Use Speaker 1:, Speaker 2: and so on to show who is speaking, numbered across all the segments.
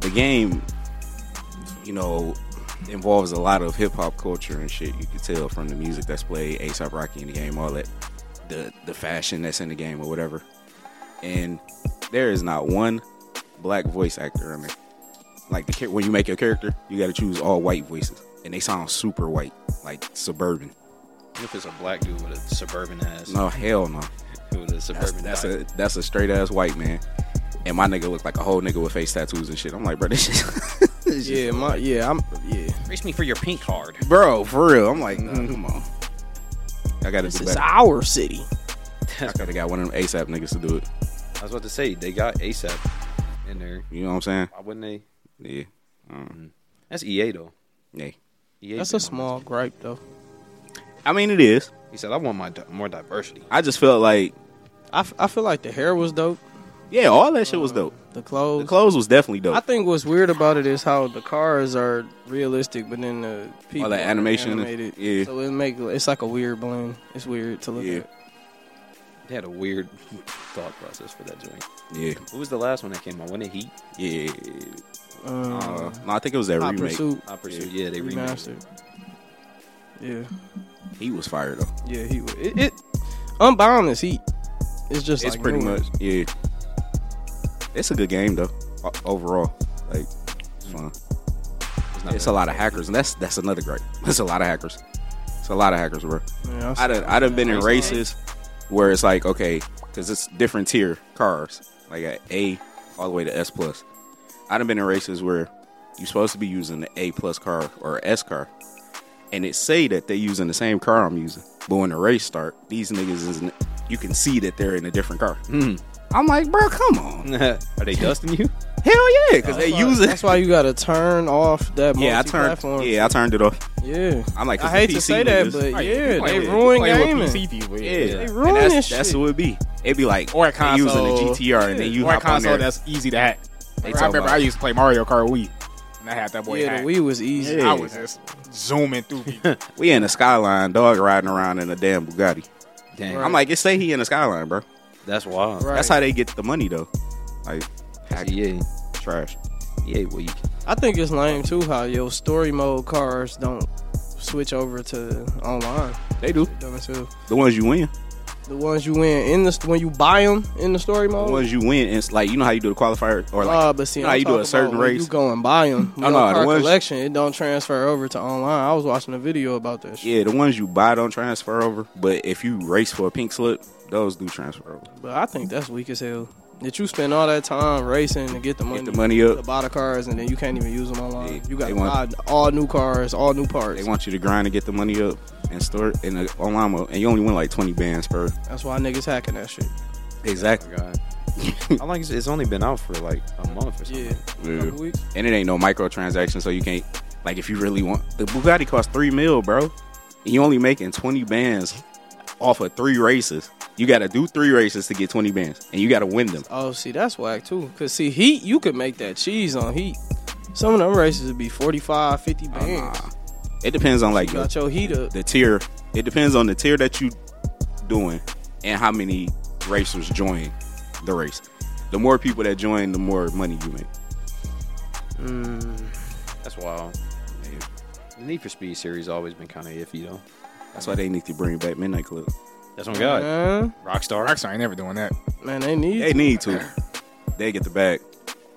Speaker 1: the game, you know, involves a lot of hip hop culture and shit. You can tell from the music that's played, ASAP Rocky in the game, all that, the the fashion that's in the game or whatever. And there is not one black voice actor. I mean, like the char- when you make your character, you got to choose all white voices, and they sound super white, like suburban.
Speaker 2: If it's a black dude with a suburban ass,
Speaker 1: No hell no.
Speaker 2: with a
Speaker 1: That's,
Speaker 2: suburban
Speaker 1: that's
Speaker 2: doc-
Speaker 1: a that's a straight ass white man. And my nigga looked like a whole nigga with face tattoos and shit. I'm like, bro, this shit. this shit-
Speaker 3: Yeah, my yeah, I'm yeah.
Speaker 2: Reach me for your pink card.
Speaker 1: bro, for real. I'm like, nah, come on. I gotta
Speaker 3: This
Speaker 1: do
Speaker 3: is
Speaker 1: better.
Speaker 3: our city.
Speaker 1: I gotta got one of them ASAP niggas to do it.
Speaker 2: I was about to say they got ASAP in there.
Speaker 1: You know what I'm saying?
Speaker 2: Why wouldn't they?
Speaker 1: Yeah. Um,
Speaker 2: That's EA though.
Speaker 1: yeah.
Speaker 2: EA
Speaker 3: That's
Speaker 2: been
Speaker 3: a
Speaker 2: on
Speaker 3: small gripe though.
Speaker 1: I mean, it is.
Speaker 2: this. He said, "I want my di- more diversity."
Speaker 1: I just felt like,
Speaker 3: I, f- I feel like the hair was dope.
Speaker 1: yeah, all that shit was dope.
Speaker 3: The clothes.
Speaker 1: The clothes was definitely dope.
Speaker 3: Uh, I think what's weird about it is how the cars are realistic, but then the people
Speaker 1: that
Speaker 3: are
Speaker 1: animation and-
Speaker 3: animated.
Speaker 1: yeah.
Speaker 3: So it make it's like a weird blend. It's weird to look
Speaker 1: Yeah.
Speaker 3: at.
Speaker 2: They had a weird thought process for that joint.
Speaker 1: yeah,
Speaker 2: Who was the last one that came out? When it Heat?
Speaker 1: yeah.
Speaker 3: Um,
Speaker 1: Uh, no, I think it was that
Speaker 3: Hot
Speaker 1: remake.
Speaker 3: Pursuit
Speaker 2: I pursued. Yeah, they remade.
Speaker 3: remastered. Yeah,
Speaker 1: He was fired though.
Speaker 3: yeah. He wa- it, it unbound is heat. It's just
Speaker 1: It's
Speaker 3: like
Speaker 1: pretty
Speaker 3: new
Speaker 1: much,
Speaker 3: ones.
Speaker 1: yeah. It's a good game though, o- overall. Like, it's fun.
Speaker 2: It's, not
Speaker 1: It's a
Speaker 2: bad.
Speaker 1: lot of hackers, and that's that's another great. It's a lot of hackers. It's a lot of hackers, bro.
Speaker 3: Yeah, I
Speaker 1: I done, I done been in races where it's like, okay, because it's different tier cars, like at A all the way to S plus. I done been in races where you're supposed to be using the A plus car or S car, and it say that they using the same car I'm using, but when the race start, these niggas is, n- you can see that they're in a different car.
Speaker 3: Hmm.
Speaker 1: I'm like, bro, come on,
Speaker 2: Are they dusting you?
Speaker 1: hell yeah, because they use it.
Speaker 3: That's why you gotta turn off that.
Speaker 1: Yeah, I
Speaker 3: multi-platform.
Speaker 1: turned. Yeah, I turned it off.
Speaker 3: yeah.
Speaker 1: I'm like, 'cause
Speaker 3: I hate
Speaker 1: the
Speaker 3: to
Speaker 1: PC
Speaker 3: say that,
Speaker 1: niggas-
Speaker 3: but
Speaker 1: Right,
Speaker 3: yeah,
Speaker 1: you
Speaker 3: they
Speaker 1: playing with-
Speaker 3: ruin
Speaker 4: Playing with
Speaker 3: gaming.
Speaker 4: PC people.
Speaker 1: Yeah,
Speaker 4: Yeah.
Speaker 1: And
Speaker 3: ruin
Speaker 1: that's,
Speaker 3: this
Speaker 1: That's
Speaker 3: shit.
Speaker 1: who it be. It be like,
Speaker 4: Or a
Speaker 1: they using
Speaker 4: console.
Speaker 1: the GTR, and then you
Speaker 4: or a
Speaker 1: hop on
Speaker 4: console
Speaker 1: there.
Speaker 4: that's easy to hack.
Speaker 1: They
Speaker 4: Bro, I
Speaker 1: talking
Speaker 4: remember
Speaker 1: about-
Speaker 4: I used to play Mario Kart Wii, and I had that boy
Speaker 3: Yeah,
Speaker 4: hacked.
Speaker 3: the Wii was easy.
Speaker 1: Yeah.
Speaker 4: I was just zooming through people.
Speaker 1: We in the skyline, dog riding around in a damn Bugatti.
Speaker 2: Dang,
Speaker 3: Right.
Speaker 1: I'm like, it say he in the skyline, bro.
Speaker 2: that's wild. E
Speaker 3: Right.
Speaker 1: That's how they get the money though. Like,
Speaker 2: That's
Speaker 1: hack
Speaker 2: EA,
Speaker 1: trash.
Speaker 2: EA week.
Speaker 3: I think it's lame too how your story mode cars don't switch over to online.
Speaker 1: They do
Speaker 3: Dumb as hell.
Speaker 1: the ones you win.
Speaker 3: The ones you win in the when you buy them in the story
Speaker 1: The
Speaker 3: mode.
Speaker 1: ones you win, it's like you know how you do the qualifier or like
Speaker 3: Ah, Oh. but see,
Speaker 1: you know how
Speaker 3: I'm
Speaker 1: you do a
Speaker 3: talking
Speaker 1: certain
Speaker 3: about when
Speaker 1: race.
Speaker 3: You go and buy them.
Speaker 1: Oh, no, the
Speaker 3: car
Speaker 1: ones-
Speaker 3: collection. It don't transfer over to online. I was watching a video about that. Shit.
Speaker 1: yeah, the ones you buy don't transfer over. But if you race for a pink slip, those do transfer over.
Speaker 3: But I think that's weak as hell. That you spend all that time racing to get the money,
Speaker 1: Get the money up.
Speaker 3: to buy the cars, and then you can't even use them online.
Speaker 1: Yeah,
Speaker 3: you got
Speaker 1: they
Speaker 3: to
Speaker 1: want-
Speaker 3: buy all new cars, all new parts.
Speaker 1: They want you to grind and get the money up and store it in the online mode, and you only win like 20 bands per.
Speaker 3: that's why niggas hacking that shit.
Speaker 1: Exactly.
Speaker 2: God. How long is it? It's only been out for like a month or something.
Speaker 3: Yeah, couple weeks.
Speaker 1: and it ain't no microtransaction, so you can't like if you really want the Bugatti costs three mil, bro. And you only making twenty bands off of three races. You got to do three races to get twenty bands, and you got to win them.
Speaker 3: Oh, see, that's whack too. Cause see, heat you could make that cheese on heat. Some of them races would be 45, 50
Speaker 1: Uh, nah.
Speaker 3: bands.
Speaker 1: It depends on like
Speaker 3: you got
Speaker 1: your,
Speaker 3: your heat up.
Speaker 1: the tier. It depends on the tier that you doing and how many racers join the race. The more people that join, the more money you make.
Speaker 2: That's wild.
Speaker 1: Yeah.
Speaker 2: The Need for Speed series always been kind of iffy though.
Speaker 1: That's why they need to bring back Midnight Club.
Speaker 2: That's on God.
Speaker 3: Man,
Speaker 2: Rockstar.
Speaker 4: Rockstar ain't never doing that.
Speaker 3: man, they need.
Speaker 1: They need to. They get the bag.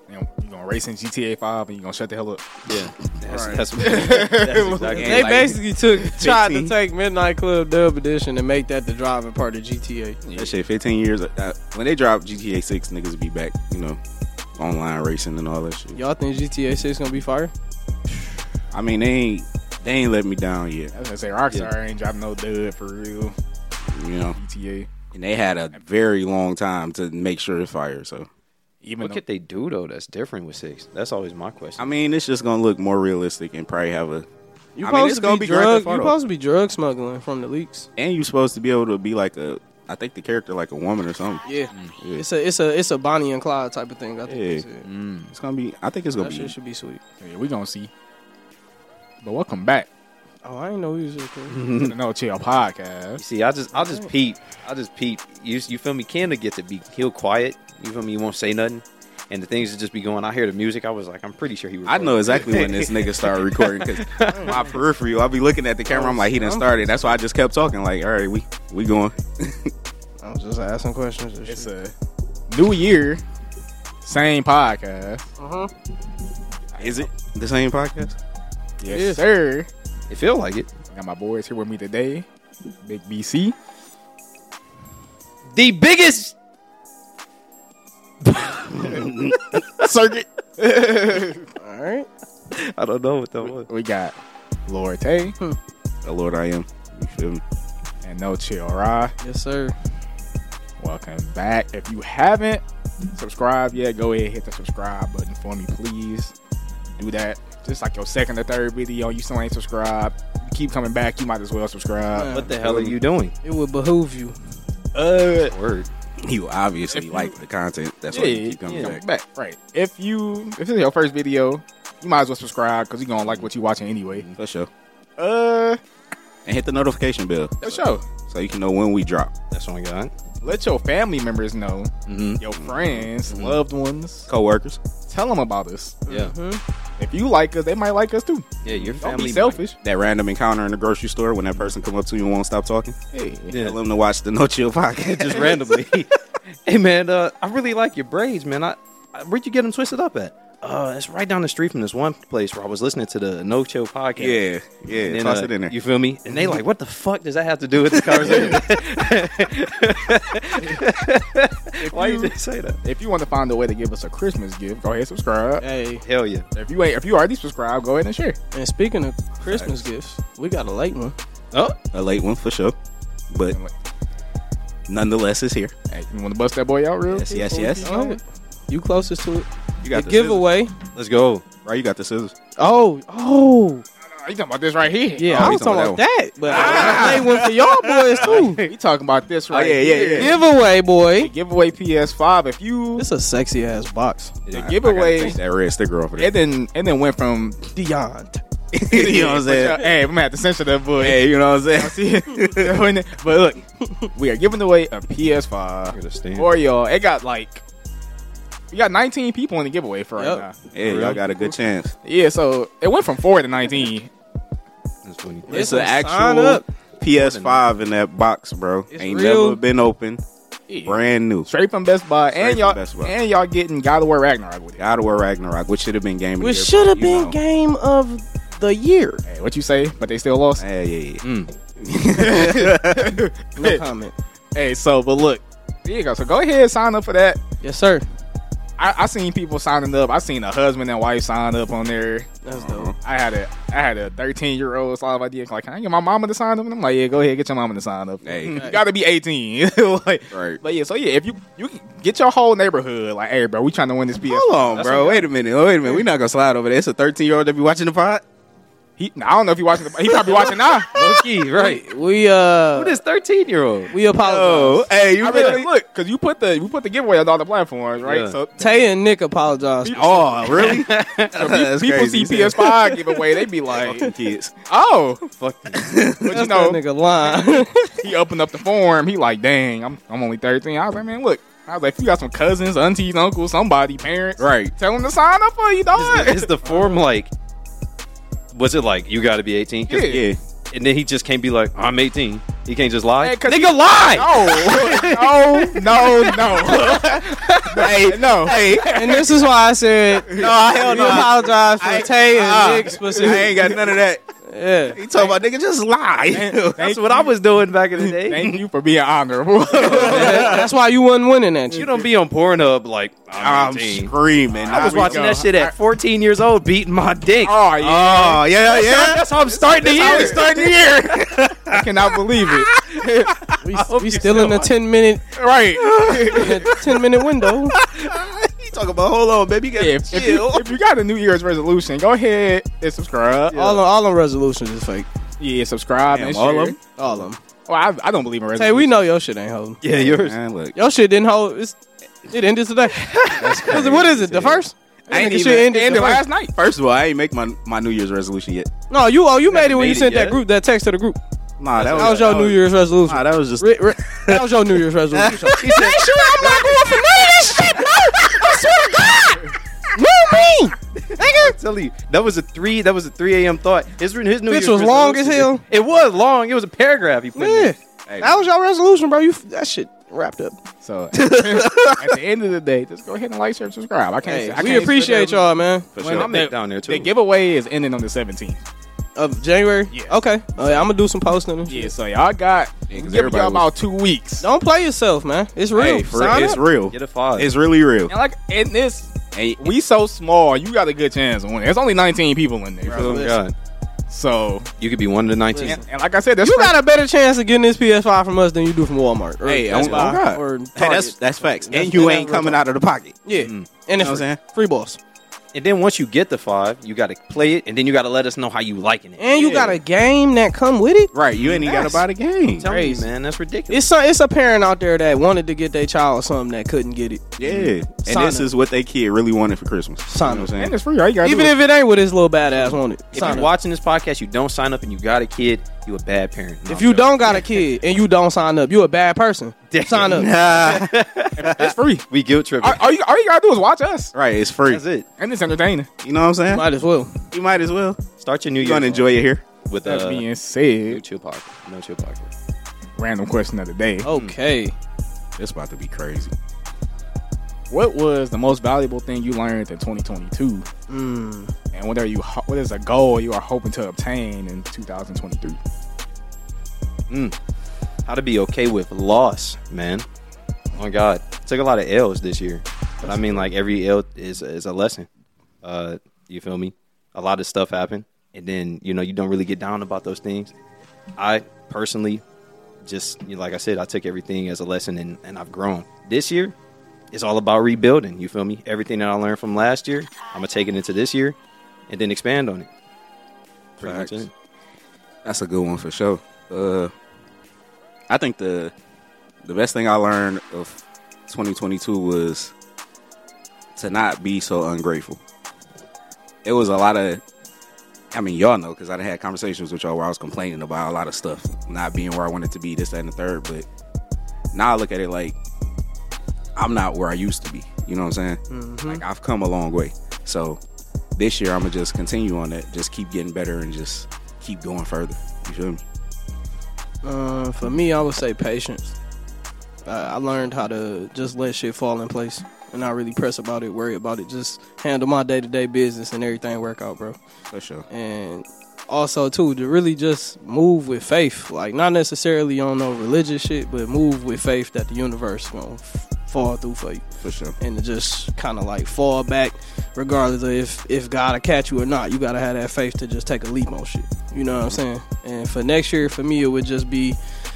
Speaker 4: You know, you gonna race in GTA Five and you gonna shut the hell up.
Speaker 2: Yeah. That's,
Speaker 4: Right.
Speaker 2: that's, that's exactly.
Speaker 3: they
Speaker 1: like-
Speaker 3: basically took tried to
Speaker 1: 15.
Speaker 3: take Midnight Club Dub Edition and make that the driving part of GTA.
Speaker 1: That shit, 15 years. Uh, when they drop GTA 6, niggas be back, you know, online racing and all that shit.
Speaker 3: Y'all think GTA Six gonna be fire?
Speaker 1: I mean, they ain't they ain't let me down yet,
Speaker 4: I was gonna say Rockstar ain't dropping no dud for real.
Speaker 1: you know.
Speaker 4: GTA.
Speaker 1: And they had a very long time to make sure to fire. So
Speaker 4: Even
Speaker 2: What
Speaker 4: though,
Speaker 2: could they do though? That's different with six. That's always my
Speaker 1: I
Speaker 2: question.
Speaker 1: mean, it's just gonna look more realistic and probably have a.
Speaker 3: You
Speaker 1: I
Speaker 3: supposed
Speaker 1: mean, it's
Speaker 3: to
Speaker 1: gonna
Speaker 3: be
Speaker 1: be Grand
Speaker 3: drug.
Speaker 1: Theft
Speaker 3: You
Speaker 1: Auto.
Speaker 3: supposed to be drug smuggling from the leaks.
Speaker 1: And you supposed to be able to be like a, I think the character like a woman or something.
Speaker 3: Yeah,
Speaker 1: Yeah.
Speaker 3: it's a it's a it's a Bonnie and Clyde type of thing. I think
Speaker 1: Yeah. mm-hmm.
Speaker 3: they said.
Speaker 1: It's gonna be. I think it's gonna
Speaker 3: that
Speaker 1: be.
Speaker 3: shit should be sweet.
Speaker 4: yeah, we gonna see. But welcome back
Speaker 3: Oh, I didn't know he was recording.
Speaker 4: to the No Chill
Speaker 2: You
Speaker 4: Podcast.
Speaker 2: see, I just I just peep. I just peep. You you feel me? Canada gets it. Be he'll quiet. You feel me? He won't say nothing. and the things would just be going. I hear the music. I was like, I'm pretty sure he.
Speaker 1: I
Speaker 2: recorded
Speaker 1: know
Speaker 2: it.
Speaker 1: exactly when this nigga started recording because my peripheral, I'll be looking at the camera. I'm like, he
Speaker 3: Oh,
Speaker 1: done started. That's why I just kept talking. Like, all right, we we going.
Speaker 3: I was just asking questions. And
Speaker 4: It's
Speaker 3: shit.
Speaker 4: a new year, same podcast.
Speaker 3: Uh-huh.
Speaker 1: Is it the same podcast?
Speaker 4: Yes,
Speaker 3: Yeah.
Speaker 4: sir.
Speaker 2: It feel like it.
Speaker 4: Got my boys here with me today. Big BC.
Speaker 2: The biggest.
Speaker 4: Circuit.
Speaker 3: All right.
Speaker 2: I don't know what that was.
Speaker 4: we got Lord Tay
Speaker 1: Oh, Lord, I am. You feel me?
Speaker 4: and No Chill Ra.
Speaker 3: Yes, sir.
Speaker 4: Welcome back. If you haven't subscribed yet, go ahead hit the subscribe button for me, please. Do that. Just like your second or third video, you still ain't subscribed. You keep coming back, you might as well subscribe.
Speaker 2: What the hell are you doing?
Speaker 3: It would behoove you.
Speaker 4: Uh,
Speaker 2: Word.
Speaker 1: You obviously
Speaker 4: If you-
Speaker 1: like the content. That's why you keep coming
Speaker 4: yeah,
Speaker 1: back.
Speaker 4: back. Right. If you if this is your first video, you might as well subscribe because you're gonna like what you watching anyway.
Speaker 1: For sure.
Speaker 4: Uh,
Speaker 1: And hit the notification bell
Speaker 4: for sure.
Speaker 1: so you can know when we drop.
Speaker 2: That's what I got.
Speaker 4: Let your family members know,
Speaker 1: Mm-hmm.
Speaker 4: your friends, loved ones.
Speaker 1: Coworkers.
Speaker 4: Tell them about us.
Speaker 2: Yeah.
Speaker 4: If you like us, they might like us too.
Speaker 2: Yeah. Your family.
Speaker 4: Don't be
Speaker 2: might-
Speaker 4: selfish.
Speaker 1: That random encounter in the grocery store when that person come up to you and won't stop talking.
Speaker 4: Hey.
Speaker 2: Yeah.
Speaker 1: Tell them to watch the No Chill podcast.
Speaker 2: just randomly. hey man, uh, I really like your braids, man. I, I where'd you get them twisted up at? Uh, it's right down the street from this one place where I was listening to the No Chill podcast.
Speaker 1: yeah, yeah.
Speaker 2: And then,
Speaker 1: toss
Speaker 2: uh,
Speaker 1: it in there.
Speaker 2: You feel me? And they like, what the fuck does that have to do with this conversation? Why you
Speaker 4: you-
Speaker 2: just say that?
Speaker 4: If you want to find a way to give us a Christmas gift, go ahead subscribe.
Speaker 3: Hey,
Speaker 2: Hell yeah.
Speaker 4: If you ain't, if you already subscribed, go ahead and share.
Speaker 3: and speaking of Christmas gifts, we got a late one.
Speaker 2: Oh,
Speaker 1: a late one for sure, but nonetheless, it's here.
Speaker 4: Hey, you want to bust that boy out real?
Speaker 1: Yes,
Speaker 4: quick?
Speaker 1: yes, yes.
Speaker 3: Oh, you closest to it.
Speaker 1: You
Speaker 3: The,
Speaker 1: got the, giveaway,
Speaker 3: giveaway.
Speaker 2: let's go.
Speaker 1: right? You got the scissors.
Speaker 3: Oh, oh,
Speaker 4: Nah, You talking about this right here?
Speaker 1: Oh,
Speaker 3: yeah. I
Speaker 1: he's
Speaker 3: was talking
Speaker 1: talking
Speaker 3: about that, but I made one for y'all boys too.
Speaker 4: You talking about this right
Speaker 1: Oh, yeah, yeah, yeah.
Speaker 4: here?
Speaker 3: giveaway,
Speaker 4: The
Speaker 3: boy.
Speaker 4: giveaway PS5. If you
Speaker 3: It's a sexy ass box.
Speaker 4: the
Speaker 1: I- I gotta
Speaker 4: giveaway,
Speaker 1: take that red sticker off of
Speaker 4: and
Speaker 1: there.
Speaker 4: then and then went from
Speaker 3: Dion.
Speaker 1: you know what I'm saying?
Speaker 4: Hey, we gonna have to censor that boy.
Speaker 1: Hey, you know what I'm saying?
Speaker 4: See? but look, we are giving away a PS5
Speaker 2: Understand.
Speaker 4: for y'all. It got like we got 19 people in the giveaway for right
Speaker 3: Yep.
Speaker 4: now.
Speaker 1: Yeah, y'all got a good chance.
Speaker 4: Yeah, so it went from four to 19.
Speaker 2: That's funny.
Speaker 3: This
Speaker 1: it's an
Speaker 3: one, sign
Speaker 1: actual
Speaker 3: up.
Speaker 1: PS5 in that box, bro.
Speaker 3: It's
Speaker 1: Ain't
Speaker 3: real.
Speaker 1: never been open.
Speaker 4: Yeah.
Speaker 1: Brand new.
Speaker 4: Straight from Best Buy,
Speaker 1: Straight
Speaker 4: and
Speaker 1: from
Speaker 4: y'all
Speaker 1: Best Buy.
Speaker 4: and y'all getting God of War Ragnarok with it.
Speaker 1: God of War Ragnarok, which should have been game. of the
Speaker 3: Which
Speaker 1: year,
Speaker 3: should have
Speaker 1: but, you
Speaker 3: been
Speaker 1: know.
Speaker 3: game of the year.
Speaker 4: Hey, what you say? But they still lost.
Speaker 1: Yeah, yeah, yeah.
Speaker 3: No comment.
Speaker 4: hey, so but look, there you go. So go ahead, sign up for that.
Speaker 3: Yes, sir.
Speaker 4: I, I seen people signing up. I seen a husband and wife sign up on there.
Speaker 3: That's dope.
Speaker 4: I had a I had a 13 year old so I did like, can I get my mama to sign up? And I'm like, yeah, go ahead, get your mama to sign up.
Speaker 1: Hey.
Speaker 4: you gotta be 18. like,
Speaker 1: Right.
Speaker 4: But yeah, so yeah, if you you can get your whole neighborhood, like, hey, bro, we trying to win this PS.
Speaker 1: Hold on, bro. Wait a minute. Oh, wait a minute. We're not gonna slide over there. It's a 13 year old that be watching the pod.
Speaker 4: He, I don't know if you watching. The, he probably watching now.
Speaker 2: Low key, right?
Speaker 3: We uh,
Speaker 2: Who this 13 year old?
Speaker 3: we apologize.
Speaker 1: Oh, hey, you
Speaker 4: I really look because you put the you put the giveaway on all the platforms, right?
Speaker 2: Yeah.
Speaker 4: So
Speaker 3: Tay and Nick apologize.
Speaker 1: Oh, really? That's
Speaker 4: people
Speaker 1: crazy.
Speaker 4: see PS5 giveaway, they be like,
Speaker 1: Fucking kids.
Speaker 4: oh,
Speaker 2: Fuck.
Speaker 4: but you
Speaker 3: That's
Speaker 4: know,
Speaker 3: that nigga lying.
Speaker 4: he opened up the form. He like, dang, I'm I'm only 13. I was like, man, look. I was like, if you got some cousins, aunties, uncles, somebody, parents,
Speaker 1: Right.
Speaker 4: Tell them to sign up for you, dog.
Speaker 2: Is the form like? Was it like you got to be 18? 'Cause-
Speaker 4: Yeah.
Speaker 1: Yeah.
Speaker 2: And then he just can't be like, I'm 18. He can't just lie.
Speaker 4: Hey, 'cause
Speaker 2: Nigga, lie.
Speaker 4: No, no, no, no. hey, no. Oh, Hey,
Speaker 3: and this is why I said
Speaker 1: No,
Speaker 2: Oh,
Speaker 1: hell
Speaker 3: we apologize for Tay and
Speaker 1: uh-uh.
Speaker 3: Nick
Speaker 1: I
Speaker 3: specifically.
Speaker 1: ain't got none of that.
Speaker 3: Yeah.
Speaker 1: He talking about nigga just lie.
Speaker 2: That's what I was doing back in the day.
Speaker 4: Thank you for being honorable. Oh,
Speaker 3: That- That's why you wasn't winning that
Speaker 2: You
Speaker 3: shit.
Speaker 2: don't be on Pornhub like I'm,
Speaker 1: I'm
Speaker 2: 18.
Speaker 1: screaming.
Speaker 2: I was
Speaker 1: Nah, we
Speaker 2: watching
Speaker 1: go.
Speaker 2: that shit at 14 years old, beating my dick.
Speaker 4: oh yeah,
Speaker 1: Oh yeah, yeah.
Speaker 2: That's how I'm starting the
Speaker 1: How we
Speaker 2: year.
Speaker 1: starting the year?
Speaker 4: I cannot believe it.
Speaker 3: We,
Speaker 2: hope
Speaker 3: we
Speaker 2: you
Speaker 3: still in the ten minute
Speaker 4: Right.
Speaker 3: in the ten minute window.
Speaker 1: he talking about hold on, baby. You gotta
Speaker 4: If, if, you,
Speaker 1: chill.
Speaker 4: if you got a New Year's resolution, go ahead and subscribe. Yeah,
Speaker 3: All on, all on resolutions is fake.
Speaker 4: subscribe
Speaker 1: Damn,
Speaker 4: and
Speaker 1: all
Speaker 4: share.
Speaker 1: of 'em?
Speaker 3: All of them.
Speaker 4: Well, I, I don't believe in resolutions.
Speaker 3: Tay, we know your shit ain't holding.
Speaker 2: yeah, yours.
Speaker 1: Man, look,
Speaker 3: Your shit didn't hold. It's, it ended today. Was it- what is it? The first?
Speaker 1: I ain't
Speaker 3: Nigga, shit
Speaker 1: even-
Speaker 3: ended
Speaker 4: ended
Speaker 3: the first.
Speaker 4: last night.
Speaker 1: First of all, I ain't make my my New Year's resolution yet.
Speaker 3: No, you oh you made it when you
Speaker 2: made it
Speaker 3: sent that
Speaker 2: yet.
Speaker 3: group that text to the group.
Speaker 1: Nah, that
Speaker 3: That
Speaker 1: was,
Speaker 3: was, your
Speaker 1: that
Speaker 3: New Year's resolution.
Speaker 1: Nah, that was just.
Speaker 3: Ri- ri- that was your New Year's resolution.
Speaker 1: He said,
Speaker 3: I'm not going for none of this shit. I swear to God.
Speaker 2: telling you, that was a three. That was a three a.m. thought. His his New
Speaker 3: Bitch
Speaker 2: Year's
Speaker 3: was long
Speaker 2: resolution-
Speaker 3: as hell.
Speaker 2: It was long. It was a paragraph. He put in
Speaker 3: Yeah.
Speaker 2: there.
Speaker 1: Hey,
Speaker 3: That was your resolution, bro. You f- that shit wrapped up.
Speaker 4: So at the end of the day, just go ahead and like, share, and subscribe. I can't.
Speaker 3: Hey,
Speaker 4: I can't
Speaker 3: we appreciate
Speaker 4: sit there-
Speaker 3: y'all, man.
Speaker 1: for
Speaker 4: When
Speaker 1: sure.
Speaker 4: I'm-
Speaker 2: I'm down there too.
Speaker 4: The giveaway is ending on the 17th.
Speaker 3: Of January.
Speaker 4: Yeah.
Speaker 3: Okay. Oh, yeah, I'm gonna do some posting. And shit.
Speaker 4: Yeah, so y'all got
Speaker 1: Yeah, 'cause
Speaker 4: we giving
Speaker 1: everybody was-
Speaker 4: y'all about two weeks.
Speaker 3: Don't play yourself, man. It's real.
Speaker 1: Hey, for,
Speaker 3: Sign
Speaker 1: it's
Speaker 3: up.
Speaker 1: real.
Speaker 2: Get a five.
Speaker 1: It's really real.
Speaker 4: And like in this,
Speaker 1: And
Speaker 4: we so small. You got a good chance of winning. There's only 19 people in there.
Speaker 2: Oh,
Speaker 3: Listen.
Speaker 2: God.
Speaker 4: So
Speaker 2: You could be one of the nineteen.
Speaker 4: and, and like I said, that's
Speaker 3: You
Speaker 4: free-
Speaker 3: got a better chance of getting this PS5 from us than you do from Walmart. Or
Speaker 1: Hey,
Speaker 3: Best
Speaker 1: oh,
Speaker 3: Buy
Speaker 1: oh, God.
Speaker 3: Or
Speaker 1: hey, that's
Speaker 3: Target.
Speaker 1: that's facts.
Speaker 3: That's-
Speaker 1: and you
Speaker 3: that's
Speaker 1: ain't
Speaker 3: real
Speaker 1: coming
Speaker 3: talk.
Speaker 1: out of the pocket.
Speaker 3: yeah. And
Speaker 1: You know
Speaker 3: it's
Speaker 1: what I'm saying?
Speaker 3: free balls.
Speaker 2: And then once you get the five, you got to play it, and then you got to let us know how you liking it.
Speaker 3: And you
Speaker 4: Yeah.
Speaker 3: got a game that come with it.
Speaker 1: Right. You ain't even got to
Speaker 4: Yes.
Speaker 1: buy the game.
Speaker 2: Tell me,
Speaker 3: Crazy.
Speaker 2: man, that's ridiculous.
Speaker 3: It's a, it's a parent out there that wanted to get their child something that couldn't get it.
Speaker 1: Yeah. And
Speaker 3: Sign
Speaker 1: this
Speaker 3: up.
Speaker 1: is what they kid really wanted for Christmas.
Speaker 3: Sign
Speaker 1: You know
Speaker 3: up.
Speaker 1: what I'm
Speaker 4: and
Speaker 1: saying?
Speaker 4: it's free. All you got
Speaker 3: Even if it ain't what his little badass wanted.
Speaker 2: if
Speaker 3: Sign
Speaker 2: you're
Speaker 3: up.
Speaker 2: watching this podcast, you don't sign up, and you got a kid, you a bad parent. No,
Speaker 3: If
Speaker 2: I'm
Speaker 3: you
Speaker 2: joking.
Speaker 3: don't got a kid and you don't sign up, you a bad person. Sign up.
Speaker 1: Nah.
Speaker 4: it's free.
Speaker 2: we guilt tripping.
Speaker 4: All, all you all you gotta do is watch us,
Speaker 1: right. It's free.
Speaker 2: That's it.
Speaker 4: and it's entertaining.
Speaker 1: You know what I'm saying?
Speaker 3: Might as well.
Speaker 1: you might as well.
Speaker 2: Start your new
Speaker 1: You're
Speaker 2: year.
Speaker 1: going to enjoy it here.
Speaker 2: with
Speaker 4: That
Speaker 2: uh,
Speaker 4: being
Speaker 2: no
Speaker 4: said,
Speaker 2: chill pocket. No chill pocket.
Speaker 4: random question of the day:
Speaker 3: Okay.
Speaker 1: It's about to be crazy.
Speaker 4: What was the most valuable thing you learned in 2022?
Speaker 3: Mm.
Speaker 4: And what are you? ho- What is a goal you are hoping to obtain in 2023?
Speaker 2: How to be okay with loss, man. Oh my God, took a lot of L's this year, but I mean, like every L is is a lesson. Uh, you feel me? A lot of stuff happened, and then you know you don't really get down about those things. I personally just you know, like I said, I took everything as a lesson, and, and I've grown. This year, it's all about rebuilding. You feel me? Everything that I learned from last year, I'm gonna take it into this year, and then expand on it. Pretty much
Speaker 1: Facts.
Speaker 2: it.
Speaker 1: That's a good one for sure. Uh, I think the the best thing I learned of 2022 was to not be so ungrateful. It was a lot of, I mean, y'all know because I done had conversations with y'all where I was complaining about a lot of stuff, not being where I wanted to be, this, that, and the third. But now I look at it like I'm not where I used to be. You know what I'm saying? Like I've come a long way. So this year I'm gonna just continue on that, just keep getting better and just keep going further. You feel me?
Speaker 3: Uh, for me, I would say patience. Uh, I learned how to just let shit fall in place and not really press about it, worry about it. Just handle my day to day business and everything work out, bro.
Speaker 1: For sure.
Speaker 3: And also, too, to really just move with faith. Like, not necessarily on no religious shit, but move with faith that the universe gonna f- fall through for you.
Speaker 1: For sure.
Speaker 3: and to just kind of like fall back, regardless of if if God'll catch you or not. You gotta have that faith to just take a leap on shit. You know what I'm saying? And for next year, for me, it would just be,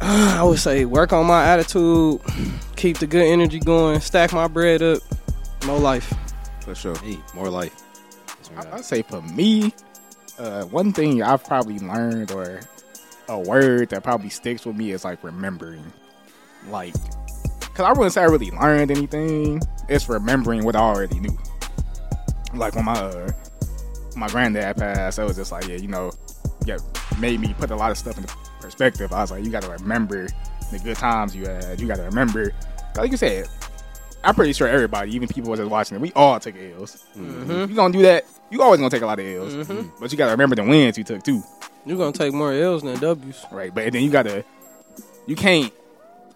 Speaker 3: I would say, work on my attitude, keep the good energy going, stack my bread up, more life.
Speaker 1: For sure.
Speaker 2: Hey, more life.
Speaker 4: I, I'd say for me, uh, one thing I've probably learned or a word that probably sticks with me is like remembering. Like, because I wouldn't say I really learned anything. It's remembering what I already knew. Like when my uh, my granddad passed, I was just like, yeah, you know, yeah, made me put a lot of stuff into perspective. I was like, you got to remember the good times you had. You got to remember, like you said, I'm pretty sure everybody, even people that's watching it, we all took L's. You gonna do that? You always gonna take a lot of L's, but you gotta remember the wins you took too,
Speaker 3: You're gonna take more L's than W's.
Speaker 4: right? But then you gotta, you can't,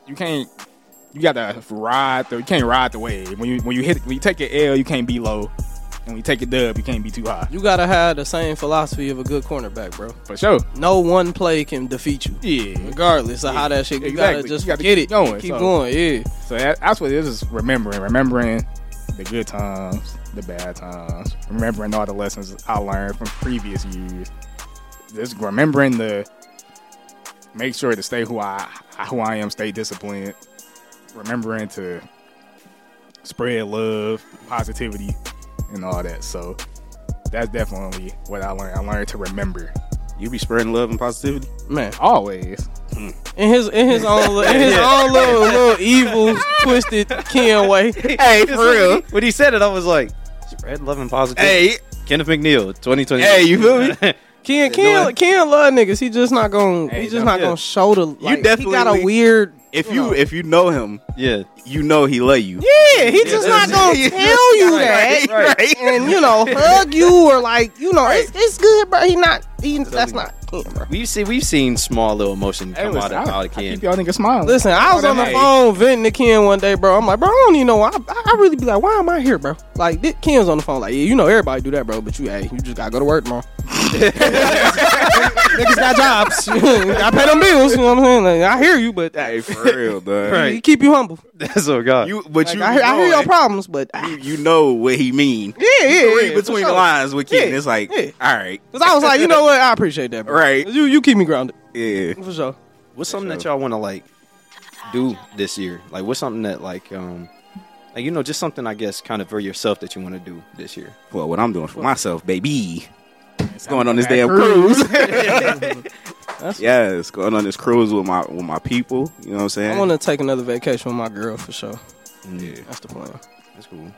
Speaker 4: you can't, you gotta ride the, you can't ride the wave. When you when you hit when you take your L, you can't be low, and when you take a dub, you can't be too high.
Speaker 3: You gotta have the same philosophy of a good cornerback, bro.
Speaker 4: For sure.
Speaker 3: No one play can defeat you.
Speaker 4: Yeah.
Speaker 3: Regardless of how that shit, you gotta
Speaker 4: Exactly.
Speaker 3: just
Speaker 4: You gotta
Speaker 3: get
Speaker 4: keep
Speaker 3: it,
Speaker 4: going,
Speaker 3: keep
Speaker 4: so-
Speaker 3: going, yeah.
Speaker 4: So that, that's what it is, is remembering. Remembering the good times, the bad times, remembering all the lessons I learned from previous years. Just remembering the make sure to stay who I who I am, stay disciplined. Remembering to spread love, positivity, and all that. So that's definitely what I learned. I learned to remember
Speaker 1: You be spreading love and positivity.
Speaker 3: Man,
Speaker 4: always.
Speaker 3: in his in his own li- in his own little little evil twisted Ken way.
Speaker 1: Hey, for real.
Speaker 2: When he said it, I was like, spread love and positivity.
Speaker 1: Hey,
Speaker 2: Kenneth McNeil, 2020.
Speaker 1: Hey, you feel me?
Speaker 3: Ken Ken Ken love niggas. He just not gonna
Speaker 4: Hey,
Speaker 3: he just
Speaker 4: don't-
Speaker 3: not
Speaker 2: yeah.
Speaker 3: gonna show the like, he got
Speaker 1: definitely-
Speaker 3: a weird
Speaker 1: If you if you know him,
Speaker 2: Yeah.
Speaker 1: you know he love you.
Speaker 3: Yeah, he just not gonna tell you that,
Speaker 2: Right.
Speaker 3: and you know, hug you or like, you know, it's, it's good, bro. He not, he that's not him, bro.
Speaker 2: We've seen we've seen small little emotion
Speaker 4: Hey,
Speaker 2: come
Speaker 4: listen,
Speaker 2: out of,
Speaker 4: I,
Speaker 2: out
Speaker 4: I
Speaker 2: of Ken.
Speaker 4: keep y'all niggas smiling.
Speaker 3: Listen, I
Speaker 1: Oh,
Speaker 3: was on the
Speaker 4: Hey.
Speaker 3: phone venting to Ken one day, bro. I'm like, bro, I don't even know. Why. I, I really be like, why am I here, bro? Like, this, Ken's on the phone, like, yeah, you know, everybody do that, bro. But you, hey, you just gotta go to work tomorrow. Niggas got jobs. I pay them bills. You know what I'm saying? Like, I hear you, but
Speaker 1: Hey, for real, dog.
Speaker 3: right. keep you humble.
Speaker 2: That's oh god.
Speaker 1: You but
Speaker 3: Like,
Speaker 1: you
Speaker 3: I, hear, I hear
Speaker 1: know
Speaker 3: your
Speaker 1: it.
Speaker 3: problems, but ah.
Speaker 1: You, you know what he mean.
Speaker 3: yeah, yeah,
Speaker 1: Read
Speaker 3: yeah, for
Speaker 1: between the
Speaker 3: sure.
Speaker 1: lines with Ken.
Speaker 3: Yeah,
Speaker 1: It's like,
Speaker 3: yeah.
Speaker 1: all right,
Speaker 3: Cause I was like, you know what? I appreciate that, bro.
Speaker 1: Right.
Speaker 3: You you keep me grounded
Speaker 1: yeah.
Speaker 3: for sure.
Speaker 2: What's something that y'all want to like do this year? Like, what's something that like, um, like you know, just something I guess kind of for yourself that you want to do this year.
Speaker 1: Well, what I'm doing for myself, baby.
Speaker 4: It's
Speaker 1: Going on this damn Yeah, it's going on this cruise with my with my people. You know what I'm saying?
Speaker 3: I want to take another vacation with my girl for sure.
Speaker 1: yeah.
Speaker 3: That's the plan.
Speaker 2: That's cool.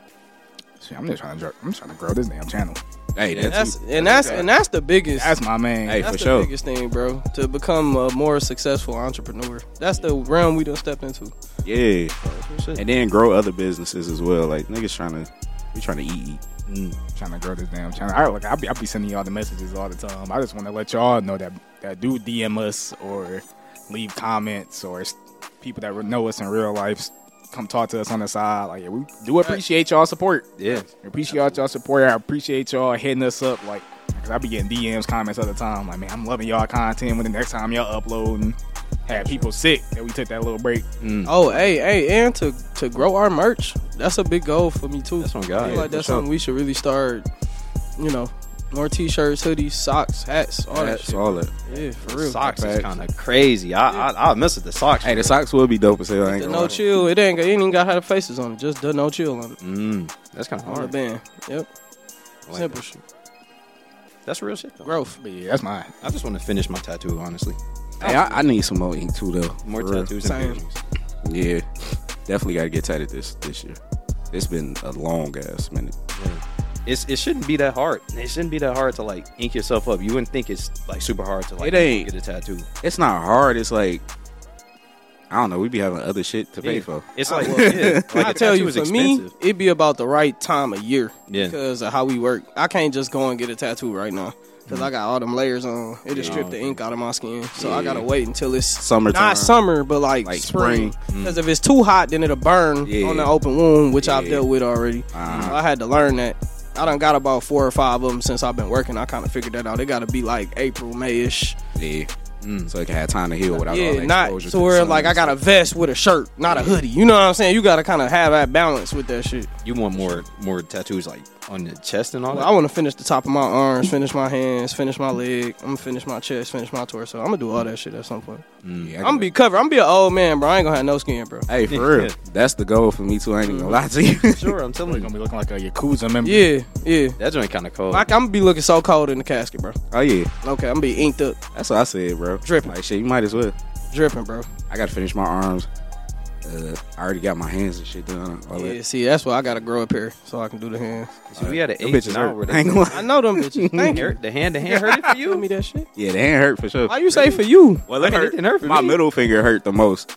Speaker 4: See, I'm just trying to, I'm trying to grow this damn channel.
Speaker 1: Hey,
Speaker 3: And
Speaker 1: that's,
Speaker 3: that's and that's and that's the biggest.
Speaker 4: That's my man.
Speaker 1: Hey.
Speaker 3: That's
Speaker 1: for
Speaker 3: the
Speaker 1: sure.
Speaker 3: biggest thing, bro. To become a more successful entrepreneur. That's the realm we done stepped into.
Speaker 1: yeah.
Speaker 2: Shit.
Speaker 1: And then grow other businesses as well. Like niggas trying to, we trying to eat, eat.
Speaker 4: trying to grow this damn channel. I look, I be, I be sending y'all the messages all the time. I just want to let y'all know that that do DM us or leave comments or s- people that know us in real life s- come talk to us on the side. Like we do appreciate y'all support.
Speaker 2: Yeah.
Speaker 4: We appreciate y'all support. I appreciate y'all hitting us up. Like, cause I be getting DMs, comments all the time. Like, man, I'm loving y'all content. When the next time y'all uploading, had people sick that we took that little break.
Speaker 3: Oh, hey, hey, and to to grow our merch. That's a big goal for me too.
Speaker 2: That's on
Speaker 3: I
Speaker 2: God.
Speaker 3: feel like that's
Speaker 1: sure.
Speaker 3: something we should really start. You know, more t-shirts, hoodies, socks, hats, all that
Speaker 1: That's
Speaker 3: shit.
Speaker 1: all it.
Speaker 3: Yeah, for
Speaker 2: The
Speaker 3: real.
Speaker 2: socks is
Speaker 1: Facts.
Speaker 2: kind of crazy. I, I I mess with the socks.
Speaker 1: Hey, the socks will be dope as hell. I ain't
Speaker 3: The
Speaker 1: gonna
Speaker 3: no
Speaker 1: lie.
Speaker 3: chill. It ain't. It ain't even got how the faces on it. Just the no chill on it.
Speaker 2: Mm, that's kind of
Speaker 3: On the
Speaker 2: hard.
Speaker 3: band. Yep.
Speaker 2: I like
Speaker 3: Simple
Speaker 2: that.
Speaker 3: shit.
Speaker 2: That's real shit. Though.
Speaker 3: Growth.
Speaker 4: But yeah, that's mine.
Speaker 2: I just want to finish my tattoo, honestly.
Speaker 1: Hey, I, I need some more ink too, though.
Speaker 2: More
Speaker 1: For real.
Speaker 2: tattoos
Speaker 3: Same.
Speaker 2: and piercings.
Speaker 1: Yeah, definitely got to get tatted this this year. It's been a long ass minute.
Speaker 2: It's, it shouldn't be that hard. It shouldn't be that hard to like ink yourself up. You wouldn't think it's like super hard to like
Speaker 1: It ain't.
Speaker 2: get a tattoo.
Speaker 1: It's not hard. It's like I don't know. We be having other shit to pay for.
Speaker 2: It's like, yeah, like
Speaker 3: I
Speaker 2: a
Speaker 3: tell
Speaker 2: tattoo
Speaker 3: you,
Speaker 2: is
Speaker 3: for me,
Speaker 2: expensive.
Speaker 3: it'd be about the right time of year.
Speaker 2: Yeah.
Speaker 3: Because of how we work. I can't just go and get a tattoo right now. Because I got all them layers on. It just stripped the ink out of my skin. So I got to wait until it's
Speaker 1: Summertime.
Speaker 3: Not summer, but like,
Speaker 1: Like
Speaker 3: spring.
Speaker 1: spring. Mm.
Speaker 3: Because if it's too hot, then it'll burn
Speaker 1: Yeah.
Speaker 3: on the open wound, which I've
Speaker 1: Yeah. Uh-huh.
Speaker 3: dealt with already. So I had to learn that. I done got about four or five of them since I've been working. I kind of figured that out. It got to be like April, May ish.
Speaker 1: Yeah. Mm. So it can have time to heal without all
Speaker 3: Mm. Yeah,
Speaker 1: the
Speaker 3: not
Speaker 1: exposure
Speaker 3: to
Speaker 1: the
Speaker 3: where
Speaker 1: sun
Speaker 3: like I
Speaker 1: and
Speaker 3: got a vest with a shirt, not a hoodie. You know what I'm saying? You got to kind of have that balance with that shit.
Speaker 2: You want more more tattoos like on your chest and all
Speaker 3: Well,
Speaker 2: that.
Speaker 3: I want to finish the top of my arms, finish my hands, finish my leg. I'm gonna finish my chest, finish my torso. I'm gonna do all that shit at some point.
Speaker 1: stuff. Yeah, I
Speaker 3: I'm
Speaker 1: can-
Speaker 3: gonna be covered. I'm gonna be an old man, bro. I ain't gonna have no skin, bro.
Speaker 1: Hey, for real.
Speaker 2: Yeah.
Speaker 1: That's the goal for me too. I ain't gonna lie to you.
Speaker 2: sure, I'm
Speaker 4: We're
Speaker 2: telling
Speaker 4: gonna
Speaker 2: you.
Speaker 4: be looking like a yakuza member.
Speaker 3: Yeah, yeah.
Speaker 2: That joint kind of cold.
Speaker 3: Like I'm gonna be looking so cold in the casket, bro.
Speaker 1: oh yeah,
Speaker 3: Okay, I'm gonna be inked up,
Speaker 1: that's what I said, bro.
Speaker 3: Dripping.
Speaker 1: Like shit, you might as well.
Speaker 3: dripping, bro.
Speaker 1: I gotta finish my arms. Uh, I already got my hands and shit done. All
Speaker 3: Yeah,
Speaker 1: that.
Speaker 3: see, that's why I gotta grow a pair so I can do the hands.
Speaker 2: See, we had an
Speaker 1: Them
Speaker 2: age
Speaker 1: bitches
Speaker 2: now
Speaker 1: hurt.
Speaker 2: where
Speaker 1: I ain't
Speaker 2: the,
Speaker 1: gonna lie.
Speaker 3: I know them bitches. Thank you.
Speaker 2: hurt, the hand, the hand hurt it for
Speaker 3: Give me
Speaker 2: you.
Speaker 3: that shit.
Speaker 1: Yeah, they ain't hurt for sure.
Speaker 3: Why you say for you?
Speaker 1: Well, it
Speaker 2: I mean, it
Speaker 1: hurt.
Speaker 2: didn't hurt for
Speaker 1: my
Speaker 2: me.
Speaker 1: middle finger hurt the most.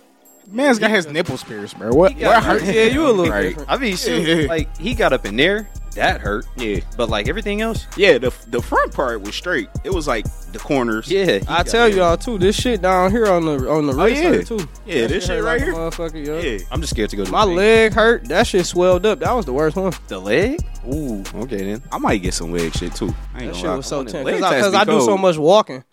Speaker 4: Man's got his nipples pierced, bro. What?
Speaker 2: got
Speaker 4: What
Speaker 2: hurt.
Speaker 4: hurt?
Speaker 3: Yeah, you a little
Speaker 1: Right.
Speaker 3: different.
Speaker 2: I mean, shoot,
Speaker 4: Yeah.
Speaker 2: like he got up in there, that hurt.
Speaker 1: Yeah,
Speaker 2: But like everything else,
Speaker 1: yeah. The the front part was straight. It was like the corners.
Speaker 2: yeah. he
Speaker 3: I
Speaker 2: got
Speaker 3: tell
Speaker 2: there.
Speaker 3: y'all too, this shit down here on the on the
Speaker 1: Oh,
Speaker 3: wrist
Speaker 1: yeah.
Speaker 3: hurt, too.
Speaker 1: yeah. This shit
Speaker 3: hurt
Speaker 1: right
Speaker 3: like a
Speaker 1: here.
Speaker 3: motherfucker, yo.
Speaker 1: Yeah.
Speaker 2: I'm just scared to go. To
Speaker 3: My
Speaker 2: the bank.
Speaker 3: leg hurt. That shit swelled up. That was the worst one.
Speaker 2: the leg. Ooh, okay then.
Speaker 1: I might get some leg shit too. I ain't
Speaker 3: That
Speaker 1: gonna
Speaker 3: shit
Speaker 1: lie.
Speaker 3: was so tense
Speaker 1: Leg
Speaker 3: because I,
Speaker 1: tats
Speaker 3: 'cause
Speaker 1: be
Speaker 3: I do so
Speaker 1: cold.
Speaker 3: much walking.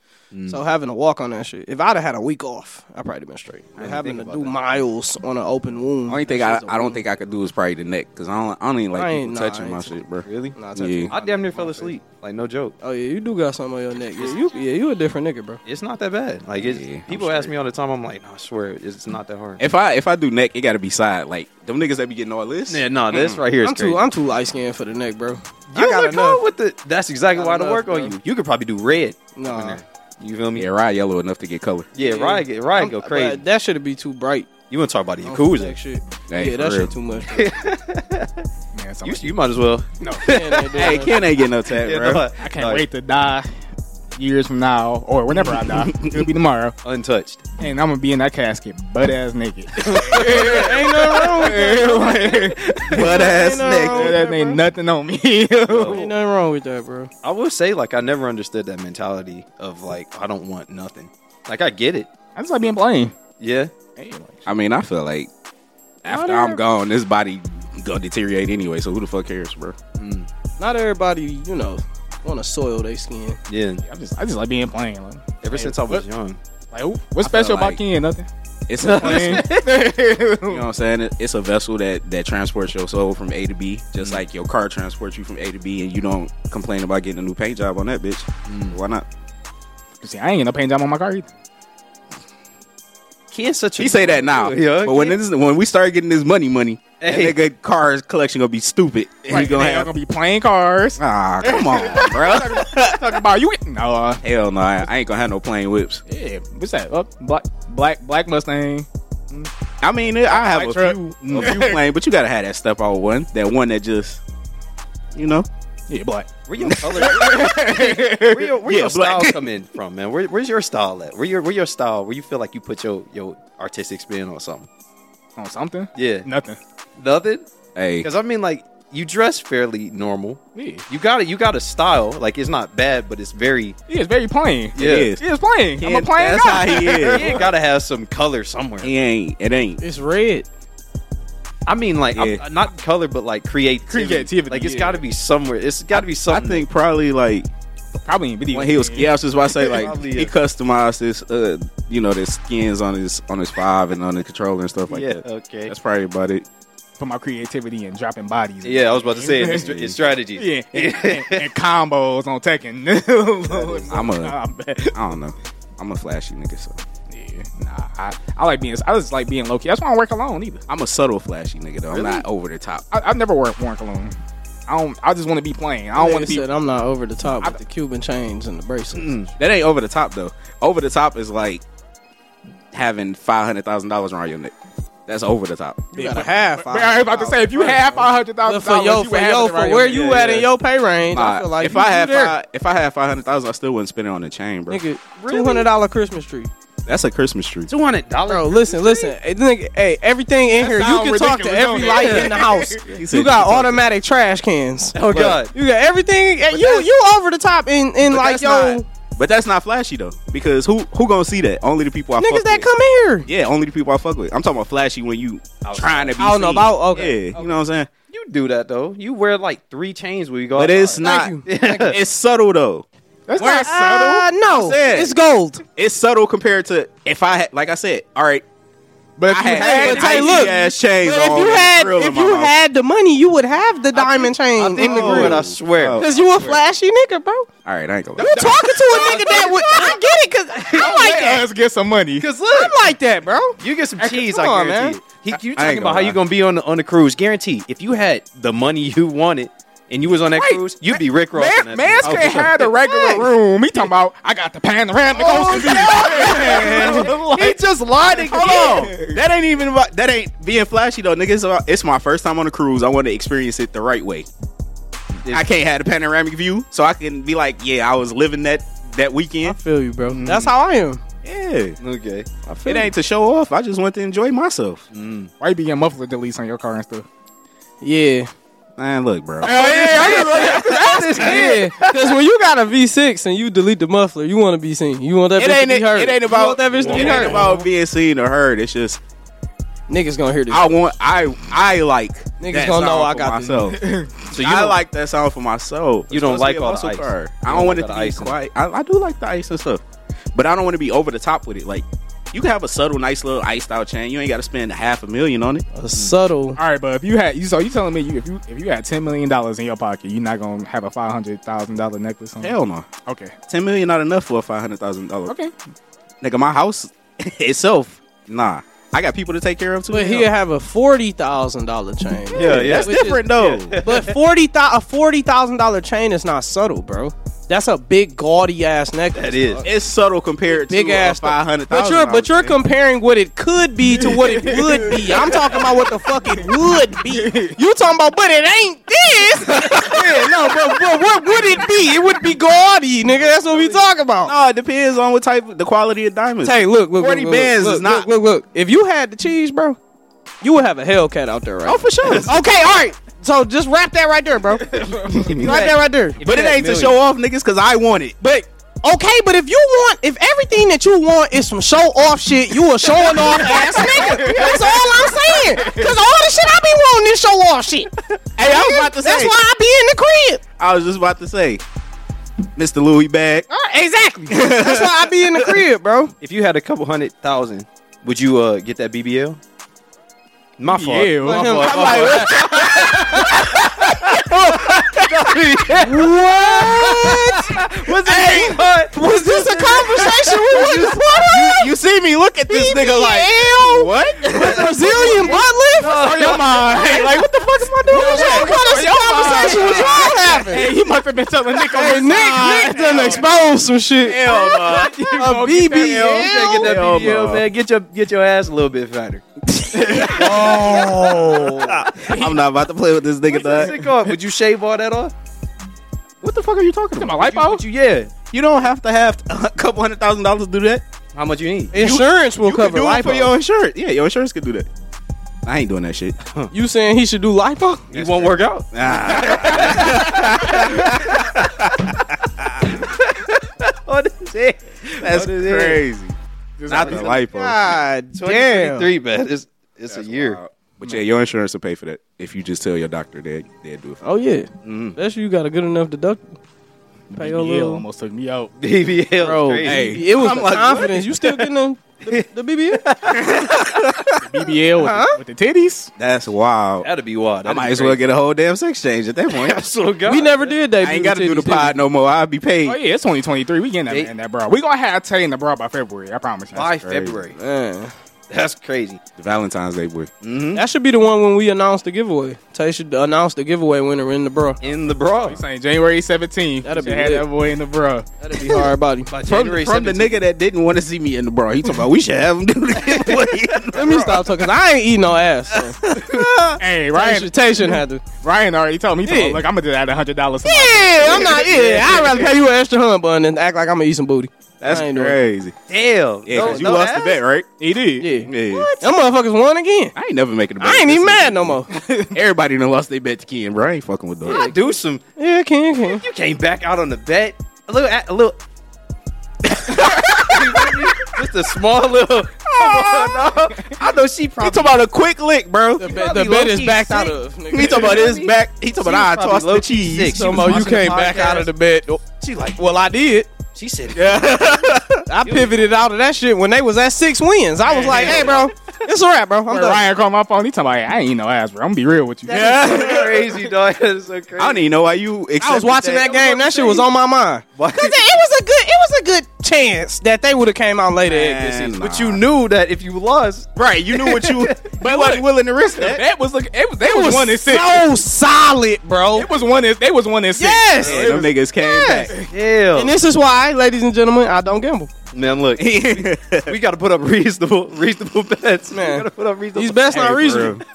Speaker 3: So having to walk on that shit. If I'd have had a week off, I probably been straight. But having to do miles on an open wound.
Speaker 1: Only thing
Speaker 3: that
Speaker 1: I,
Speaker 3: shit's a
Speaker 1: I don't
Speaker 3: wound.
Speaker 1: think I could do is probably the neck because I don't I don't even
Speaker 3: I
Speaker 1: like
Speaker 3: ain't-
Speaker 1: people
Speaker 3: nah,
Speaker 1: touching
Speaker 3: I
Speaker 1: my
Speaker 3: ain't-
Speaker 1: shit, bro.
Speaker 2: Really?
Speaker 3: Nah, I touch
Speaker 1: Yeah.
Speaker 3: it.
Speaker 2: I damn near fell asleep. Like no joke.
Speaker 3: Oh yeah, you do got something on your neck. Yeah, you yeah you a different nigga, bro.
Speaker 2: It's not that bad. Like it's,
Speaker 1: Yeah, I'm
Speaker 2: people ask
Speaker 1: straight.
Speaker 2: me all the time. I'm like, no, I swear, it's not that hard.
Speaker 1: If I if I do neck, it got to be side. Like them niggas that be getting all this.
Speaker 2: Yeah, no, this right here is
Speaker 3: I'm
Speaker 2: crazy.
Speaker 3: too I'm too light skinned for the neck, bro.
Speaker 2: You
Speaker 3: I got
Speaker 2: look
Speaker 3: enough.
Speaker 2: good with the. That's exactly
Speaker 3: Got
Speaker 2: why to
Speaker 3: enough,
Speaker 2: work
Speaker 3: bro.
Speaker 2: on you. You could probably do red.
Speaker 3: Nah.
Speaker 2: up in there. You feel me?
Speaker 1: Yeah, rye yellow enough to get color.
Speaker 2: Yeah,
Speaker 3: Yeah.
Speaker 2: Ryan, get, Ryan
Speaker 3: I'm-
Speaker 2: go
Speaker 3: but
Speaker 2: crazy.
Speaker 3: That should be too bright.
Speaker 2: you want to talk about the
Speaker 3: I don't fuck
Speaker 2: Yakuza?
Speaker 3: that shit.
Speaker 1: Hey,
Speaker 3: yeah,
Speaker 1: for
Speaker 3: that
Speaker 1: real.
Speaker 3: shit too much. bro.
Speaker 4: Man, so
Speaker 2: You, you might as well.
Speaker 4: no,
Speaker 3: Man, that-
Speaker 1: Hey, Ken ain't getting no tat,
Speaker 2: Yeah,
Speaker 1: bro.
Speaker 2: no,
Speaker 4: I can't
Speaker 2: no,
Speaker 4: wait to die. years from now, or whenever I die, it'll be tomorrow,
Speaker 2: Untouched.
Speaker 4: and I'm gonna be in that casket, butt ass naked. ain't no wrong with that.
Speaker 2: Butt ass
Speaker 3: Ain't no-
Speaker 2: nigga.
Speaker 4: that ain't nothing on me.
Speaker 3: Ain't nothing wrong with that, bro.
Speaker 2: I will say, like, I never understood that mentality of like, I don't want nothing. Like, I get it.
Speaker 4: I just like being plain.
Speaker 2: Yeah,
Speaker 1: I mean, I feel like after
Speaker 3: Not
Speaker 1: I'm
Speaker 3: every-
Speaker 1: gone, this body gonna deteriorate anyway. So who the fuck cares, bro?
Speaker 3: Not everybody, you know, want to soil their skin.
Speaker 2: yeah.
Speaker 4: I just, I just like being plain. Like,
Speaker 2: Ever since I was young,
Speaker 4: like who- what's special about
Speaker 1: like-
Speaker 4: Ken? Nothing.
Speaker 1: It's a
Speaker 4: Plain.
Speaker 1: plane. You know what I'm saying? It- It's a vessel that that transports your soul from A to B, just like your car transports you from A to B, and you don't complain about getting a new paint job on that bitch. Why not?
Speaker 4: See, I ain't getting no paint job on my car either.
Speaker 2: kids such a
Speaker 1: He say that now,
Speaker 2: Yeah,
Speaker 1: but when
Speaker 2: kid-
Speaker 1: this, when we start getting this money, money,
Speaker 2: Hey.
Speaker 1: that nigga car's collection gonna be stupid. And
Speaker 4: Right,
Speaker 1: he gonna
Speaker 4: they
Speaker 1: have
Speaker 4: all gonna be playing cars.
Speaker 1: ah, come on, bro.
Speaker 4: Talking about you. No, uh,
Speaker 1: Hell no, I, I ain't gonna have no plain whips.
Speaker 4: yeah. What's that? Uh, black, black, black Mustang.
Speaker 1: I mean, I have
Speaker 4: Light
Speaker 1: a
Speaker 4: truck. Mm,
Speaker 1: few, a few plain, but you gotta have that step out one, that one that just, you know,
Speaker 4: Yeah, black.
Speaker 2: where your color, where your, where
Speaker 1: Yeah,
Speaker 2: your
Speaker 1: black.
Speaker 2: style come in from, man? Where, where's your style at? Where your where your style? Where you feel like you put your your artistic spin on something?
Speaker 4: On something.
Speaker 2: Yeah,
Speaker 4: Nothing.
Speaker 2: nothing.
Speaker 1: hey,
Speaker 2: Because I mean, like, you dress fairly normal.
Speaker 4: Yeah.
Speaker 2: You got it. You got a style. Like, it's not bad, but it's very.
Speaker 4: He is very plain.
Speaker 2: Yeah.
Speaker 4: He is plain. I'm a
Speaker 1: Ken,
Speaker 4: plain
Speaker 1: that's
Speaker 4: guy.
Speaker 1: how he
Speaker 2: You
Speaker 1: is.
Speaker 2: ain't gotta have some color somewhere.
Speaker 1: he ain't, it ain't.
Speaker 3: It's red.
Speaker 2: I mean, like, I'm-
Speaker 1: Yeah.
Speaker 2: not color, but like creativity.
Speaker 4: Creativity,
Speaker 2: Like, it's
Speaker 4: yeah.
Speaker 2: got to be somewhere. It's got to be
Speaker 1: I
Speaker 2: something.
Speaker 1: think probably like
Speaker 4: Probably ain't video.
Speaker 1: when he was, yeah, I was just about to say like
Speaker 2: Probably,
Speaker 1: he
Speaker 2: yeah.
Speaker 1: customized his, uh, you know, the skins on his on his five and on the controller and stuff like
Speaker 2: yeah.
Speaker 1: that.
Speaker 2: Okay.
Speaker 1: That's probably about it.
Speaker 4: for my creativity and dropping bodies.
Speaker 2: yeah, I was about to say it's, it's strategies.
Speaker 4: yeah, and, and- and combos on Tekken.
Speaker 1: I'm a-
Speaker 4: I'm bad.
Speaker 1: I don't know. I'm a flashy nigga, so
Speaker 4: yeah, nah. I, I like being. I just like being low key. That's why I don't wear cologne either.
Speaker 1: I'm a subtle flashy nigga though.
Speaker 2: Really?
Speaker 1: I'm not over the top.
Speaker 4: I, I've never worn worn cologne. I don't. I just want to be plain. I don't want to
Speaker 3: They
Speaker 4: be.
Speaker 3: said I'm not over the top with the Cuban chains and the bracelets.
Speaker 1: Mm. That ain't over the top though. Over the top is like having five hundred thousand dollars around your neck. That's over the top.
Speaker 3: You gotta have.
Speaker 4: Man, I was about to say if you have five hundred
Speaker 3: But
Speaker 4: thousand
Speaker 3: for yo,
Speaker 4: dollars,
Speaker 3: for yo, for where you
Speaker 2: Yeah,
Speaker 3: at
Speaker 2: yeah.
Speaker 3: in your pay range, I
Speaker 1: Nah,
Speaker 3: feel like
Speaker 1: Uh, if
Speaker 3: you-
Speaker 1: I
Speaker 3: you
Speaker 1: had
Speaker 3: there.
Speaker 1: five, if I had five hundred thousand, I still wouldn't spend it on a chain, bro.
Speaker 3: nigga, two hundred dollar Christmas tree.
Speaker 1: That's a Christmas tree.
Speaker 2: Two hundred
Speaker 3: Bro,
Speaker 2: dollars.
Speaker 3: listen, listen. Hey, nigga, hey, everything in here, you
Speaker 4: sound
Speaker 3: can talk to
Speaker 4: ridiculous,
Speaker 3: every
Speaker 4: don't it?
Speaker 3: light in the house.
Speaker 1: said
Speaker 3: You
Speaker 1: you can
Speaker 3: got
Speaker 1: talk
Speaker 3: automatic trash cans.
Speaker 2: Oh God.
Speaker 3: You got everything. and You
Speaker 2: that's-
Speaker 3: you over the top in in like
Speaker 1: that's
Speaker 3: yo
Speaker 1: not- but that's not flashy though, because who who gonna see that? Only the people I
Speaker 3: niggas
Speaker 1: fuck
Speaker 3: that
Speaker 1: with.
Speaker 3: come in here.
Speaker 1: Yeah, only the people I fuck with. I'm talking about flashy when you trying to be.
Speaker 3: I don't know
Speaker 1: seen.
Speaker 3: about- okay,
Speaker 1: Yeah, you know what I'm saying.
Speaker 2: You do that though. You wear like three chains where you go.
Speaker 1: But it's
Speaker 2: outside.
Speaker 1: not.
Speaker 3: you.
Speaker 1: It's subtle though.
Speaker 4: That's not subtle.
Speaker 3: Uh, no,
Speaker 1: I'm saying.
Speaker 3: it's gold.
Speaker 1: It's subtle compared to if I had, like I said, all right.
Speaker 4: But if
Speaker 1: I
Speaker 4: you
Speaker 1: had,
Speaker 4: had,
Speaker 3: but hey,
Speaker 1: icy
Speaker 3: look,
Speaker 1: ass chains
Speaker 3: But if
Speaker 1: on
Speaker 3: you
Speaker 1: with
Speaker 3: had
Speaker 1: grill in
Speaker 3: if
Speaker 1: my
Speaker 3: you
Speaker 1: mouth.
Speaker 3: had the money, you would have the diamond
Speaker 2: I
Speaker 3: chain
Speaker 2: think
Speaker 3: in the
Speaker 2: the grid. I
Speaker 3: grill.
Speaker 2: swear.
Speaker 1: Oh.
Speaker 3: Cause you a flashy nigga, bro.
Speaker 1: all right, I ain't gonna.
Speaker 3: You talking to a nigga that would I get it, cause I'm
Speaker 4: let
Speaker 3: like that.
Speaker 4: us get some money.
Speaker 2: Cause
Speaker 3: I'm
Speaker 2: look,
Speaker 3: like that, bro.
Speaker 2: you get some cheese.
Speaker 3: come
Speaker 2: I
Speaker 3: on,
Speaker 2: guarantee. it. He, you talking
Speaker 1: ain't
Speaker 2: about
Speaker 1: gonna
Speaker 2: how you
Speaker 1: lie.
Speaker 2: gonna be on the on the cruise? Guarantee. If you had the money you wanted and you was on that
Speaker 4: Right.
Speaker 2: cruise, you'd be Rick Ross.
Speaker 4: Man,
Speaker 2: that Oh,
Speaker 4: man's
Speaker 2: bitch.
Speaker 3: Oh,
Speaker 4: can't have the regular room. He talking about I got the panoramic
Speaker 3: Oh.
Speaker 4: ocean view.
Speaker 1: He just lied. Nigga. Hold
Speaker 4: Yeah.
Speaker 1: on. That ain't even about. That ain't being flashy though, nigga. It's, about, it's my first time on a cruise. I want to experience it the right way. I can't have the panoramic view, so I can be like, yeah, I was living that that
Speaker 3: I
Speaker 1: weekend.
Speaker 3: feel you, bro. That's how I am.
Speaker 1: Yeah.
Speaker 2: Okay.
Speaker 3: I feel
Speaker 1: It
Speaker 3: you.
Speaker 1: ain't to show off. I just want to enjoy myself.
Speaker 4: Why you be getting muffler deletes on your car and stuff?
Speaker 3: Yeah.
Speaker 1: Man, look, bro.
Speaker 3: Oh, yeah, because when you got a V6 and you delete the muffler, you want to be seen. You want that
Speaker 1: It
Speaker 3: bitch
Speaker 1: ain't
Speaker 3: to be heard.
Speaker 1: it ain't
Speaker 3: You want
Speaker 1: about
Speaker 3: that bitch
Speaker 1: it
Speaker 3: to be heard.
Speaker 1: ain't about being seen or heard. It's just
Speaker 3: Niggas gonna hear this.
Speaker 1: I want I I like
Speaker 3: Niggas
Speaker 1: that
Speaker 3: gonna know
Speaker 1: sound
Speaker 3: I
Speaker 1: for
Speaker 3: got this.
Speaker 1: myself.
Speaker 2: So you
Speaker 1: I
Speaker 2: don't-
Speaker 1: like that sound for myself. It's
Speaker 2: You don't
Speaker 1: supposed to
Speaker 2: like
Speaker 1: be a
Speaker 2: all the
Speaker 1: muscle
Speaker 2: ice.
Speaker 1: car.
Speaker 2: You
Speaker 1: I
Speaker 2: don't
Speaker 1: don't want
Speaker 2: like
Speaker 1: it
Speaker 2: all
Speaker 1: to
Speaker 2: the
Speaker 1: be
Speaker 2: ice in it.
Speaker 1: quiet. I, I do like the ice and stuff, but I don't want to be over the top with it. Like you can have a subtle, nice little iced out chain. You ain't got to spend half a million on it.
Speaker 3: a subtle.
Speaker 4: All right, but if you had, you so you telling me you if you if you had ten million dollars in your pocket, you're not gonna have a five hundred thousand dollar necklace on?
Speaker 1: Hell no.
Speaker 4: Okay,
Speaker 1: Ten million not enough for a five hundred thousand dollar.
Speaker 4: okay.
Speaker 1: Nigga, my house itself, nah. I got people to take care of too.
Speaker 3: But
Speaker 1: Hell.
Speaker 3: he'll have a forty thousand dollar chain.
Speaker 2: Yeah, yeah.
Speaker 1: that's different though.
Speaker 3: But forty thou- a forty thousand dollar chain is not subtle, bro. That's a big gaudy ass necklace.
Speaker 2: That is.
Speaker 1: It's subtle compared
Speaker 3: Big
Speaker 1: to
Speaker 3: ass
Speaker 1: a five hundred
Speaker 3: But
Speaker 1: thousand.
Speaker 3: you're but you're comparing what it could be to what it would be. I'm talking about what the fuck it would be. You talking about but it ain't this. yeah, no, but, but what would it be? It would be gaudy, nigga. That's what we talking about.
Speaker 1: no, it depends on what type, of, the quality of diamonds.
Speaker 3: Hey, look, look,
Speaker 1: 40
Speaker 3: look,
Speaker 1: bands
Speaker 3: look,
Speaker 1: is
Speaker 3: look,
Speaker 1: not-
Speaker 3: Look, look, look. if you had the cheese, bro, you would have a Hellcat out there, right? Oh, for sure. okay, all right. So just wrap that right there, bro. Wrap that right there.
Speaker 1: but it
Speaker 2: had
Speaker 1: ain't to
Speaker 2: millions.
Speaker 1: show off niggas because I want it.
Speaker 3: But okay, but if you want, if everything that you want is some show off shit, you a showing off ass nigga. That's all I'm saying. Cause all the shit I be wanting is show off shit.
Speaker 1: Hey, I was about to
Speaker 3: That's
Speaker 1: say.
Speaker 3: why I be in the crib.
Speaker 1: I was just about to say, Mr. Louis bag.
Speaker 3: All right, Uh, exactly. That's why I be in the crib, bro.
Speaker 2: If you had a couple hundred thousand, would you uh get that BBL? My fault.
Speaker 4: Yeah,
Speaker 2: my
Speaker 4: I'm
Speaker 2: fault.
Speaker 4: like,
Speaker 2: my fault.
Speaker 3: What?
Speaker 2: What's the name? What?
Speaker 3: Was this a conversation we wouldn't
Speaker 1: You see me look at this nigga like what?
Speaker 3: Brazilian butt lift?
Speaker 4: your mind. Like, what the fuck is my dude?
Speaker 3: What kind of conversation was y'all having?
Speaker 4: Hey, he must have been telling Nick on
Speaker 3: Hey,
Speaker 4: his side.
Speaker 3: Nick, Nick done exposed some shit.
Speaker 1: Hell no.
Speaker 3: A BBL.
Speaker 2: You gotta get that
Speaker 1: Hell
Speaker 2: BBL,
Speaker 1: no.
Speaker 2: man. Get your get your ass a little bit fatter.
Speaker 1: I'm not about to play with Oh. this nigga,
Speaker 2: What's
Speaker 1: dog.
Speaker 2: it called? Would you shave all that off?
Speaker 1: What the fuck are you talking about?
Speaker 4: My life
Speaker 2: You, would
Speaker 4: out?
Speaker 2: you, yeah.
Speaker 1: You don't have to have a couple hundred thousand dollars to do that.
Speaker 2: How much you need?
Speaker 3: Insurance will
Speaker 1: You can
Speaker 3: cover
Speaker 1: do it for
Speaker 3: lipo.
Speaker 1: your insurance. Yeah, your insurance could do that. I ain't doing that shit.
Speaker 3: You saying he should do lipo?
Speaker 2: You won't work out.
Speaker 1: Nah.
Speaker 2: Oh, that's it.
Speaker 1: That's
Speaker 2: What is it?
Speaker 1: crazy.
Speaker 4: Just
Speaker 1: Not the
Speaker 4: like-
Speaker 1: lipo.
Speaker 3: God damn.
Speaker 2: 2023, man. It's it's a year.
Speaker 1: Wow. But yeah, your insurance will pay for that. If you just tell your doctor, they they'll do it. For
Speaker 3: Oh yeah, that's you got a good enough deductible. Pay your
Speaker 4: BBL
Speaker 3: little.
Speaker 4: almost took me out.
Speaker 2: BBL,
Speaker 3: Bro,
Speaker 2: crazy.
Speaker 1: hey.
Speaker 3: it was
Speaker 1: I'm
Speaker 3: the
Speaker 1: like,
Speaker 3: confidence. You still getting the, the, the BBL?
Speaker 4: BBL with, the, with the titties.
Speaker 1: you. That's wild.
Speaker 2: that'd be wild.
Speaker 1: I might as well get a whole damn sex change at that point.
Speaker 2: so good.
Speaker 3: We never did that.
Speaker 1: I ain't got to do the pod no more. I'll be
Speaker 4: Oh
Speaker 1: paid.
Speaker 4: yeah, it's 2023. We getting that
Speaker 2: They-
Speaker 4: man that bra. We gonna have Tay in the bra by February. I promise you.
Speaker 2: by
Speaker 1: crazy.
Speaker 2: February.
Speaker 3: Man,
Speaker 2: That's crazy.
Speaker 1: The Valentine's Day boy.
Speaker 2: Mm-hmm.
Speaker 3: that should be the one when we announce the giveaway. Tay should announce the giveaway winner in the bra.
Speaker 2: In the bra.
Speaker 4: You saying January 17th?
Speaker 3: That'll
Speaker 4: That'll
Speaker 3: be
Speaker 4: be had
Speaker 3: lit.
Speaker 4: that boy in the bra.
Speaker 3: That'd be hard body.
Speaker 2: By
Speaker 1: From,
Speaker 2: January
Speaker 1: from the
Speaker 2: 17th.
Speaker 1: nigga that didn't want to see me in the bra. He talking about we should have him do the giveaway.
Speaker 3: Let me stop talking. 'cause I ain't eating no ass. So.
Speaker 4: Hey,
Speaker 3: Tay
Speaker 4: Ryan.
Speaker 3: should- Tay shouldn't have to.
Speaker 4: Ryan already told me. He told
Speaker 3: Yeah.
Speaker 4: me, Look, I'm gonna do that at hundred dollars.
Speaker 3: Yeah, I'm not. Yeah, I'd rather pay you an extra hundred bun than act like I'm gonna eat some booty.
Speaker 1: That's
Speaker 3: I ain't doing it.
Speaker 1: crazy.
Speaker 2: Damn.
Speaker 1: Yeah, because
Speaker 2: No-
Speaker 1: you
Speaker 2: no
Speaker 1: lost
Speaker 2: ass?
Speaker 1: the bet, right?
Speaker 4: He did.
Speaker 3: Yeah,
Speaker 1: Yeah.
Speaker 3: them motherfuckers won again.
Speaker 1: I ain't never making a bet.
Speaker 3: I ain't even mad no more.
Speaker 1: Everybody done lost their bet to Ken, bro. I ain't fucking with
Speaker 2: I
Speaker 1: those.
Speaker 2: do some.
Speaker 3: Yeah, can can.
Speaker 2: You came back out on the bet. A little. A little. Just a small little. Come on, dog. I know she
Speaker 1: He
Speaker 2: probably.
Speaker 1: talking about a quick lick, bro.
Speaker 3: The,
Speaker 1: He
Speaker 3: bet- the
Speaker 2: Probably
Speaker 3: bet is
Speaker 2: low-key
Speaker 3: backed
Speaker 2: sick.
Speaker 3: out of. Nigga.
Speaker 1: talking about his back. He talking
Speaker 2: She was
Speaker 1: about I
Speaker 2: probably
Speaker 1: tossed the
Speaker 2: low-key
Speaker 1: cheese.
Speaker 2: sick. She
Speaker 3: Some
Speaker 2: was
Speaker 3: more, you
Speaker 2: watching
Speaker 3: came
Speaker 2: the
Speaker 3: back
Speaker 2: podcast.
Speaker 3: out of the bed.
Speaker 2: She like.
Speaker 3: Well, I did.
Speaker 2: She said.
Speaker 3: I pivoted out of that shit when they was at six wins. I was like, "Hey, bro, it's a wrap, bro. I'm
Speaker 4: When
Speaker 3: done."
Speaker 4: Ryan called my phone. He talking about, I ain't eat no ass, bro. I'm gonna be real with you.
Speaker 2: That is so crazy, dog. That is so crazy.
Speaker 1: I don't even know why you.
Speaker 3: I was watching that game. That shit was on my mind.
Speaker 2: Why-
Speaker 3: 'Cause it was a good, it was a good chance that they would have came out later this
Speaker 1: Man,
Speaker 3: season.
Speaker 1: nah.
Speaker 2: But you knew that if you lost,
Speaker 1: Right, you knew what you.
Speaker 4: But
Speaker 1: you wasn't willing to risk that.
Speaker 4: That was like it was. They
Speaker 3: It
Speaker 4: was,
Speaker 3: was
Speaker 4: one in six.
Speaker 3: so solid, bro.
Speaker 4: It was one in. They was one in six.
Speaker 3: Yes.
Speaker 1: Yeah, them niggas came back.
Speaker 2: hell,
Speaker 3: And this is why, ladies and gentlemen, I don't gamble.
Speaker 2: man, look, we got to put up reasonable, reasonable bets,
Speaker 3: Man.
Speaker 2: man. We got to put up reasonable.
Speaker 3: These bets not
Speaker 1: for
Speaker 3: reasonable.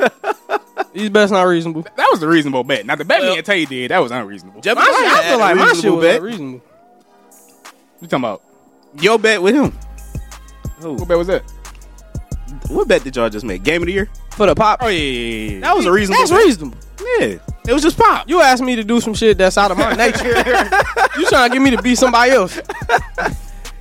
Speaker 3: These bets not reasable.
Speaker 4: That was a reasonable bet. Now the bet me and Tay did. That was unreasonable.
Speaker 1: Jeff-
Speaker 3: My, shit- I
Speaker 1: had a
Speaker 3: feel like my shit
Speaker 1: reasonable
Speaker 3: was
Speaker 1: bet.
Speaker 3: reasonable.
Speaker 4: You talking about
Speaker 1: Your bet with him.
Speaker 4: what bet was that?
Speaker 1: What bet did y'all just make? Game of the year?
Speaker 3: for the pop.
Speaker 4: Oh yeah, yeah, yeah, yeah.
Speaker 1: That was a reasonable.
Speaker 3: That's reasonable.
Speaker 1: bet. Yeah, it was just pop.
Speaker 3: You asked me to do some shit that's out of my nature. you trying to get me to be somebody else?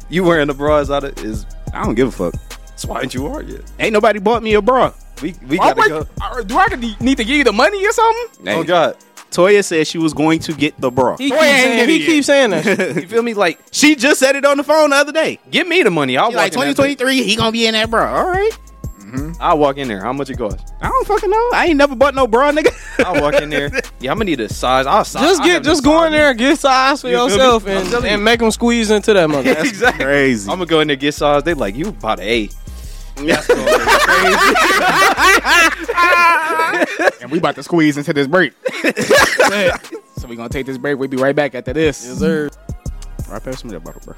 Speaker 2: You wearing the bras out of is
Speaker 1: I don't give a fuck.
Speaker 2: that's why aren't you arguing?
Speaker 1: Ain't nobody bought me a bra.
Speaker 2: We we
Speaker 4: I
Speaker 2: gotta go.
Speaker 4: uh, do I need- need to give you the money or something?
Speaker 1: Hey,
Speaker 2: Oh God,
Speaker 1: Toya said she was going to get the bra.
Speaker 3: He
Speaker 4: Boy,
Speaker 3: keeps
Speaker 4: I ain't
Speaker 3: saying,
Speaker 4: did it
Speaker 3: he
Speaker 4: yet.
Speaker 3: keeps saying that. shit.
Speaker 2: you feel me? Like
Speaker 1: She just said it on the phone the other day.
Speaker 2: give me the money. I'll
Speaker 1: She
Speaker 2: walk
Speaker 1: like
Speaker 2: in. that bitch.
Speaker 1: 2023, he gonna be in that bra. All right.
Speaker 2: I'll walk in there. How much it costs?
Speaker 1: I don't fucking know. I ain't never bought no bra, nigga.
Speaker 2: I'll walk in there. Yeah, I'm gonna need a size. I'll size.
Speaker 3: Just
Speaker 2: I
Speaker 3: get,
Speaker 2: gotta
Speaker 3: just
Speaker 2: size
Speaker 3: go in
Speaker 2: me.
Speaker 3: there and get size for
Speaker 2: You feel me?
Speaker 3: yourself
Speaker 2: I'm
Speaker 3: and,
Speaker 2: telling you.
Speaker 3: and make them squeeze into that mother.
Speaker 2: exactly.
Speaker 1: Crazy.
Speaker 2: I'm gonna go in there get size. They like you about an A.
Speaker 4: Oh, And we about to squeeze into this break. so we gonna take this break. We'll be right back after this.
Speaker 3: Deserve.
Speaker 1: All right, pass me that bottle, bro.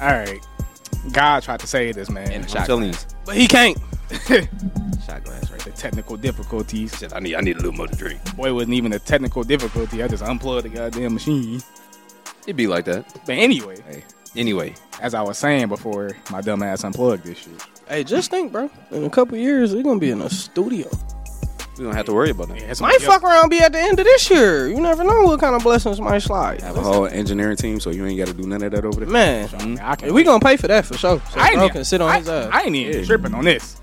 Speaker 4: All right. God tried to say this, man.
Speaker 1: And a
Speaker 2: I'm
Speaker 1: shot
Speaker 2: telling you.
Speaker 1: glass.
Speaker 3: But he can't.
Speaker 1: Shot glass right
Speaker 4: the technical difficulties.
Speaker 2: Said, I need I need a little more to drink.
Speaker 4: Boy, it wasn't even a technical difficulty. I just unplugged the goddamn machine.
Speaker 2: It'd be like that.
Speaker 4: But anyway,
Speaker 1: there. Hey,
Speaker 2: Anyway,
Speaker 4: as I was saying before, my dumb ass unplugged this shit.
Speaker 3: Hey, just think, bro. In a couple years, we're gonna be in a studio.
Speaker 2: we don't have to worry about that.
Speaker 4: Yeah,
Speaker 3: Might
Speaker 4: somebody
Speaker 3: fuck around be at the end of this year. You never know what kind of blessings might slide.
Speaker 1: have a whole engineering team, so you ain't got to do none of that over there.
Speaker 3: Man,
Speaker 4: else- Man, I
Speaker 3: Hey,
Speaker 4: can't-
Speaker 3: we gonna pay for that for sure. So
Speaker 4: I ain't,
Speaker 3: bro
Speaker 4: even-
Speaker 3: can sit on
Speaker 4: I,
Speaker 3: his uh, ass.
Speaker 4: I ain't even
Speaker 1: Yeah.
Speaker 4: tripping on this.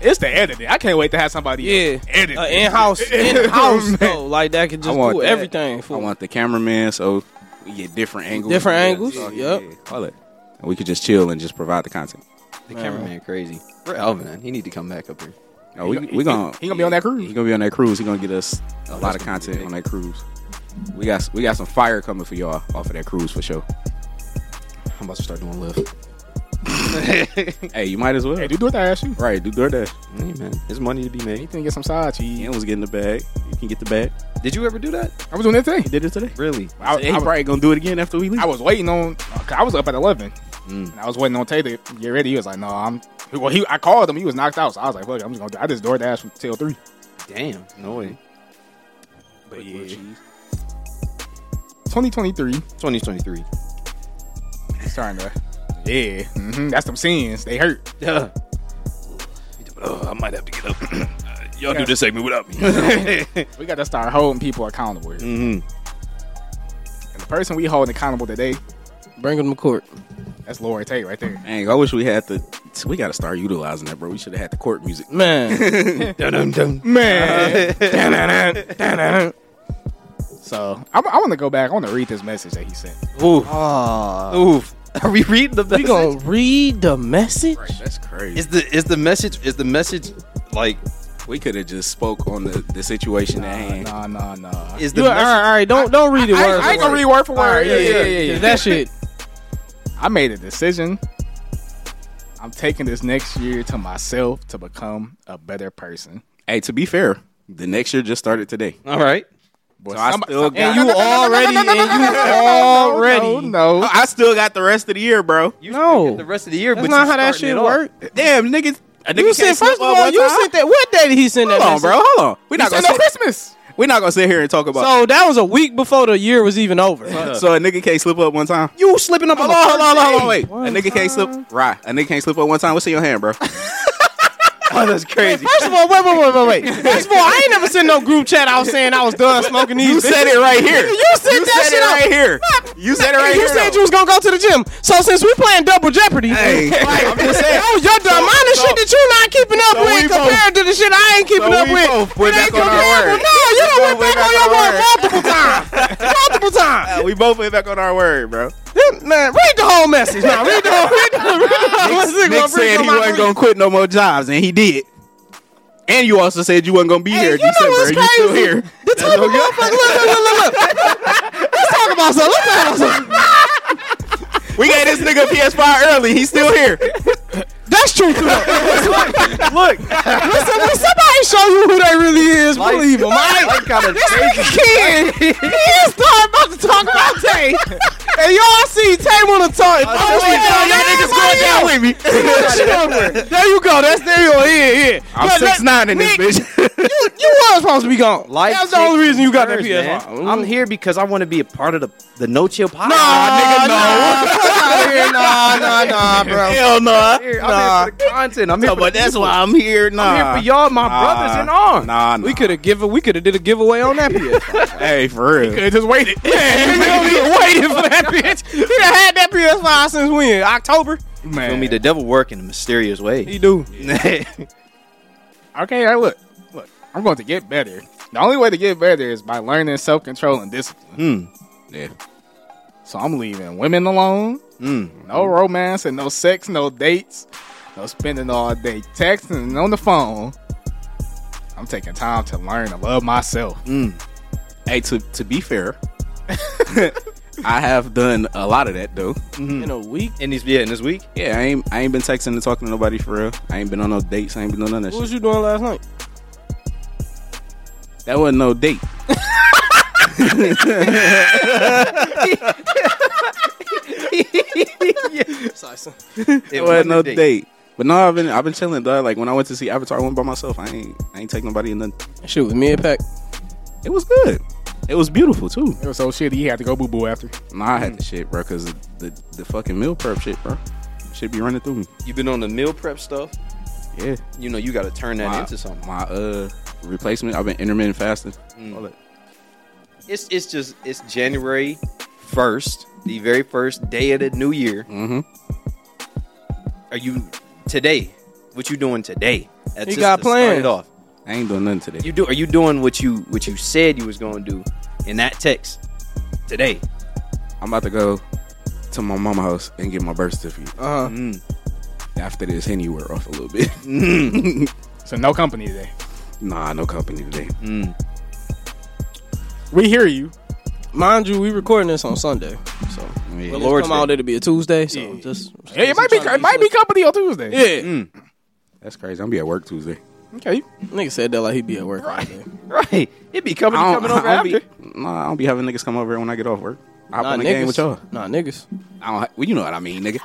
Speaker 4: It's the editing. I can't wait to have somebody
Speaker 3: yeah,
Speaker 4: else edit.
Speaker 3: Uh,
Speaker 4: this.
Speaker 3: in-house, in-house
Speaker 4: Man.
Speaker 3: though, like that could
Speaker 1: I
Speaker 3: just
Speaker 1: want
Speaker 3: do
Speaker 1: that.
Speaker 3: everything for.
Speaker 1: I want the cameraman, so we get different angles,
Speaker 3: Different
Speaker 1: Yeah,
Speaker 3: angles,
Speaker 1: so,
Speaker 3: yep.
Speaker 1: yeah, all that. And we could just chill and just provide the content.
Speaker 2: The cameraman crazy. Where Alvin? at? He need to come back up here.
Speaker 1: No, we,
Speaker 4: He-
Speaker 1: we gonna
Speaker 4: he gonna be on that cruise.
Speaker 1: He gonna be on that cruise. He gonna get us a lot of
Speaker 2: gonna be
Speaker 1: content
Speaker 2: big.
Speaker 1: on that cruise. We got we got some fire coming for y'all off of that cruise for sure.
Speaker 2: I'm about to start doing lift.
Speaker 1: Hey, you might as well.
Speaker 4: Hey, do that ass you.
Speaker 1: Right, do DoorDash.
Speaker 2: Hey, man, there's money to be
Speaker 4: You
Speaker 2: made.
Speaker 4: can get some side cheese.
Speaker 1: Ian was getting the bag. You can get the bag.
Speaker 2: Did you ever do that?
Speaker 4: I was doing that thing.
Speaker 1: He did it today.
Speaker 2: Really?
Speaker 4: I,
Speaker 1: He
Speaker 4: I was-
Speaker 1: probably gonna do it again after we leave.
Speaker 4: I was waiting on. Cause I was up at eleven.
Speaker 1: Mm.
Speaker 4: And I was waiting on Tay to get ready. He was like, "No, I'm." Well, he I called him. He was knocked out. So I was like, "Fuck, it, I'm just gonna." I just door dash till three.
Speaker 2: Damn. No way.
Speaker 4: But yeah, 2023.
Speaker 2: 2023.
Speaker 4: It's starting to. Yeah, hmm that's them sins. They hurt.
Speaker 2: Yeah. Oh, I might have to get up. Uh, y'all
Speaker 4: Yeah.
Speaker 2: do this segment without me.
Speaker 4: We got to start holding people accountable. Here.
Speaker 2: mm-hmm.
Speaker 4: And the person we holding accountable today,
Speaker 3: Bring him to court.
Speaker 4: that's Lori Tate right there.
Speaker 1: Dang, I wish we had the. We gotta start utilizing that, bro. We should have had the court music.
Speaker 3: Man,
Speaker 2: Dun, dun, dun.
Speaker 4: Man. so I, I want to go back. I want to read this message that he sent.
Speaker 2: Oof.
Speaker 3: ah,
Speaker 2: Oof. Are we reading the
Speaker 3: we
Speaker 2: message?
Speaker 3: gonna read the message.
Speaker 1: Right, that's crazy.
Speaker 2: Is the is the message is the message like
Speaker 1: we could have just spoke on the, the situation at hand.
Speaker 4: Nah, nah, nah.
Speaker 2: is the
Speaker 3: You, all right,
Speaker 2: message,
Speaker 3: all right, don't don't read it
Speaker 4: I,
Speaker 3: word.
Speaker 4: ain't- I ain't gonna read word for word. yeah, yeah, yeah, yeah,
Speaker 3: 'Cause That shit.
Speaker 4: I made a decision. I'm taking this next year to myself to become a better person.
Speaker 1: Hey, to be fair, the next year just started today.
Speaker 2: all right?
Speaker 4: But
Speaker 1: So I
Speaker 4: somebody-
Speaker 1: still
Speaker 4: some-
Speaker 1: got-
Speaker 3: And you already, and you
Speaker 4: No,
Speaker 3: already.
Speaker 4: no,
Speaker 1: I still got the rest of the year, bro.
Speaker 2: You
Speaker 3: No.
Speaker 2: get the rest of the year,
Speaker 3: That's
Speaker 2: but
Speaker 3: not
Speaker 2: you
Speaker 3: how that
Speaker 2: starting it
Speaker 3: shit
Speaker 2: off.
Speaker 3: work.
Speaker 1: Damn, niggas. A nigga
Speaker 3: You said
Speaker 1: can't slip
Speaker 3: first of
Speaker 1: up
Speaker 3: all,
Speaker 1: one
Speaker 3: you
Speaker 1: time.
Speaker 3: sent that. What day did he send that?
Speaker 1: Hold on,
Speaker 3: message?
Speaker 1: bro. Hold on. We're
Speaker 4: You
Speaker 1: not
Speaker 4: said
Speaker 1: gonna
Speaker 4: no
Speaker 1: sit,
Speaker 4: Christmas.
Speaker 1: we not gonna sit here and talk about.
Speaker 3: So that was a week before the year was even over.
Speaker 1: so a nigga can't slip up one time.
Speaker 2: You slipping up
Speaker 1: Hold
Speaker 2: the
Speaker 1: on, hold
Speaker 2: first
Speaker 1: on,
Speaker 2: day.
Speaker 1: hold on, wait.
Speaker 3: One
Speaker 1: a nigga can't slip. Right, a nigga can't slip up one time. What's in your hand, bro?
Speaker 2: Oh, that's crazy.
Speaker 3: First of all, wait, wait, wait, wait, wait. First of all, I ain't never sent no group chat out saying I was done smoking these.
Speaker 1: You said it right here.
Speaker 3: You said
Speaker 1: You
Speaker 3: that
Speaker 1: said
Speaker 3: shit
Speaker 1: it
Speaker 3: out.
Speaker 1: right here. You said it right
Speaker 3: you
Speaker 1: here.
Speaker 3: said
Speaker 1: though.
Speaker 3: you was gonna go to the gym. So since we playing double jeopardy,
Speaker 1: Hey,
Speaker 3: like,
Speaker 1: I'm just saying.
Speaker 3: Oh, your dumb mind the shit that you not keeping up
Speaker 1: so we
Speaker 3: with compared to the shit I ain't keeping
Speaker 1: so
Speaker 3: up
Speaker 1: we
Speaker 3: with.
Speaker 1: both went
Speaker 3: it
Speaker 1: back
Speaker 3: ain't
Speaker 1: on our
Speaker 3: comparable.
Speaker 1: word.
Speaker 3: No, you done went
Speaker 1: both went
Speaker 3: back on
Speaker 1: back on our
Speaker 3: your word multiple times. multiple times.
Speaker 1: Uh, we both went back on our word, bro.
Speaker 3: Man, read the whole message. Now read the whole. Read the, read the whole message.
Speaker 1: Nick said he wasn't gonna quit no more jobs, and he did. And you also said you wasn't gonna be here
Speaker 3: Hey,
Speaker 1: in
Speaker 3: you know
Speaker 1: December.
Speaker 3: what's
Speaker 1: and You still
Speaker 3: crazy?
Speaker 1: here?
Speaker 3: The type of motherfucker. Look, look, look, look, look. Let's talk about something. Let's talk about something.
Speaker 1: We got this nigga PS5 early. He's still here.
Speaker 3: That's true. too.
Speaker 2: Look,
Speaker 3: Listen, when somebody show you who that really is, believe him. I,
Speaker 2: Life kind of
Speaker 3: this nigga kid, he is talking about to talk about Tay. And y'all see Tay want to talk. Oh,
Speaker 2: that's
Speaker 3: shit,
Speaker 2: what
Speaker 3: yeah,
Speaker 2: y'all
Speaker 3: niggas
Speaker 1: going down with me.
Speaker 3: There you go. That's there you go. Yeah, yeah.
Speaker 1: I'm
Speaker 3: But that-
Speaker 1: six nine in this
Speaker 3: Nick,
Speaker 1: bitch.
Speaker 3: You, you was supposed to be gone.
Speaker 2: Life
Speaker 3: That's the only
Speaker 2: kicks
Speaker 3: reason you got that
Speaker 2: first,
Speaker 3: PS5.
Speaker 2: man. I'm here because I want to be a part of the the No Chill podcast.
Speaker 1: nigga, no.
Speaker 3: Nah, nah, nah, bro.
Speaker 1: Hell no.
Speaker 2: I'm here, I'm here for the content. I'm here, for,
Speaker 1: But that's why I'm here. Nah.
Speaker 2: I'm here for y'all, my brothers in arms.
Speaker 1: Nah, nah.
Speaker 3: We could have given. We could have did a giveaway on that PS5.
Speaker 1: Hey, for real.
Speaker 4: It just waited.
Speaker 3: we don't even waiting for that bitch. He done had that PS5 since when? October.
Speaker 2: Feel
Speaker 4: Man.
Speaker 2: me? The devil work in a mysterious way.
Speaker 3: He do.
Speaker 4: okay, I look, look. I'm going to get better. The only way to get better is by learning self control and discipline.
Speaker 1: Yeah.
Speaker 4: So I'm leaving women alone. No romance and no sex, no dates, no spending all day texting and on the phone. I'm taking time to learn to love myself.
Speaker 1: Hey, to to be fair, I have done a lot of that though.
Speaker 3: In a week.
Speaker 2: in this yeah, in this week.
Speaker 1: Yeah, I ain't I ain't been texting and talking to nobody for real. I ain't been on no dates. I ain't been on none of that
Speaker 3: What
Speaker 1: shit.
Speaker 3: was you doing last night?
Speaker 1: That wasn't no date. it was no date. But no, I've been I've been chilling, dog. Like when I went to see Avatar, I went by myself. I ain't I ain't take nobody in nothing.
Speaker 3: Shoot, with me and Pac.
Speaker 1: It was good. It was beautiful too.
Speaker 4: It was so shitty. He had to go boo boo after.
Speaker 1: Nah, I had the shit, bro, because the, the the fucking meal prep shit, bro, should be running through me.
Speaker 2: You've been on the meal prep stuff.
Speaker 1: Yeah,
Speaker 2: You know, you got to turn that
Speaker 1: my,
Speaker 2: into something.
Speaker 1: my uh replacement. I've been intermittent fasting. All that.
Speaker 2: It's it's just it's January first, the very first day of the new year.
Speaker 1: Mm-hmm.
Speaker 2: Are you today? What you doing today? That's
Speaker 3: You got
Speaker 2: to start
Speaker 3: plans.
Speaker 2: it off.
Speaker 1: I ain't doing nothing today.
Speaker 2: You do? Are you doing what you what you said you was going to do in that text today?
Speaker 1: I'm about to go to my mama house and get my birth certificate
Speaker 3: Uh huh.
Speaker 2: Mm.
Speaker 1: after this henny wear off a little bit.
Speaker 4: So no company today.
Speaker 1: nah, no company today.
Speaker 2: Mm.
Speaker 4: We hear you.
Speaker 3: Mind you, we recording this on Sunday, so
Speaker 1: Yeah.
Speaker 3: when this
Speaker 2: Lord's
Speaker 3: come out,
Speaker 2: Day.
Speaker 3: it'll be a Tuesday. So
Speaker 4: Yeah.
Speaker 3: just Mm.
Speaker 4: Hey, it might be it might be company on Tuesday.
Speaker 3: Yeah,
Speaker 1: That's crazy. I'm gonna be at work Tuesday.
Speaker 4: Okay.
Speaker 3: nigga said that like he'd be at work. Right.
Speaker 2: Right? It be coming
Speaker 1: I don't-
Speaker 2: coming over
Speaker 1: I don't
Speaker 2: after.
Speaker 1: Be, nah, I don't be having niggas come over when I get off work. I hop
Speaker 3: Nah,
Speaker 1: on the
Speaker 3: niggas.
Speaker 1: game with y'all.
Speaker 3: Nah, niggas.
Speaker 1: I don't. Ha- well, you know what I mean, nigga.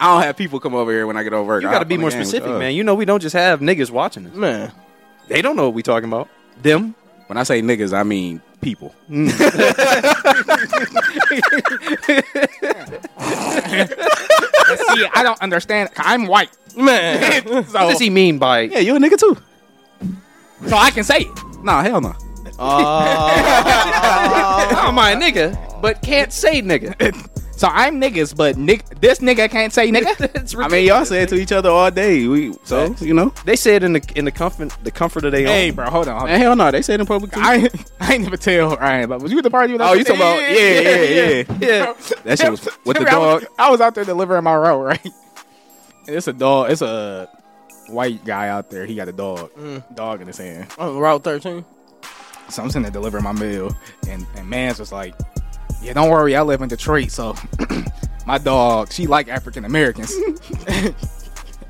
Speaker 1: I don't have people come over here when I get off work.
Speaker 2: You
Speaker 1: I uh.
Speaker 2: got to
Speaker 1: hop
Speaker 2: be
Speaker 1: on the
Speaker 2: more
Speaker 1: game with
Speaker 2: specific,
Speaker 1: y'all.
Speaker 2: man. You know, we don't just have niggas watching us.
Speaker 3: Man,
Speaker 2: They don't know what we talking about. Them.
Speaker 1: When I say niggas, I mean people.
Speaker 4: See, I don't understand. I'm white,
Speaker 3: man.
Speaker 4: so,
Speaker 2: What
Speaker 1: Oh.
Speaker 2: does he mean by?
Speaker 1: Yeah, you a nigga too.
Speaker 4: so I can say it.
Speaker 1: Nah, hell no.
Speaker 2: I'm oh, my nigga, but can't say nigga.
Speaker 4: So I'm niggas, but nick, this nigga can't say nigga.
Speaker 2: It's
Speaker 1: I mean, y'all say it to each other all day. We so
Speaker 2: Facts.
Speaker 1: you know.
Speaker 2: They say it in the in the comfort the comfort of their
Speaker 4: hey,
Speaker 2: own.
Speaker 4: bro, hold on. Hold on.
Speaker 1: And hell no, they say it in public. Too.
Speaker 4: I I ain't never tell Ryan, but was you at the party? with us?
Speaker 1: oh, you talking about? Yeah, yeah, yeah.
Speaker 2: Yeah.
Speaker 1: That shit was with the
Speaker 4: I was-
Speaker 1: dog.
Speaker 4: I was out there delivering my row, right? And it's a dog. It's a white guy out there. He got a dog, dog in his hand.
Speaker 3: On Route 13.
Speaker 4: So I'm sitting there delivering my mail, and and man's was like, "Yeah, don't worry, I live in Detroit, so my dog, she like African Americans." and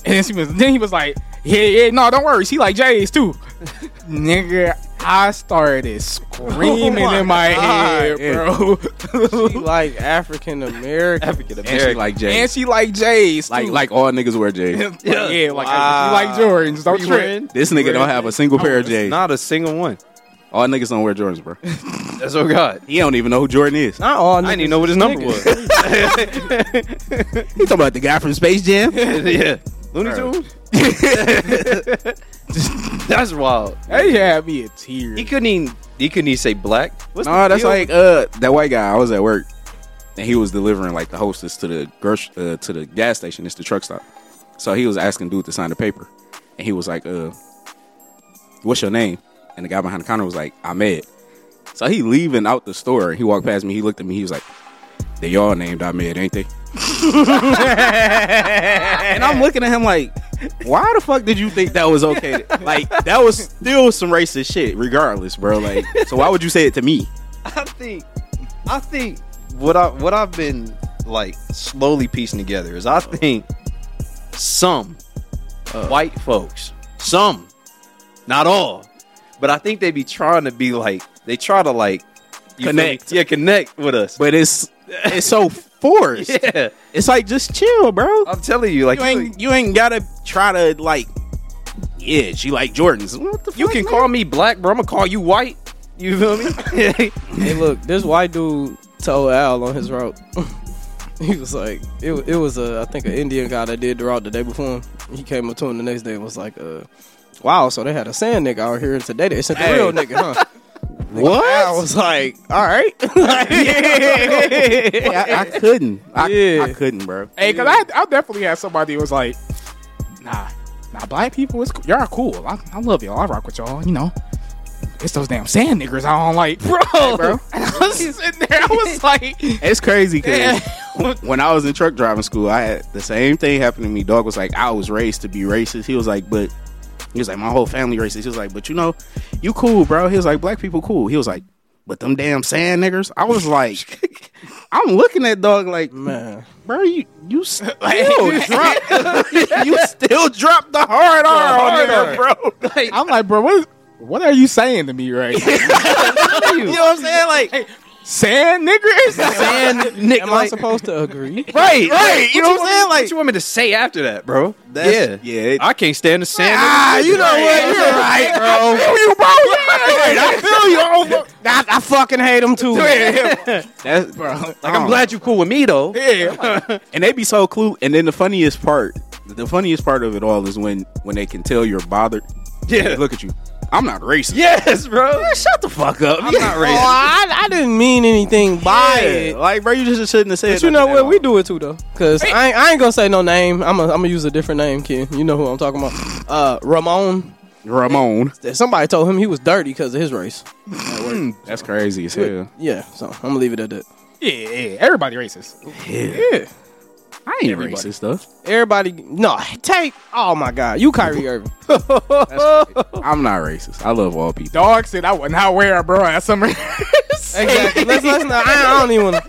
Speaker 4: then she was, then he was like, "Yeah, yeah, no, don't worry, she like Jays too." Nigga, I started screaming
Speaker 3: Oh my
Speaker 4: in my head, bro.
Speaker 3: She like African American.
Speaker 2: African
Speaker 1: And she like Jay.
Speaker 4: and she like Jays,
Speaker 1: like
Speaker 4: too.
Speaker 1: like all niggas wear J's.
Speaker 4: Like, yeah, like
Speaker 2: Wow.
Speaker 4: she like Jordans, don't
Speaker 2: Free
Speaker 4: trip.
Speaker 2: win.
Speaker 1: This nigga don't have a single pair of J's.
Speaker 2: Not a single one.
Speaker 1: All niggas don't wear Jordans, bro.
Speaker 2: That's oh god.
Speaker 1: He don't even know who Jordan is.
Speaker 3: Not all
Speaker 2: I
Speaker 3: niggas.
Speaker 2: didn't even know what his number was.
Speaker 1: He talking about the guy from Space Jam.
Speaker 2: yeah. Looney Tunes. That's wild.
Speaker 4: They had me a tear.
Speaker 2: He couldn't even he couldn't even say black. What's
Speaker 1: No,
Speaker 2: the
Speaker 1: that's
Speaker 2: deal?
Speaker 1: like uh that white guy. I was at work, and he was delivering like the hostess to the grocery uh, to the gas station. It's the truck stop. So he was asking dude to sign the paper, and he was like, "Uh, what's your name?" And the guy behind the counter was like, "Ahmed." So he leaving out the store, and he walked past me. He looked at me. He was like, "They all named Ahmed, ain't they?" and I'm looking at him like, "Why the fuck did you think that was okay? Like that was still some racist shit, regardless, bro. Like, so why would you say it to me?"
Speaker 2: I think I think what I what I've been like slowly piecing together is I think some uh, white folks, some, not all, but I think they be trying to be like they try to like you feel me?
Speaker 1: Connect.
Speaker 2: yeah, connect with us.
Speaker 1: but it's it's so forced.
Speaker 2: yeah, Oh,
Speaker 1: It's like just chill, bro.
Speaker 2: I'm telling you, like
Speaker 1: You ain't you ain't gotta try to like. Yeah, she like Jordans. What the
Speaker 2: you
Speaker 1: fuck,
Speaker 2: can
Speaker 1: nigga?
Speaker 2: call me black, bro. I'm gonna call you white. You feel me?
Speaker 3: Hey, look, this white dude told Al on his route. he was like, it, wa- it was a, I think, an Indian guy that did the route the day before him. He came up to him the next day and was like, uh, wow, so they had a sand nigga out here today. They sent the real nigga, huh?
Speaker 1: what?
Speaker 3: I was like, all right. yeah.
Speaker 1: I, I couldn't. I,
Speaker 3: Yeah.
Speaker 1: I couldn't, bro.
Speaker 4: Hey, cause I, I definitely had somebody who was like, nah, nah, black people, it's cool. y'all are cool. I, I love y'all. I rock with y'all. You know, it's those damn sand niggers I don't like, bro. bro. And I was sitting there. I was like,
Speaker 1: It's crazy because when I was in truck driving school, I had the same thing happen to me. Dog was like, I was raised to be racist. He was like, but he was like, my whole family racist. He was like, but you know, you cool, bro. He was like, black people cool. He was like, but them damn sand niggers. I was like, I'm looking at dog like,
Speaker 3: Man.
Speaker 1: bro, you you still drop, you still drop the hard R on
Speaker 2: hard
Speaker 1: there, bro.
Speaker 2: like,
Speaker 4: I'm like, bro, what? Is, What are you saying to me right now?
Speaker 1: You know what I'm saying? Like,
Speaker 4: Sand niggers?
Speaker 2: And Nick,
Speaker 3: Am I
Speaker 2: like,
Speaker 3: supposed to agree?
Speaker 2: right, right. You
Speaker 1: you
Speaker 2: know what I'm
Speaker 1: want-
Speaker 2: saying?
Speaker 1: what
Speaker 2: Like, you want me to say after that, bro?
Speaker 1: That's-
Speaker 2: yeah,
Speaker 1: yeah, it-
Speaker 2: I can't stand the sand.
Speaker 4: Ah, you know what? You're
Speaker 2: right, bro.
Speaker 4: you, bro. I feel you. I don't-
Speaker 3: I, I fucking hate him too.
Speaker 1: that's
Speaker 4: Bro.
Speaker 2: Like, I'm glad you cool with me though.
Speaker 4: Oh, Yeah.
Speaker 1: and they be so clue. And then the funniest part, the funniest part of it all is when when they can tell you're bothered. They
Speaker 2: Yeah,
Speaker 1: look at you. I'm not racist.
Speaker 2: yes, bro. shut the fuck up. I'm not
Speaker 3: Oh,
Speaker 2: racist.
Speaker 3: I, I didn't mean anything by it.
Speaker 1: Like, bro, you just shouldn't have said.
Speaker 3: But you
Speaker 1: nothing
Speaker 3: know
Speaker 1: at
Speaker 3: what?
Speaker 1: all.
Speaker 3: We do it too, though. Cause I ain't, I ain't gonna say no name. I'm gonna I'm use a different name, Ken. You know who I'm talking about? Uh, Ramon.
Speaker 1: Ramon.
Speaker 3: Somebody told him he was dirty because of his race.
Speaker 1: That's crazy as hell.
Speaker 3: Yeah, so I'm gonna leave it at that.
Speaker 4: Yeah, yeah. Everybody racist.
Speaker 3: Yeah,
Speaker 1: I ain't
Speaker 4: Everybody.
Speaker 1: racist though.
Speaker 3: everybody. No, take. Oh my God, you Kyrie Irving.
Speaker 2: Oh.
Speaker 1: I'm not racist. I love all people.
Speaker 4: Dog said I would not wear a bra at summer.
Speaker 3: Exactly. let's, let's not. I, I don't even. wanna-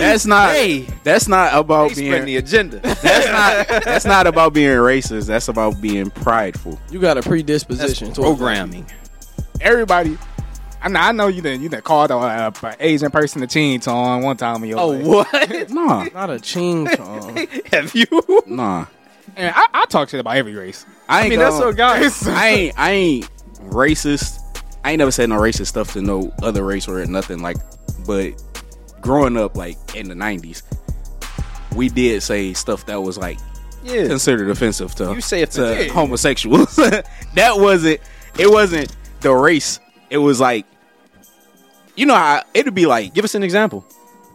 Speaker 1: That's not.
Speaker 2: Hey.
Speaker 1: That's not about
Speaker 2: He's spreading the
Speaker 1: being.
Speaker 2: agenda.
Speaker 1: That's not. That's not about being racist. That's about being prideful.
Speaker 3: You got a
Speaker 2: That's
Speaker 3: predisposition. towards
Speaker 2: programming.
Speaker 4: Everybody. I know, I know you done, you done called a, a, a Asian person a chin on one time in your
Speaker 2: Oh
Speaker 4: life.
Speaker 2: what?
Speaker 1: Nah,
Speaker 3: that. Not a ching chong.
Speaker 2: Have you?
Speaker 1: nah.
Speaker 4: And I, I talk shit about every race.
Speaker 1: I ain't.
Speaker 2: I mean, that's so
Speaker 1: gonna-
Speaker 2: guys.
Speaker 1: I ain't. I ain't racist. I ain't never said no racist stuff to no other race or nothing like. But growing up, like in the '90s, we did say stuff that was like
Speaker 2: Yeah.
Speaker 1: considered offensive to
Speaker 2: You say
Speaker 1: to
Speaker 2: offensive.
Speaker 1: homosexuals. that wasn't it wasn't the race. It was like you know how it'd be like
Speaker 2: Give us an example.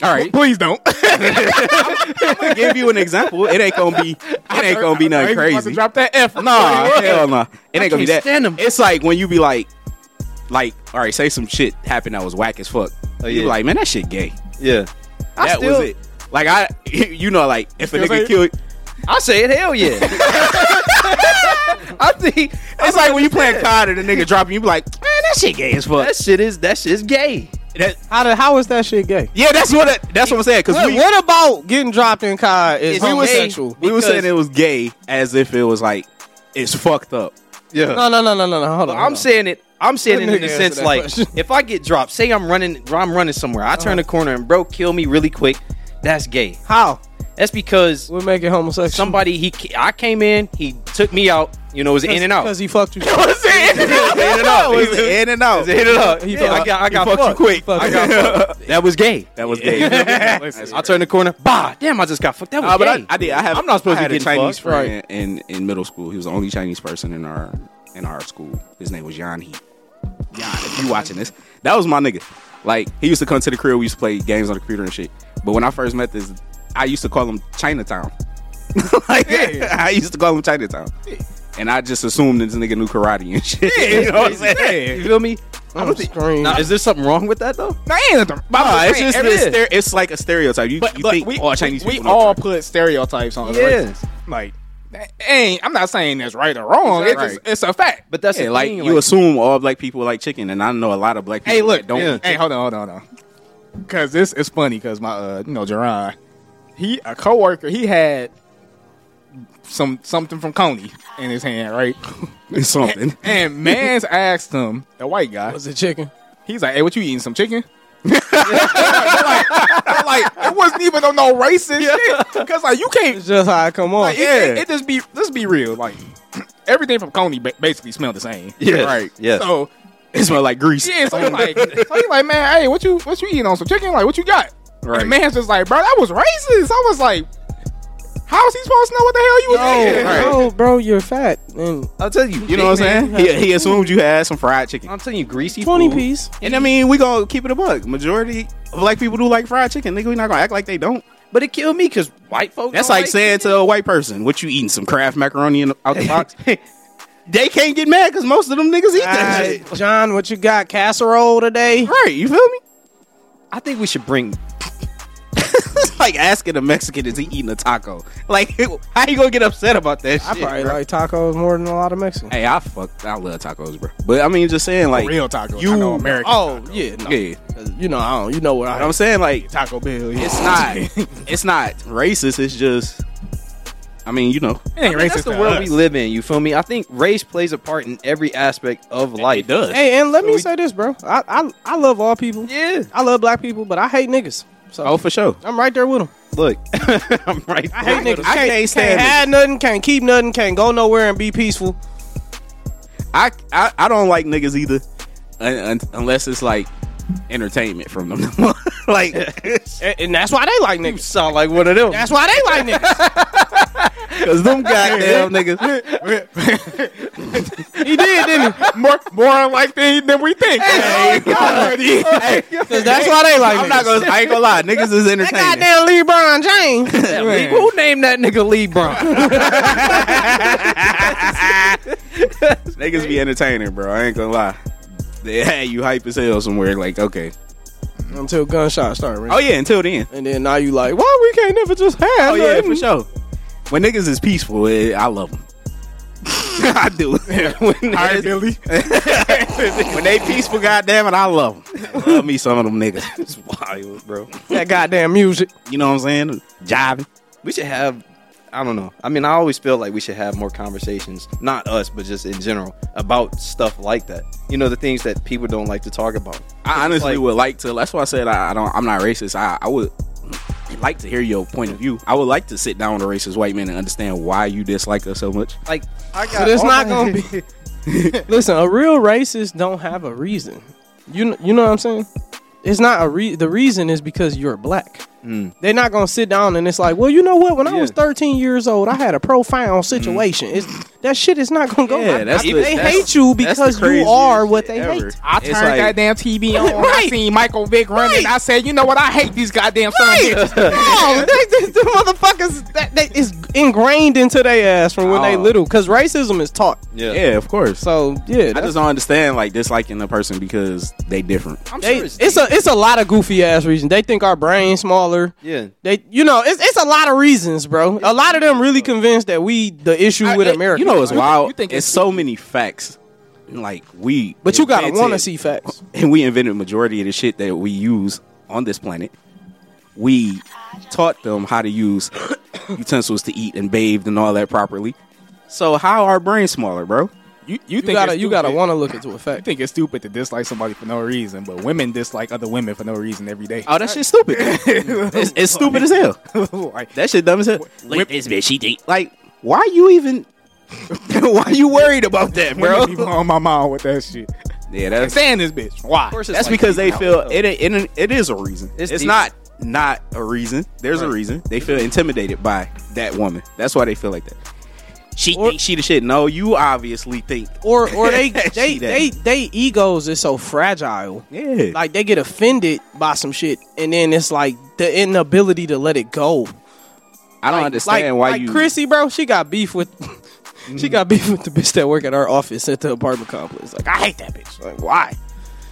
Speaker 1: all right,
Speaker 4: Please don't.
Speaker 1: I'm gonna give you an example. It ain't gonna be it ain't gonna be nothing
Speaker 4: Are you about to
Speaker 1: crazy.
Speaker 4: drop that F.
Speaker 1: Nah, hell no. It ain't gonna be that.
Speaker 2: can't stand 'em.
Speaker 1: It's like when you be like like all right, say some shit happened that was whack as fuck.
Speaker 2: Oh,
Speaker 1: You be
Speaker 2: yeah.
Speaker 1: like, man, that shit gay.
Speaker 2: Yeah. I
Speaker 1: that
Speaker 2: still-
Speaker 1: was it. Like I, you know, like if a
Speaker 4: Still say
Speaker 1: nigga
Speaker 4: it?
Speaker 1: killed,
Speaker 2: I say it. Hell yeah. I think
Speaker 1: it's like when you playing COD and a nigga dropping, you be like, man, that shit gay as fuck.
Speaker 2: that shit is that shit is gay.
Speaker 1: That-
Speaker 3: How did, how is that shit gay?
Speaker 1: yeah, that's what I- that's what I'm saying. Because
Speaker 3: What,
Speaker 1: we,
Speaker 3: what about getting dropped in car is
Speaker 2: We was-
Speaker 3: homosexual?
Speaker 1: We were
Speaker 2: Because-
Speaker 1: saying it was gay as if it was like it's fucked up.
Speaker 2: Yeah.
Speaker 3: No, no, no, no, no, no. Hold on. hold
Speaker 2: I'm
Speaker 3: on.
Speaker 2: saying it. I'm saying
Speaker 3: Let
Speaker 2: it in
Speaker 3: nigga
Speaker 2: the
Speaker 3: answer
Speaker 2: sense
Speaker 3: that
Speaker 2: like
Speaker 3: question.
Speaker 2: if I get dropped, say I'm running, I'm running somewhere. I turn the corner and bro kill me really quick. That's gay.
Speaker 3: how
Speaker 2: That's because
Speaker 3: we make it homosexual.
Speaker 2: somebody he ca- I came in, he took me out. You know, it was in and out.
Speaker 3: because he fucked you.
Speaker 2: in and out.
Speaker 1: It was in and out.
Speaker 2: It was in and out.
Speaker 3: He
Speaker 2: Yeah,
Speaker 3: fucked-
Speaker 2: I got, I got
Speaker 1: fucked you
Speaker 2: fucked.
Speaker 1: quick.
Speaker 2: I got fucked. That was gay.
Speaker 1: That was gay.
Speaker 2: I turned the corner. Bah! Damn, I just got fucked. That was
Speaker 1: Uh, but I,
Speaker 2: gay.
Speaker 1: I did. I have.
Speaker 2: I'm not supposed
Speaker 1: I had
Speaker 2: to be
Speaker 1: a
Speaker 2: getting
Speaker 1: Chinese
Speaker 2: fucked.
Speaker 1: friend in, in middle school. He was the only Chinese person in our in our school. His name was Yan He. Yan, if you watching this, that was my nigga. Like he used to come to the crib. We used to play games on the computer and shit. But when I first met this, I used to call him Chinatown. like I used to call him Chinatown. And I just assumed this nigga knew karate and shit. you know what I'm saying?
Speaker 2: You feel me?
Speaker 3: I'm screaming.
Speaker 2: Now, is there something wrong with that though?
Speaker 4: Nah, ain't nothing. But I'm
Speaker 1: Nah,
Speaker 4: just
Speaker 1: it's
Speaker 4: saying,
Speaker 1: just
Speaker 4: every-
Speaker 1: this stere- it's like a stereotype. You,
Speaker 4: But
Speaker 1: you
Speaker 4: look,
Speaker 1: think
Speaker 4: we,
Speaker 1: all Chinese
Speaker 4: we,
Speaker 1: people?
Speaker 4: we
Speaker 1: know
Speaker 4: all
Speaker 1: karate.
Speaker 4: put stereotypes on. the
Speaker 2: Yeah.
Speaker 4: races. like that ain't. I'm not saying that's right or wrong. It's
Speaker 1: Right.
Speaker 4: just it's a fact.
Speaker 2: But that's
Speaker 1: Yeah,
Speaker 2: the
Speaker 1: like
Speaker 2: thing,
Speaker 1: you assume all black people like chicken, and I know a lot of black people.
Speaker 4: hey, look,
Speaker 1: that don't.
Speaker 4: Hey, hold on, hold on, hold on. Because this is funny. Because my, uh, you know, Jerron, he a coworker. He had some something from Coney in his hand, right?
Speaker 1: It's something.
Speaker 4: And man's asked him, a white guy.
Speaker 3: was it chicken?
Speaker 4: He's like, "Hey, what you eating? Some chicken?" they're like, they're like, it wasn't even on no racist shit. Because like, you can't
Speaker 3: It's just how I come on.
Speaker 4: Like, it, it, it just be let's be real. Like everything from Coney ba- basically smelled the same.
Speaker 2: Yes,
Speaker 4: Right.
Speaker 2: yes.
Speaker 4: So
Speaker 1: It smells like grease.
Speaker 4: Oh, yeah. So you like, so you like, man. Hey, what you what you eating on some chicken? Like, what you got?
Speaker 1: Right.
Speaker 4: And man's just like, bro, that was racist. I was like, how is he supposed to know what the hell you was
Speaker 3: no,
Speaker 4: eating?
Speaker 3: no, bro, you're fat and
Speaker 2: I'll tell you.
Speaker 1: You know what I'm saying?
Speaker 3: Man, you
Speaker 1: He, he assumed you had some fried chicken,
Speaker 2: I'm telling you, greasy.
Speaker 3: twenty
Speaker 2: food.
Speaker 3: piece.
Speaker 1: and I mean we gonna keep it a buck. Majority of black people do like fried chicken. Nigga, we not gonna act like they don't.
Speaker 2: But it killed me because white folks.
Speaker 1: That's
Speaker 2: don't
Speaker 1: like saying to a white person, "What you eating? Some Kraft macaroni in the, out the box?" they can't get mad because most of them niggas eat that
Speaker 3: Uh,
Speaker 1: shit.
Speaker 3: John, what you got? Casserole today?
Speaker 1: Right? You feel me?
Speaker 2: I think we should bring.
Speaker 1: It's like asking a Mexican is he eating a taco. Like, how you gonna get upset about that?
Speaker 3: I
Speaker 1: shit,
Speaker 3: probably
Speaker 1: bro?
Speaker 3: like tacos more than a lot of Mexicans.
Speaker 1: Hey, I fuck, I love tacos, bro. But I mean, just saying, like,
Speaker 4: Real tacos.
Speaker 1: You-
Speaker 4: I know American
Speaker 3: Oh yeah, no.
Speaker 1: yeah.
Speaker 3: 'Cause, You know, I don't. You know what
Speaker 1: But I'm
Speaker 3: I?
Speaker 1: saying, like,
Speaker 4: Taco Bell. yeah.
Speaker 1: it's not, it's not racist. It's just I mean, you know,
Speaker 4: It ain't
Speaker 2: I mean, that's
Speaker 4: racist.
Speaker 2: the
Speaker 4: to
Speaker 2: world
Speaker 4: us.
Speaker 2: we live in. You feel me? I think race plays a part in every aspect of life.
Speaker 1: it does.
Speaker 3: Hey, and let
Speaker 2: So
Speaker 3: me
Speaker 2: we-
Speaker 3: say this, bro. I, I I love all people.
Speaker 2: Yeah.
Speaker 3: I love black people, but I hate niggas. So
Speaker 1: Oh, for sure.
Speaker 3: I'm right there with them.
Speaker 2: Look, I'm right.
Speaker 3: I hate niggas.
Speaker 1: I can't stand
Speaker 3: Can't have nothing. Can't keep nothing. Can't go nowhere and be peaceful.
Speaker 1: I, I I don't like niggas either, un, un, unless it's like entertainment from them. like,
Speaker 3: And, and that's why they like niggas.
Speaker 2: sound like one of them.
Speaker 3: That's why they like niggas.
Speaker 1: cause them goddamn niggas.
Speaker 3: He did, didn't he?
Speaker 4: more more unlike than than we think. oh Already.
Speaker 1: Hey,
Speaker 3: 'Cause that's why they like
Speaker 1: I'm
Speaker 3: niggas.
Speaker 1: not gonna. I ain't gonna lie. Niggas is
Speaker 3: that
Speaker 1: entertaining.
Speaker 3: goddamn LeBron James.
Speaker 4: Man.
Speaker 2: Who named that nigga Lee Brown?
Speaker 1: Niggas be entertaining, bro. I ain't gonna lie. They had you hype as hell somewhere. Like, okay.
Speaker 3: Until gunshots start ringing.
Speaker 1: Oh yeah. Until then.
Speaker 3: And then now you like, why we can't never just have?
Speaker 1: Oh yeah, for
Speaker 3: nothing?
Speaker 1: sure. When niggas is peaceful, eh, I love them. I do. when,
Speaker 4: All right,
Speaker 1: niggas-
Speaker 4: Billy.
Speaker 1: when they peaceful, goddamn it, I love them. love me some of them niggas. It's wild, bro.
Speaker 3: That goddamn music.
Speaker 1: You know what I'm saying? Jiving.
Speaker 2: we should have. I don't know. I mean, I always feel like we should have more conversations, not us, but just in general, about stuff like that. You know, the things that people don't like to talk about.
Speaker 1: I honestly
Speaker 2: like-
Speaker 1: would like to. That's why I said I, I don't. I'm not racist. I, I would like to hear your point of view. I would like to sit down with a racist white man and understand why you dislike us so much.
Speaker 2: Like, I got.
Speaker 3: But it's not gonna be. Listen, a real racist don't have a reason. You kn- you know what I'm saying? It's not a re- the reason is because you're black.
Speaker 1: Mm.
Speaker 3: They're not gonna sit down and it's like, well, you know what? When I was
Speaker 2: Yeah.
Speaker 3: 13 years old, I had a profound situation. It's, that shit is not gonna go.
Speaker 1: Mm. Yeah, that's
Speaker 3: they
Speaker 1: the- that's-
Speaker 3: hate you
Speaker 1: that's the
Speaker 3: because you
Speaker 1: craziest
Speaker 3: are what
Speaker 1: shit
Speaker 3: they
Speaker 1: ever.
Speaker 3: hate.
Speaker 4: I
Speaker 1: It's
Speaker 4: turned
Speaker 1: like-
Speaker 4: that damn TV on. when I
Speaker 3: Right.
Speaker 4: seen Michael Vick running.
Speaker 3: Right.
Speaker 4: I said, you know what? I hate these goddamn son of bitches.
Speaker 3: no, they, they, the motherfuckers that, that is ingrained into their ass from when they
Speaker 1: Oh.
Speaker 3: little because racism is taught.
Speaker 2: Yeah.
Speaker 1: Yeah, of course.
Speaker 3: So yeah,
Speaker 1: I
Speaker 3: that's-
Speaker 1: just don't understand like disliking a person because they different.
Speaker 2: I'm
Speaker 3: they,
Speaker 2: sure
Speaker 3: it's, a it's a lot of goofy ass reasons. They think our brain's smaller.
Speaker 2: yeah.
Speaker 3: They, you know, it's, it's a lot of reasons, bro. A lot of them really convinced that we the issue with
Speaker 4: I-
Speaker 3: America.
Speaker 1: You know, it's
Speaker 4: You think-
Speaker 1: wild.
Speaker 4: you think
Speaker 1: it's
Speaker 4: it's-
Speaker 1: so many facts. Like we,
Speaker 3: but you gotta
Speaker 1: invented-
Speaker 3: want to see facts.
Speaker 1: and we invented majority of the shit that we use on this planet. We taught them how to use utensils to eat and bathed and all that properly. So how are brains smaller, bro?
Speaker 4: You,
Speaker 3: You gotta
Speaker 4: it's
Speaker 3: you gotta
Speaker 4: stupid-
Speaker 3: want to look into a
Speaker 4: I
Speaker 3: fact.
Speaker 4: think it's stupid to dislike somebody for no reason, but women dislike other women for no reason every day.
Speaker 1: Oh, that shit's stupid. it's, it's stupid as hell.
Speaker 4: like,
Speaker 1: That shit dumb as hell.
Speaker 4: Whip-
Speaker 1: this bitch, she think- Like, why you even? why you worried about that,
Speaker 4: bro,
Speaker 1: bro?
Speaker 4: be blowing my mind with that shit.
Speaker 1: yeah, that's
Speaker 4: Saying this bitch, why?
Speaker 2: course it's
Speaker 1: That's
Speaker 2: like
Speaker 1: because they
Speaker 2: deep.
Speaker 1: feel it, it. it- It is a reason. It's,
Speaker 2: It's deep.
Speaker 1: not not a reason. There's a
Speaker 2: Right.
Speaker 1: reason. They feel intimidated by that woman. That's why they feel like that. She
Speaker 3: Or-
Speaker 1: think she the shit. No, you obviously think.
Speaker 3: Or or they they
Speaker 1: She that.
Speaker 3: they they egos is so fragile.
Speaker 1: Yeah,
Speaker 3: Like they get offended by some shit, and then it's like the inability to let it go.
Speaker 1: I don't understand
Speaker 3: like,
Speaker 1: why
Speaker 3: like
Speaker 1: you.
Speaker 3: Chrissy, bro, she got beef with. She got beef with the bitch that work at her office at the apartment complex. Like, I hate that bitch. Like, why?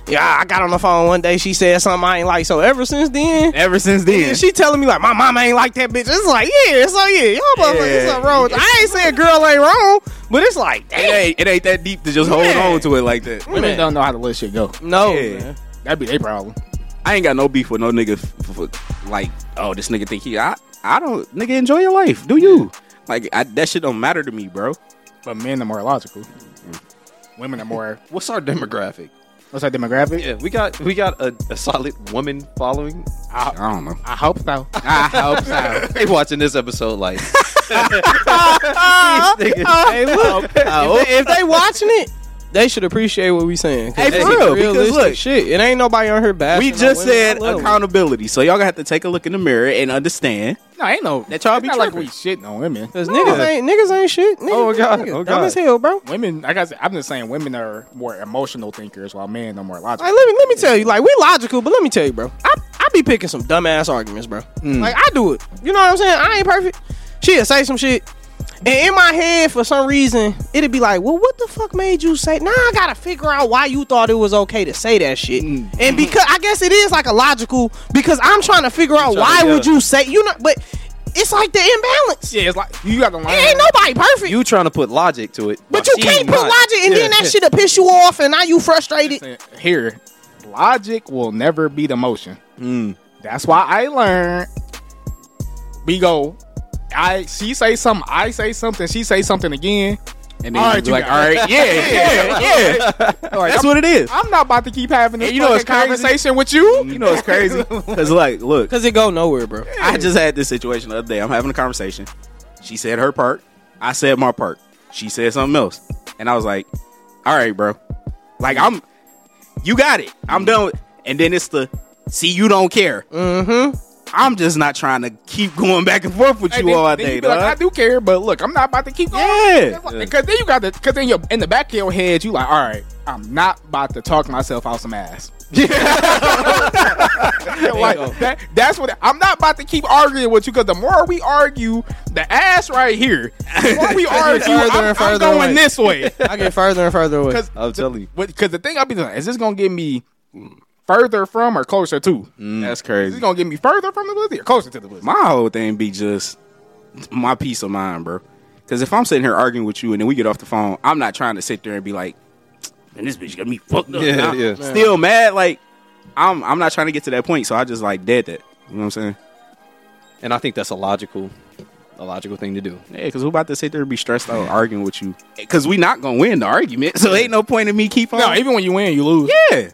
Speaker 3: Yeah, I got on the phone one day. She said something I ain't like. So ever since then,
Speaker 1: ever since then,
Speaker 3: and she telling me like my mama ain't like that bitch. It's like yeah, so yeah, y'all motherfuckers
Speaker 1: Yeah.
Speaker 3: something wrong. with- I ain't saying girl ain't wrong, but it's like
Speaker 1: it
Speaker 3: damn,
Speaker 1: ain't, it ain't that deep to just hold
Speaker 3: Yeah.
Speaker 1: on to it like that.
Speaker 4: Women
Speaker 3: man.
Speaker 4: don't know how to let shit go.
Speaker 3: no,
Speaker 1: Yeah.
Speaker 3: man.
Speaker 4: That'd be their problem.
Speaker 1: I ain't got no beef with no nigga. For, for, like, oh, this nigga think he. I I don't nigga enjoy your life. Do you? Like I, that shit don't matter to me, bro.
Speaker 4: But men are more logical. Women are more.
Speaker 2: What's our demographic?
Speaker 4: What's our demographic?
Speaker 2: Yeah, we got we got a, a solid woman following.
Speaker 1: I don't know.
Speaker 4: I hope so. I hope so.
Speaker 2: They watching this episode like
Speaker 3: hey, look,
Speaker 2: Oh.
Speaker 3: if, they, if they watching it, they should appreciate what we saying. 'Cause
Speaker 1: Hey, for
Speaker 3: it's
Speaker 1: real, because
Speaker 3: realistic
Speaker 1: look-
Speaker 3: shit, it ain't nobody on her back.
Speaker 1: We just said accountability, so y'all gonna have to take a look in the mirror and understand
Speaker 4: No, ain't no.
Speaker 1: That y'all
Speaker 4: it's
Speaker 1: be
Speaker 4: not like
Speaker 1: tripping.
Speaker 4: we shitting on women.
Speaker 3: Cause niggas ain't niggas ain't shit. Niggas,
Speaker 2: Oh, God.
Speaker 3: niggas
Speaker 2: Oh,
Speaker 3: Dumb
Speaker 2: God.
Speaker 3: as hell, bro.
Speaker 4: Women, like I said, I'm just saying, women are more emotional thinkers, while men are more logical.
Speaker 3: Like let me let me tell you, like we logical, but let me tell you, bro. I I be picking some dumbass arguments, bro. Like I do it. You know what I'm saying? I ain't perfect. She'll say some shit. And in my head, for some reason, it'd be like, well, what the fuck made you say? Now I gotta figure out why you thought it was okay to say that shit. And because I guess it is like a logical because I'm trying to figure out why
Speaker 2: yeah.
Speaker 3: would you say you know, but it's like the imbalance.
Speaker 4: yeah, it's like you got to learn.
Speaker 3: It ain't nobody perfect.
Speaker 2: you trying to put logic to it,
Speaker 3: but you
Speaker 2: She
Speaker 3: can't put
Speaker 2: not.
Speaker 3: logic and then that shit'll piss you off and now you frustrated.
Speaker 4: Listen, here, logic will never
Speaker 1: Hmm.
Speaker 4: beat emotion. That's why I learned we go I she say something, I say something, she say something again.
Speaker 1: And then
Speaker 4: All
Speaker 1: you
Speaker 4: right,
Speaker 1: be
Speaker 4: you
Speaker 1: like, all
Speaker 4: got it.
Speaker 1: right, yeah, yeah, yeah.
Speaker 4: Like,
Speaker 1: That's
Speaker 4: I'm,
Speaker 1: what it is.
Speaker 4: I'm not about to keep having this
Speaker 1: And you know
Speaker 4: fucking
Speaker 1: it's crazy?
Speaker 4: conversation with you.
Speaker 1: You know it's crazy because like, look,
Speaker 3: Cause it go nowhere, bro.
Speaker 1: I just had this situation the other day. I'm having a conversation. She said her part. I said my part. She said something else. And I was like, all right, bro. Like, I'm, you got it. I'm done with And then it's the, see, you don't care. Mm-hmm. I'm just not trying to keep going back and forth with
Speaker 4: Hey,
Speaker 1: you
Speaker 4: then-
Speaker 1: all
Speaker 4: then
Speaker 1: day,
Speaker 4: you be like, I
Speaker 1: dog.
Speaker 4: do care, but look, I'm not about to keep going.
Speaker 1: Yeah.
Speaker 4: Because then you got the, because then you're in the back of your head, you like, all right, I'm not about to talk myself out some ass. like, that, that's what I'm not about to keep arguing with you because the more we argue, the ass right here. The more we argue,
Speaker 3: further
Speaker 4: I'm,
Speaker 3: and
Speaker 4: I'm
Speaker 3: further
Speaker 4: going
Speaker 3: away.
Speaker 4: this way.
Speaker 3: I get further and further away.
Speaker 4: Because
Speaker 2: I'll tell you.
Speaker 4: because the thing I'll be doing is this gonna get me further from or closer to?
Speaker 2: Mm.
Speaker 1: That's
Speaker 4: Is this
Speaker 1: crazy.
Speaker 4: gonna get me further from the blizzard or closer to the blizzard?
Speaker 1: My whole thing be just my peace of mind, bro. Because if I'm sitting here arguing with you and then we get off the phone, I'm not trying to sit there and be like, man, this bitch got me fucked up.
Speaker 2: Yeah,
Speaker 1: now."
Speaker 2: yeah.
Speaker 1: Still mad. Like, I'm I'm not trying to get to that point, so I just like dead that. You know what I'm saying?
Speaker 2: And I think that's a logical, a logical thing to do.
Speaker 1: Yeah, because who about to sit there and be stressed out arguing with you? Because we not gonna win the argument, so ain't no point in me keep on.
Speaker 4: no, even when you win, you lose.
Speaker 1: yeah.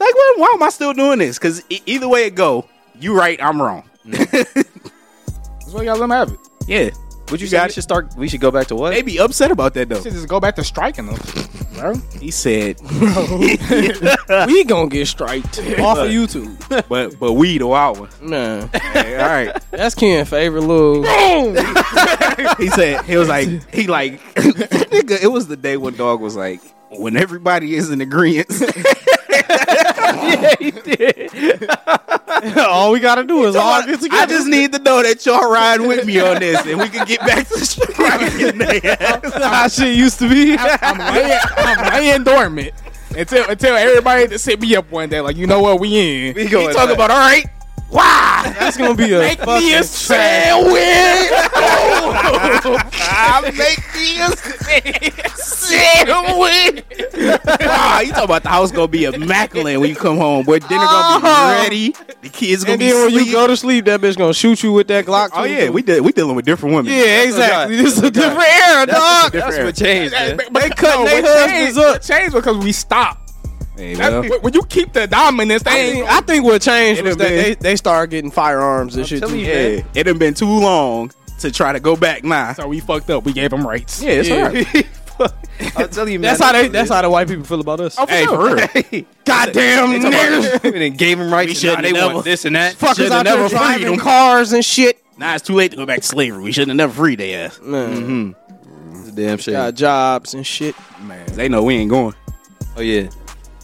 Speaker 1: Like, why, why am I still doing this? Because either way it go, you right, I'm wrong.
Speaker 4: That's why you gotta let them have it.
Speaker 1: Yeah,
Speaker 2: Would you,
Speaker 1: You
Speaker 2: say
Speaker 1: got
Speaker 2: we
Speaker 1: it.
Speaker 2: should start? We should go back to what?
Speaker 1: they be upset about that though.
Speaker 4: Should just go back to striking them, bro.
Speaker 1: He said,
Speaker 3: we gonna get striked off of YouTube.
Speaker 1: but but we the wild ones.
Speaker 3: Nah,
Speaker 1: Hey, all right.
Speaker 3: that's Ken's favorite little.
Speaker 1: He said he was like he like nigga. It was the day when dog was like when everybody is in agreement.
Speaker 2: all we gotta do is
Speaker 1: I just need to know that y'all ride with me on this, and we can get back to striking their ass.
Speaker 2: how shit used to be.
Speaker 4: I'm laying, I'm laying dormant until until everybody to sit me up one day. Like you know what, we in.
Speaker 2: We going
Speaker 4: He talk
Speaker 2: back.
Speaker 4: about all right. Why?
Speaker 3: That's gonna be a
Speaker 4: Make me a
Speaker 3: fucking trash.
Speaker 4: sandwich. I make me a sandwich.
Speaker 1: Wow, you talking about the house gonna be immaculate when you come home, boy. Dinner gonna be
Speaker 3: Oh.
Speaker 1: ready. The kids gonna
Speaker 3: And
Speaker 1: be
Speaker 3: then when
Speaker 1: sleep.
Speaker 3: you go to sleep, that bitch gonna shoot you with that Glock.
Speaker 1: oh yeah, we de- we dealing with different women.
Speaker 3: yeah, exactly. This is a different era, dog.
Speaker 1: different
Speaker 2: That's what changed, man.
Speaker 4: They cut
Speaker 3: their husbands up.
Speaker 4: Change because we stopped.
Speaker 1: Hey,
Speaker 4: That's-
Speaker 1: well,
Speaker 4: when- when you keep the dominance, they
Speaker 3: I
Speaker 4: ain't
Speaker 3: think, I think what changed was
Speaker 1: It'd
Speaker 3: that
Speaker 1: have
Speaker 3: they, they started getting firearms and shit.
Speaker 2: telling
Speaker 3: too.
Speaker 2: you,
Speaker 1: yeah, it done been too long to try to go back now.
Speaker 4: So we fucked up. We gave them rights.
Speaker 1: Yeah, it's
Speaker 3: Yeah.
Speaker 1: alright.
Speaker 2: I'll tell you, man.
Speaker 3: That's how they. That's how the white people feel about us.
Speaker 4: Oh, for
Speaker 1: Hey,
Speaker 4: sure.
Speaker 1: for real. Goddamn niggas.
Speaker 2: we done gave them rights.
Speaker 1: shouldn't
Speaker 2: and now they
Speaker 1: have
Speaker 2: want
Speaker 1: never-
Speaker 2: this and that.
Speaker 3: Fuckers
Speaker 1: should've
Speaker 3: out there
Speaker 1: never freed
Speaker 3: driving
Speaker 1: them.
Speaker 3: cars and shit.
Speaker 1: Nah, it's too late to go back to slavery. We shouldn't have never freed their ass.
Speaker 3: Man,
Speaker 2: Damn shit.
Speaker 3: got jobs and shit.
Speaker 1: Man, they know we ain't going.
Speaker 2: Oh yeah.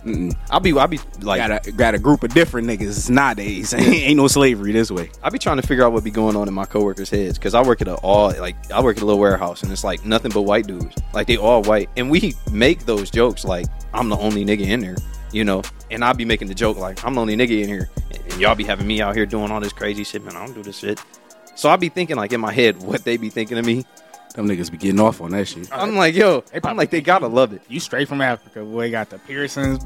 Speaker 1: Mm-mm.
Speaker 2: I'll be. I'll be like.
Speaker 1: Got a got a group of different niggas nowadays. ain't no slavery this way.
Speaker 2: I be trying to figure out what be going on in my coworkers' heads because I work at a all like I work at a little warehouse and it's like nothing but white dudes. Like they all white, and we make those jokes like I'm the only nigga in there, you know. And I be making the joke like I'm the only nigga in here, and and y'all be having me out here doing all this crazy shit, man. I don't do this shit. So I be thinking like in my head what they be thinking of me.
Speaker 1: Them niggas be getting off on that shit.
Speaker 2: I'm like, yo, I'm
Speaker 4: probably
Speaker 2: like they gotta love it.
Speaker 4: You straight from Africa, boy. Got the piercings.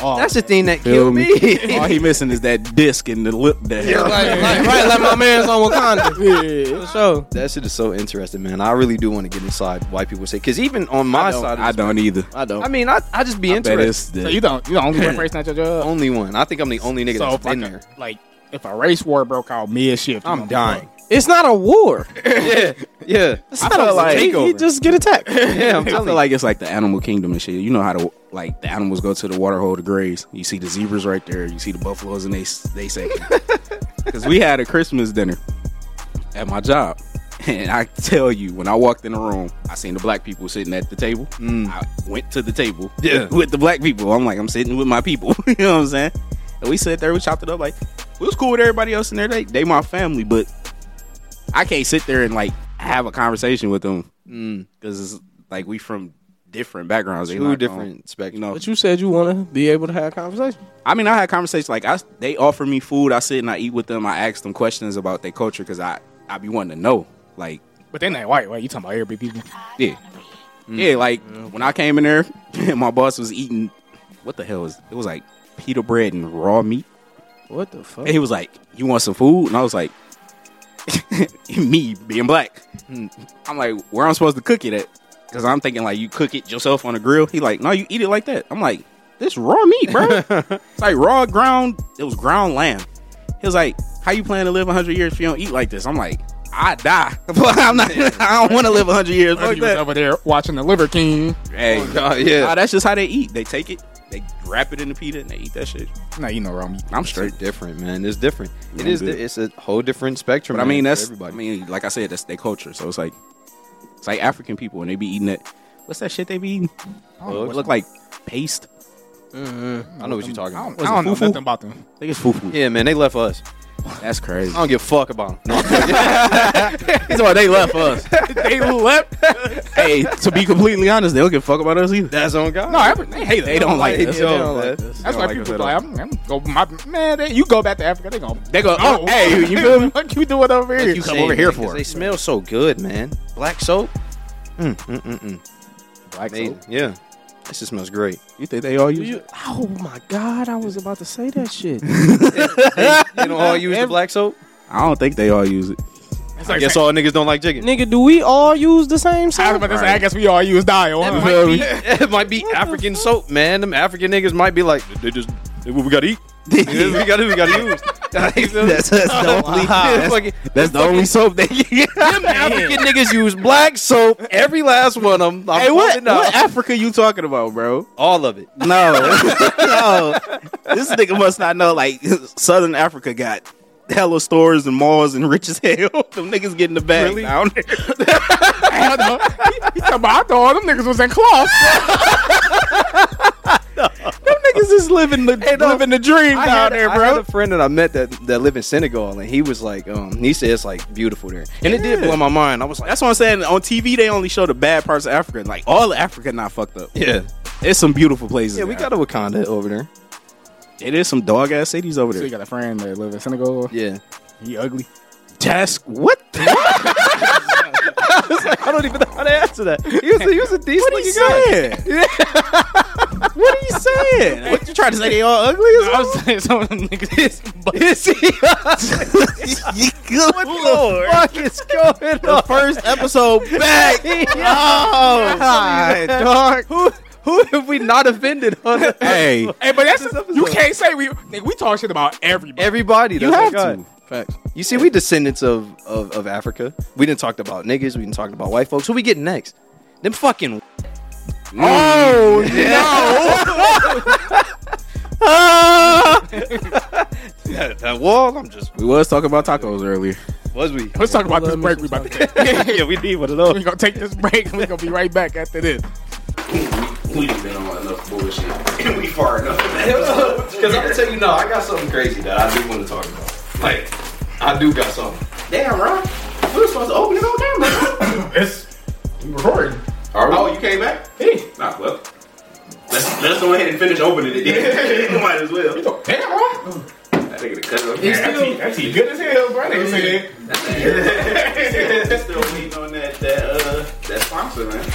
Speaker 4: Oh,
Speaker 2: That's the thing that
Speaker 1: Feel
Speaker 2: killed me.
Speaker 1: All he missing is that disc and the lip. The hair.
Speaker 3: Like, like, right, like my man's on Wakanda. Yeah, for sure.
Speaker 2: that shit is so interesting, man. I really do want to get inside white people say because even on my
Speaker 3: don't-
Speaker 2: side, of
Speaker 1: I
Speaker 2: this-
Speaker 1: don't either.
Speaker 3: I don't.
Speaker 2: I mean, I I just be
Speaker 1: I bet
Speaker 2: interested.
Speaker 1: it's the-
Speaker 4: so you don't. You the only white person at your job.
Speaker 2: only one. I think I'm the only nigga
Speaker 4: So
Speaker 2: that's
Speaker 4: if like,
Speaker 2: been
Speaker 4: a,
Speaker 2: there.
Speaker 4: like if a race war broke out mid shift,
Speaker 2: I'm dying.
Speaker 3: it's not a war.
Speaker 2: yeah, yeah.
Speaker 3: It's not a
Speaker 1: like-
Speaker 3: war. He- he just get attacked.
Speaker 2: Yeah, I'm
Speaker 1: I feel
Speaker 2: telling you.
Speaker 1: like it's like the animal kingdom and shit. You know how the like the animals go to the water hole to graze. You see the zebras right there. You see the buffaloes and they they say because we had a Christmas dinner at my job, and I tell you when I walked in the room, I seen the black people sitting at the table. I went to the table
Speaker 2: Mm. Yeah.
Speaker 1: with the black people. I'm like I'm sitting with my people. you know what I'm saying? And we sat there, we chopped it up like it was cool with everybody else in there. They they my family, but I can't sit there and like have a conversation with them because it's like we from different backgrounds. They
Speaker 2: Two
Speaker 1: not
Speaker 2: different
Speaker 1: gonna-
Speaker 2: spectrums.
Speaker 1: You know,
Speaker 3: But you said you want to be able to have a conversation.
Speaker 1: I mean, I had conversations like I, they offer me food. I sit and I eat with them. I ask them questions about their culture because I I be wanting to know. Like,
Speaker 4: But then they white. Right? You talking about Arabic people?
Speaker 1: yeah, yeah. Like when I came in there, my boss was eating what the hell is it was like pita bread and raw meat.
Speaker 3: What the fuck?
Speaker 1: And he was like, "You want some food?" And I was like, me being black. I'm like, where I'm supposed to cook it at? Because I'm thinking like you cook it yourself on a grill. He like, no, you eat it like that. I'm like, this raw meat, bro. it's like raw ground. It was ground lamb. He was like, how you plan to live 100 years if you don't eat like this? I'm like, I die. I'm not. I don't want to live 100 years.
Speaker 4: He
Speaker 1: Fuck
Speaker 4: was
Speaker 1: that.
Speaker 4: over there watching the Liver King.
Speaker 1: Hey,
Speaker 2: God, yeah.
Speaker 1: nah, that's just how they eat. They take it, they wrap it in the pita, and they eat that shit.
Speaker 4: No, you know raw meat.
Speaker 1: I'm
Speaker 2: It's
Speaker 1: straight.
Speaker 2: different, man. It's different. It
Speaker 1: I'm
Speaker 2: is.
Speaker 1: good.
Speaker 2: di- It's a whole different spectrum.
Speaker 1: But I mean,
Speaker 2: man, for
Speaker 1: that's
Speaker 2: everybody.
Speaker 1: I mean, like I said, that's their culture. So it's like it's like African people and they be eating that. What's that shit they be eating?
Speaker 4: I don't know
Speaker 1: It
Speaker 4: what-
Speaker 1: look like paste.
Speaker 2: I know what you're talking
Speaker 4: I
Speaker 2: about.
Speaker 4: don't, I don't know
Speaker 1: fufu?
Speaker 4: nothing about them.
Speaker 1: I think it's fufu.
Speaker 2: Yeah, man, they left us.
Speaker 1: That's crazy.
Speaker 2: I don't give a fuck about them.
Speaker 1: That's why they left us. they left. hey, to be completely honest, they don't give a fuck about us either.
Speaker 2: that's on God.
Speaker 4: No, every, they hate
Speaker 1: They
Speaker 4: it.
Speaker 1: don't like
Speaker 2: That's
Speaker 1: us.
Speaker 2: on,
Speaker 3: don't like
Speaker 2: man.
Speaker 3: this.
Speaker 4: That's
Speaker 1: They don't
Speaker 4: why
Speaker 1: like us
Speaker 4: people
Speaker 1: at
Speaker 4: be like, I'm, I'm go my man. They, you go back to Africa, they gonna
Speaker 1: They go,
Speaker 4: Oh,
Speaker 1: oh, hey, you feel me?
Speaker 4: What you doing over here?
Speaker 1: Like you come over here for
Speaker 2: They
Speaker 1: it.
Speaker 2: smell so good, man. Black soap. Mm,
Speaker 4: Black
Speaker 2: Amazing. Yeah, this just smells great.
Speaker 1: You think they all
Speaker 3: Do you? Oh my God! I was about to say that shit.
Speaker 2: You don't all use the black soap.
Speaker 1: I don't think they all use it.
Speaker 4: It's
Speaker 2: I
Speaker 4: like
Speaker 2: guess all niggas don't like chicken.
Speaker 3: Nigga, do we all use the same
Speaker 4: I was
Speaker 3: soap?
Speaker 4: about to say, I guess we all use dial.
Speaker 2: It
Speaker 4: huh?
Speaker 2: might be, it might be African soap, man. Them African niggas might be like, they just they what we gotta eat. This is what we gotta we gotta use.
Speaker 1: That's, that's the only. That's,
Speaker 2: Fucking-
Speaker 1: that's the only soap they. hey,
Speaker 2: them African niggas use black soap. Every last one of them. hey,
Speaker 1: what, what Africa you talking about, bro?
Speaker 2: All of it.
Speaker 1: No, no. This nigga must not know. Like Southern Africa got hella stores and malls and rich as hell. Them niggas getting the bag
Speaker 2: Really?
Speaker 1: down there.
Speaker 4: I know. He talking about, I thought all them niggas was in cloth.
Speaker 1: niggas is living the living the dream
Speaker 2: I
Speaker 1: down
Speaker 2: had,
Speaker 1: there,
Speaker 2: I had
Speaker 1: bro.
Speaker 2: a friend that I met that that lived in Senegal, and he was like, um, he said it's like beautiful there, and it did
Speaker 1: Yeah.
Speaker 2: blow my mind. I was like,
Speaker 1: That's what I'm saying. On TV, they only show the bad parts of Africa. Like all of Africa, not fucked up.
Speaker 2: yeah,
Speaker 1: There's some beautiful places.
Speaker 2: yeah, we
Speaker 1: in
Speaker 2: got a Wakanda over there.
Speaker 1: Africa. It is some dog ass cities over
Speaker 4: So you
Speaker 1: there.
Speaker 4: got a friend that live in Senegal.
Speaker 2: Yeah,
Speaker 4: He ugly.
Speaker 1: Task what?
Speaker 2: I don't even know how to answer that. He was, he was a decent
Speaker 1: What are you
Speaker 2: looking guy.
Speaker 1: saying? what are you saying? What you trying to say? They all ugly? Or something?
Speaker 4: saying some niggas.
Speaker 1: Good lord!
Speaker 2: Fuck is going on?
Speaker 1: First episode back. Oh, God, dog.
Speaker 2: Who who have we not offended? On
Speaker 1: Hey,
Speaker 4: Hey, but that's you
Speaker 2: episode.
Speaker 4: can't say we nigga, we talk shit about everybody.
Speaker 2: everybody.
Speaker 1: you
Speaker 2: that's
Speaker 1: have
Speaker 2: what
Speaker 1: to.
Speaker 2: God. You see, we descendants of, of of Africa. We didn't talk about niggas. We didn't talk about white folks. Who we getting next? Them fucking
Speaker 1: Oh
Speaker 2: that, that wall. I'm just
Speaker 1: we was talking about tacos earlier.
Speaker 2: was we.
Speaker 4: Let's talk about this break we about to take.
Speaker 2: yeah, we need one of those.
Speaker 4: We're gonna take this break and we're gonna be right back after this.
Speaker 1: We been on enough bullshit. we far enough.
Speaker 2: Because I'm gonna tell you, no, I got something crazy that I do want to talk about. Like, I do got something.
Speaker 1: Damn, Ron. We were supposed to open it on camera. bro.
Speaker 4: It's recording.
Speaker 1: All right. Oh, you came back?
Speaker 4: Hey,
Speaker 1: Nah, well. Let's, let's go ahead and finish opening it then. Might as well.
Speaker 4: you go, damn, bro.
Speaker 1: That nigga done cut it off.
Speaker 4: That's he- that's he good as hell, bro. Nigga said,
Speaker 1: Still, still waiting on that, that, uh, that sponsor, man.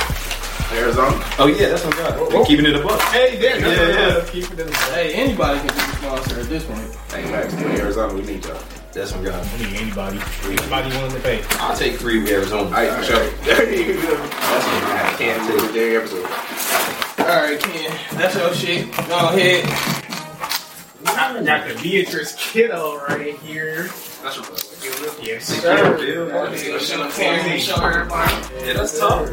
Speaker 1: Arizona.
Speaker 2: Oh yeah, that's on God.
Speaker 4: They're
Speaker 2: keeping it above.
Speaker 4: Hey, damn,
Speaker 2: Yeah,
Speaker 4: yeah. Keep it in
Speaker 3: Hey, anybody can be a sponsor at this point.
Speaker 1: Hey, Max, we in Arizona, we need y'all.
Speaker 2: That's on God.
Speaker 4: Anybody, anybody willing to pay?
Speaker 2: I'll take three with Arizona.
Speaker 1: All right, for sure. That's what I can't do with their episode.
Speaker 3: All right, Ken, that's your shit. Go ahead.
Speaker 4: I got the Beatrice kiddo right here.
Speaker 1: That's what I'm like.
Speaker 4: Yes,
Speaker 1: Yeah, that's tough.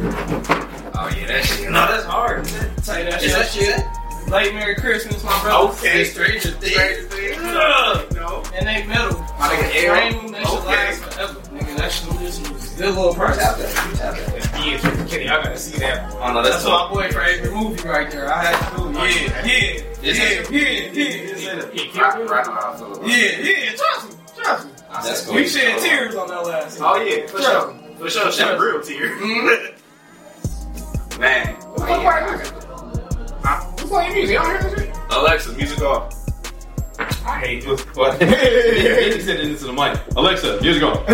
Speaker 1: Oh, yeah, that shit.
Speaker 5: No, that's hard.
Speaker 3: Say that
Speaker 5: Is that
Speaker 3: shit. Late Merry Christmas, my brother.
Speaker 5: Okay.
Speaker 3: Stranger Things.
Speaker 5: Ugh, no.
Speaker 3: And they metal.
Speaker 5: My nigga Arrow.
Speaker 3: Frame them, they should
Speaker 5: Okay.
Speaker 3: last forever. Nigga, that shit is a good little person.
Speaker 4: That's Beatrice kiddo. Y'all gotta see that.
Speaker 5: Oh no,
Speaker 3: That's
Speaker 5: that's hard.
Speaker 3: my boy for every movie right there. I had to do it.
Speaker 5: Yeah, yeah, yeah, yeah, yeah,
Speaker 1: Right, right now, I feel like-
Speaker 5: yeah, yeah. Trust me, trust me.
Speaker 1: That's
Speaker 3: We shed tears on that last one.
Speaker 5: Oh yeah, for sure, for sure. That real tear.
Speaker 1: Man.
Speaker 4: What part is it? Huh? What's playing music? Y'all hear this shit?
Speaker 5: Alexa, music off.
Speaker 4: I hate you.
Speaker 5: What? he said it into the mic. Alexa, music off.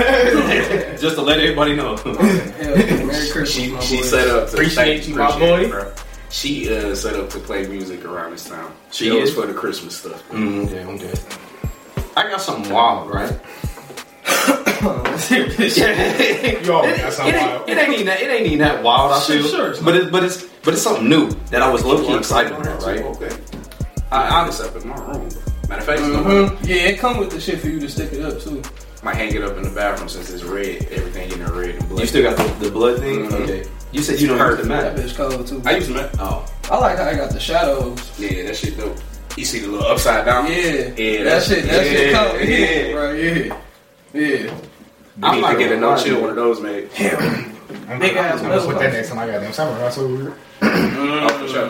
Speaker 5: Just to let everybody know.
Speaker 3: Hell yeah, Merry Christmas,
Speaker 1: She,
Speaker 3: my
Speaker 1: she
Speaker 3: boy.
Speaker 1: set up to
Speaker 4: Appreciate you, my
Speaker 1: appreciate it,
Speaker 4: boy.
Speaker 1: bro. She uh, set up to play music around this time. She
Speaker 5: Yo.
Speaker 1: is for the Christmas stuff.
Speaker 5: Mm, okay, I'm dead.
Speaker 1: I got something wild, right?
Speaker 5: it,
Speaker 4: You always got something
Speaker 5: it ain't,
Speaker 4: wild.
Speaker 5: it ain't even that. It ain't even that wild. I feel,
Speaker 6: sure, it's
Speaker 5: but it, but it's but it's something new that I was low key excited about. Right?
Speaker 1: Okay.
Speaker 5: I, I just up in my room. Matter of fact, it's gonna-
Speaker 3: Mhm. Yeah, it come with the shit for you to stick it up too.
Speaker 1: Might hang it up in the bathroom since it's red. Everything in there red and blue.
Speaker 5: you still got the, the blood thing.
Speaker 1: Mhm.
Speaker 5: Okay. You said you don't hurt the
Speaker 3: That
Speaker 5: map.
Speaker 3: bitch cold too.
Speaker 5: I use the map. Oh,
Speaker 3: I like how I got the shadows.
Speaker 1: Yeah, that shit dope. You see the little upside down?
Speaker 3: Yeah,
Speaker 1: Yeah,
Speaker 3: that shit, that shit
Speaker 1: yeah,
Speaker 3: cold.
Speaker 1: yeah.
Speaker 3: right. Yeah, yeah.
Speaker 1: I
Speaker 5: I'm
Speaker 1: might
Speaker 5: not
Speaker 1: get a
Speaker 5: gonna
Speaker 1: no
Speaker 5: lie,
Speaker 1: chill
Speaker 5: dude.
Speaker 1: one of those made.
Speaker 4: I'm
Speaker 3: Big
Speaker 4: gonna-
Speaker 3: ass
Speaker 4: I'm gonna put
Speaker 3: motherfucker.
Speaker 4: that next time I got them. Something that's so weird.
Speaker 1: Oh, for sure.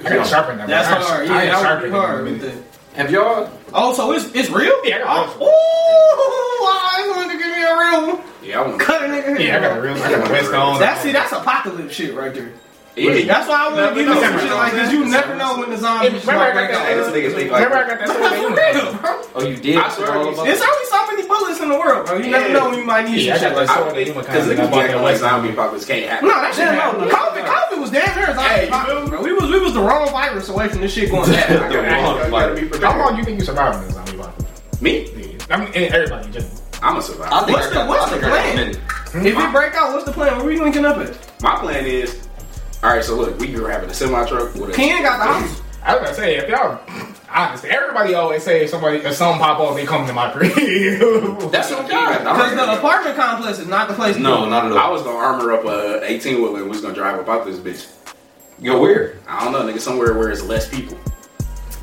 Speaker 4: I gotta sharpen that.
Speaker 3: That's
Speaker 4: I ain't-
Speaker 3: hard. Yeah,
Speaker 4: I ain't
Speaker 3: that would
Speaker 4: sharpened
Speaker 3: be
Speaker 4: in a
Speaker 3: hard with
Speaker 4: minute.
Speaker 3: that.
Speaker 5: Have y'all?
Speaker 3: Oh, so it's it's real?
Speaker 4: Yeah, I got
Speaker 3: Oh, ooh, I ain't wanted to give me a real one.
Speaker 1: Yeah, I want.
Speaker 3: Cut a nigga head
Speaker 4: Yeah, I got the
Speaker 3: off.
Speaker 4: real. I got the West on.
Speaker 3: That see, that's apocalypse shit right there.
Speaker 1: Yeah,
Speaker 3: That's why I want to give you
Speaker 4: no,
Speaker 3: some
Speaker 4: no,
Speaker 3: shit
Speaker 4: no,
Speaker 3: like this. You never know when the zombies
Speaker 4: Hey,
Speaker 3: just
Speaker 4: remember
Speaker 3: might
Speaker 4: I
Speaker 3: break
Speaker 4: got
Speaker 3: out.
Speaker 4: that-
Speaker 1: this nigga think
Speaker 4: Remember,
Speaker 1: like.
Speaker 4: I got that.
Speaker 3: For real, bro.
Speaker 5: Oh, you did.
Speaker 1: I swear to
Speaker 3: There's only so many bullets in the world, bro. You never
Speaker 1: Yeah.
Speaker 3: know when you might need
Speaker 4: Yeah,
Speaker 3: some shit
Speaker 4: I got
Speaker 3: like
Speaker 4: that
Speaker 3: that.
Speaker 4: sword that you were
Speaker 1: Because
Speaker 4: kind
Speaker 1: look at
Speaker 4: of about
Speaker 1: Black
Speaker 4: that
Speaker 1: White
Speaker 4: West
Speaker 1: Zombie Apocalypse can't happen.
Speaker 3: No, that shit happened. COVID, COVID was damn near
Speaker 4: Hey, you
Speaker 3: zombie
Speaker 4: feel me?
Speaker 3: bro. We was we was the wrong virus away from this shit going
Speaker 1: I
Speaker 3: down.
Speaker 1: gotta- I gotta- I gotta be
Speaker 4: How long
Speaker 1: prepared.
Speaker 4: you think you surviving this zombie apocalypse?
Speaker 1: Me?
Speaker 4: I mean, and everybody in general.
Speaker 1: I'm a
Speaker 5: I
Speaker 1: survivor.
Speaker 5: think
Speaker 3: What's
Speaker 5: I
Speaker 3: the-
Speaker 5: got,
Speaker 3: what's
Speaker 5: I think
Speaker 3: the
Speaker 5: I got a
Speaker 3: plan?
Speaker 5: minute.
Speaker 3: If it break out, what's the plan? Where we linking up at?
Speaker 1: My plan is. All right, so look, we were having a semi truck with a
Speaker 3: Ken got the house.
Speaker 4: I was gonna say if y'all. Honestly, everybody always say if somebody if something pop up, they come to my crib.
Speaker 1: That's what I'm doing.
Speaker 3: Because the
Speaker 1: I
Speaker 3: apartment complex is not the place. to
Speaker 5: No, not at all.
Speaker 1: was gonna armor up a 18 wheeler and we was gonna drive about this bitch.
Speaker 5: Yo, where?
Speaker 1: I don't know, nigga, somewhere where it's less people.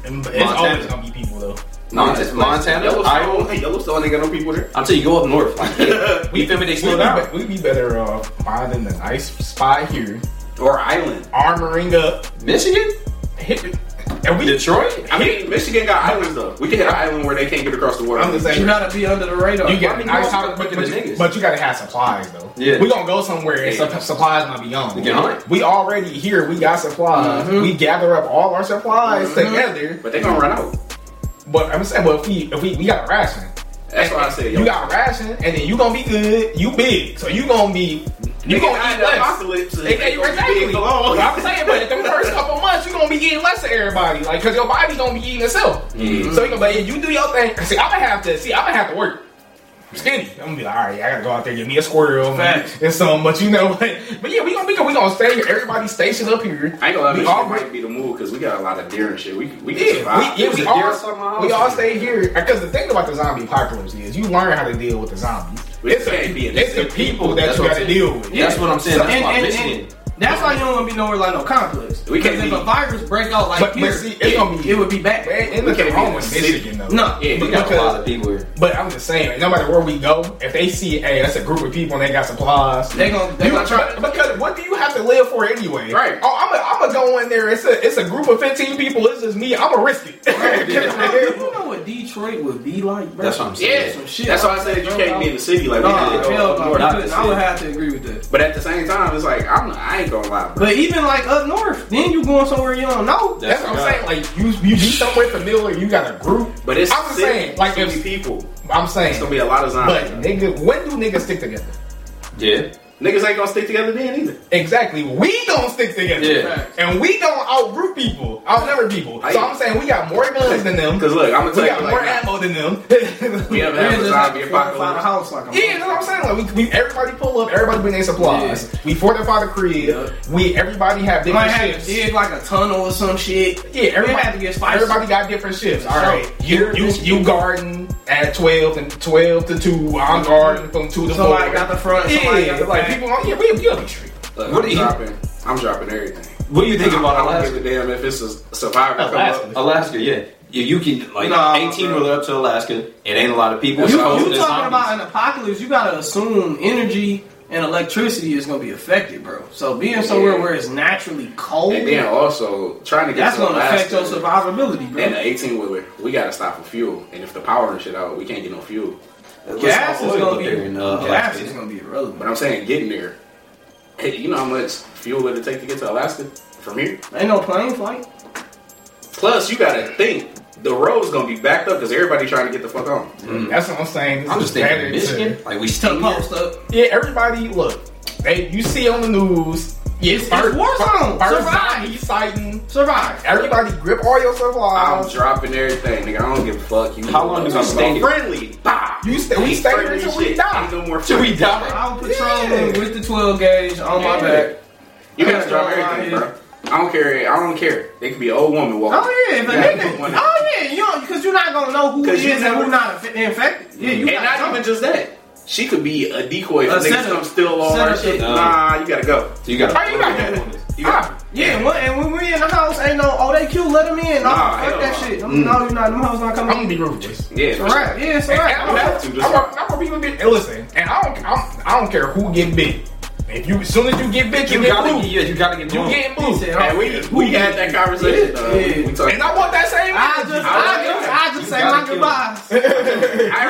Speaker 4: And it's
Speaker 5: Montana.
Speaker 4: always gonna be people though.
Speaker 5: Montana, Montana, Iowa.
Speaker 1: Hey, Yellowstone ain't got no people there.
Speaker 5: I'm telling you, go up north. Like, yeah, we family, they
Speaker 4: We'd
Speaker 5: slow
Speaker 4: be,
Speaker 5: down.
Speaker 4: be- we'd be better uh, finding a nice spot here,
Speaker 1: Or Island.
Speaker 4: armoring up,
Speaker 5: Michigan,
Speaker 4: hit it, and we.
Speaker 5: Detroit.
Speaker 1: I mean, Michigan got islands though. We can hit an island where they can't get across the water.
Speaker 4: I'm just
Speaker 3: You
Speaker 4: saying.
Speaker 3: gotta be under the radar.
Speaker 4: You
Speaker 5: Why
Speaker 4: get
Speaker 5: we
Speaker 4: nice
Speaker 5: going
Speaker 4: house,
Speaker 5: to
Speaker 4: but,
Speaker 5: the
Speaker 4: but, you,
Speaker 5: niggas?
Speaker 4: but you gotta have supplies though.
Speaker 5: Yeah.
Speaker 4: we gonna go somewhere and
Speaker 1: Yeah.
Speaker 4: sup- supplies gonna be on.
Speaker 5: We can hunt.
Speaker 4: We already here. We got supplies. We gather up all our supplies together.
Speaker 1: But they gonna run out.
Speaker 4: But I'm saying, well, if we if we, we got a ration,
Speaker 1: That's why I said, yo,
Speaker 4: you got a ration, and then you gonna be good. You big, so you gonna be you
Speaker 1: Nigga,
Speaker 4: gonna
Speaker 1: I
Speaker 4: eat
Speaker 1: had the
Speaker 4: less.
Speaker 1: apocalypse. and
Speaker 4: Hey,
Speaker 1: they
Speaker 4: hey,
Speaker 1: gonna be big
Speaker 4: Exactly.
Speaker 1: alone.
Speaker 4: I'm saying, but the first couple months, you're gonna be eating less of everybody, like, cause your body gonna be eating itself. So, you know, but if you do your thing, see, I'm gonna have to, see, I'm gonna have to work. I'm skinny. I'm gonna be like, all right, I gotta go out there, give me a squirrel
Speaker 3: Facts.
Speaker 4: and some. But you know, what? but yeah, we gonna we gonna, we gonna stay here. Everybody stationed up here.
Speaker 1: I ain't gonna lie,
Speaker 4: we
Speaker 1: Michigan
Speaker 4: all
Speaker 1: might be the move because we got a lot of deer and shit. We we can
Speaker 4: yeah,
Speaker 1: survive.
Speaker 4: we, yeah,
Speaker 1: There's
Speaker 4: we
Speaker 1: a deer somewhere
Speaker 4: all
Speaker 1: else.
Speaker 4: we all stay here because the thing about the zombie apocalypse is you learn how to deal with the zombies.
Speaker 1: We
Speaker 4: It's,
Speaker 1: can't be
Speaker 4: the,
Speaker 1: in
Speaker 4: it's the
Speaker 1: this.
Speaker 4: people that
Speaker 5: That's
Speaker 4: you
Speaker 5: what
Speaker 4: got to
Speaker 5: I'm
Speaker 4: deal with.
Speaker 5: That's what I'm saying. That's
Speaker 3: and,
Speaker 5: why
Speaker 3: and,
Speaker 5: Michigan.
Speaker 3: and that's why you don't want to be nowhere like no complex.
Speaker 1: We can't
Speaker 3: Because if
Speaker 1: be-
Speaker 3: a virus break out like
Speaker 4: But- but
Speaker 3: here,
Speaker 4: see, it's gonna be-
Speaker 3: it would be bad.
Speaker 4: Man, ain't
Speaker 1: We
Speaker 4: nothing
Speaker 1: can't
Speaker 4: wrong
Speaker 1: be
Speaker 4: with
Speaker 1: in the
Speaker 4: Michigan though.
Speaker 3: No,
Speaker 5: yeah, we got a lot of people here.
Speaker 4: But I'm just saying, no matter where we go, if they see, hey, that's a group of people and they got supplies,
Speaker 3: They gon- they
Speaker 4: you-
Speaker 3: gonna try-
Speaker 4: Because what do you have to live for anyway?
Speaker 1: Right.
Speaker 4: Oh, I'm gonna go in there. It's a it's a group of 15 people. It's just me. I'm gonna risk it.
Speaker 3: you know what Detroit would be like, bro?
Speaker 5: That's what I'm
Speaker 1: Yeah,
Speaker 5: saying.
Speaker 3: Some shit.
Speaker 1: that's why I said you can't be in the city like we
Speaker 3: Nah,
Speaker 1: had to go
Speaker 3: hell
Speaker 1: up
Speaker 3: no,
Speaker 1: north.
Speaker 3: you
Speaker 5: not
Speaker 3: couldn't.
Speaker 5: the
Speaker 3: I would
Speaker 5: city.
Speaker 3: have to agree with that.
Speaker 1: But at the same time, it's like I'm I ain't gonna lie, bro.
Speaker 3: But even like up north, then you going somewhere you don't know.
Speaker 4: That's what I'm saying. Like you, you be somewhere familiar. You got a group,
Speaker 1: But it's
Speaker 4: I'm just
Speaker 1: city,
Speaker 4: saying, like
Speaker 1: so many
Speaker 4: if
Speaker 1: people,
Speaker 4: I'm
Speaker 1: it's gonna
Speaker 4: saying,
Speaker 1: be a lot of
Speaker 4: but
Speaker 1: zombies.
Speaker 4: nigga, when do niggas stick together?
Speaker 5: Yeah.
Speaker 1: Niggas ain't gonna stick together then either.
Speaker 4: Exactly. We gonna stick together.
Speaker 5: Yeah.
Speaker 4: And we gonna outgroup people, outnumber people.
Speaker 1: I-
Speaker 4: so I'm saying we got more guns than them.
Speaker 1: Because look, I'm gonna tell
Speaker 4: We got
Speaker 1: you,
Speaker 4: more
Speaker 1: like,
Speaker 4: ammo than them.
Speaker 1: we have
Speaker 3: Then
Speaker 1: a
Speaker 3: just
Speaker 1: zombie
Speaker 3: like fortify the
Speaker 1: apocalypse.
Speaker 3: house like a
Speaker 4: Yeah, that's what I'm saying. Like we, we everybody pull up, everybody bring their supplies. We fortify the crib. We everybody have
Speaker 3: You might
Speaker 4: different
Speaker 3: have to
Speaker 4: shifts.
Speaker 3: dig like a tunnel or some shit.
Speaker 4: Yeah, everybody
Speaker 3: It had to get spicy.
Speaker 4: Everybody got different shifts. All
Speaker 3: Sure.
Speaker 4: right, you you you garden at twelve and twelve to two. I'm garden from two to four.
Speaker 3: Somebody got the front. Somebody
Speaker 4: yeah,
Speaker 3: got the
Speaker 4: like
Speaker 3: back.
Speaker 4: people. Yeah, we we on the street.
Speaker 1: Look,
Speaker 5: What
Speaker 1: I'm
Speaker 5: do you-
Speaker 1: dropping. I'm dropping everything.
Speaker 5: What do you think about
Speaker 1: I don't
Speaker 5: Alaska?
Speaker 1: give a damn if it's a survivor come up.
Speaker 5: Alaska, yeah. You, you can like
Speaker 3: Nah,
Speaker 5: 18
Speaker 3: bro.
Speaker 5: wheeler up to Alaska. It ain't a lot of people.
Speaker 3: You,
Speaker 5: It's
Speaker 3: you
Speaker 5: cold,
Speaker 3: talking
Speaker 5: there's zombies.
Speaker 3: about an apocalypse? You gotta assume energy and electricity is gonna be affected, bro. So being somewhere
Speaker 1: Yeah.
Speaker 3: where it's naturally cold,
Speaker 1: And then also trying to get
Speaker 3: that's
Speaker 1: to
Speaker 3: gonna affect your
Speaker 1: Alaska
Speaker 3: survivability, bro.
Speaker 1: and the 18 wheeler, we gotta stop for fuel. And if the power and shit out, we can't get no fuel.
Speaker 5: There's
Speaker 3: gas
Speaker 5: some
Speaker 3: is
Speaker 5: oil
Speaker 3: gonna
Speaker 5: up
Speaker 3: be
Speaker 5: there in, uh,
Speaker 3: gas
Speaker 5: Alaska.
Speaker 3: is gonna be
Speaker 1: But
Speaker 3: irrelevant.
Speaker 1: I'm saying getting there. Hey, you know how much fuel it'll take to get to Alaska from here?
Speaker 3: Ain't no plane flight.
Speaker 1: Plus, you gotta think the road's gonna be backed up because everybody trying to get the fuck on.
Speaker 4: Mm-hmm. That's what I'm saying. This
Speaker 5: I'm
Speaker 4: is
Speaker 5: just thinking
Speaker 4: better
Speaker 5: of
Speaker 4: to-
Speaker 5: Michigan. Like we
Speaker 3: Just to
Speaker 5: still
Speaker 3: post up.
Speaker 4: Yeah, everybody, look, they you see on the news
Speaker 3: Yes, it's
Speaker 4: First-
Speaker 3: Warzone.
Speaker 4: First
Speaker 3: Survive.
Speaker 4: zombie sighting.
Speaker 3: Survive.
Speaker 4: Everybody grip all your
Speaker 7: I'm
Speaker 4: supplies.
Speaker 7: dropping everything, nigga. I don't give a fuck. You
Speaker 2: How long does
Speaker 7: you
Speaker 2: it stay
Speaker 7: stay?
Speaker 2: here?
Speaker 3: Friendly. Bah.
Speaker 4: You stay, we stay here until we die.
Speaker 7: Ain't no more
Speaker 2: Should we
Speaker 7: friendly.
Speaker 2: die?
Speaker 3: I'll patrol
Speaker 4: Yeah.
Speaker 3: with the 12 gauge on my back.
Speaker 7: You gotta drop everything, bro. I don't care. I don't care. They could be an old woman walking.
Speaker 3: Oh yeah, if a
Speaker 7: You gotta
Speaker 3: nigga.
Speaker 7: put one in.
Speaker 3: Oh yeah, you know, because you're not gonna know who
Speaker 7: 'Cause
Speaker 3: is
Speaker 7: you
Speaker 3: and
Speaker 7: never-
Speaker 3: who not inf- infected. Yeah, you
Speaker 7: and
Speaker 3: gotta
Speaker 7: not
Speaker 3: know.
Speaker 7: even just that. She could be a decoy if
Speaker 3: A
Speaker 7: niggas
Speaker 3: setup.
Speaker 7: come steal all
Speaker 3: Setup
Speaker 7: her shit.
Speaker 3: shit.
Speaker 7: Nah, you gotta go.
Speaker 2: So you got.
Speaker 4: How you got that? Ah,
Speaker 7: You gotta,
Speaker 3: Yeah, when, and when we in the house, ain't no oh they cute, let them in. No,
Speaker 7: Nah, Mm.
Speaker 3: fuck
Speaker 7: hell
Speaker 3: that
Speaker 7: no.
Speaker 3: shit. No, No, you're not. Them hoes not
Speaker 4: I'm
Speaker 3: coming.
Speaker 4: gonna be ruthless.
Speaker 7: yeah.
Speaker 3: It's alright. Yeah, it's
Speaker 4: And I'm,
Speaker 3: alright.
Speaker 4: not- I'm, not- I'm gonna be ruthless. And listen, and I don't, I don't, I don't care who get bit. If you, as soon as you get bit, you,
Speaker 2: You
Speaker 4: get
Speaker 2: gotta,
Speaker 4: blue.
Speaker 2: yeah, you gotta get
Speaker 4: You
Speaker 2: moved.
Speaker 4: get blue.
Speaker 3: said,
Speaker 7: And we we had that conversation.
Speaker 3: Yeah,
Speaker 7: uh, we-
Speaker 3: yeah.
Speaker 7: We talked.
Speaker 4: And I want that same.
Speaker 3: I just, I just, I just say my
Speaker 2: gotta kill
Speaker 3: goodbyes.
Speaker 7: I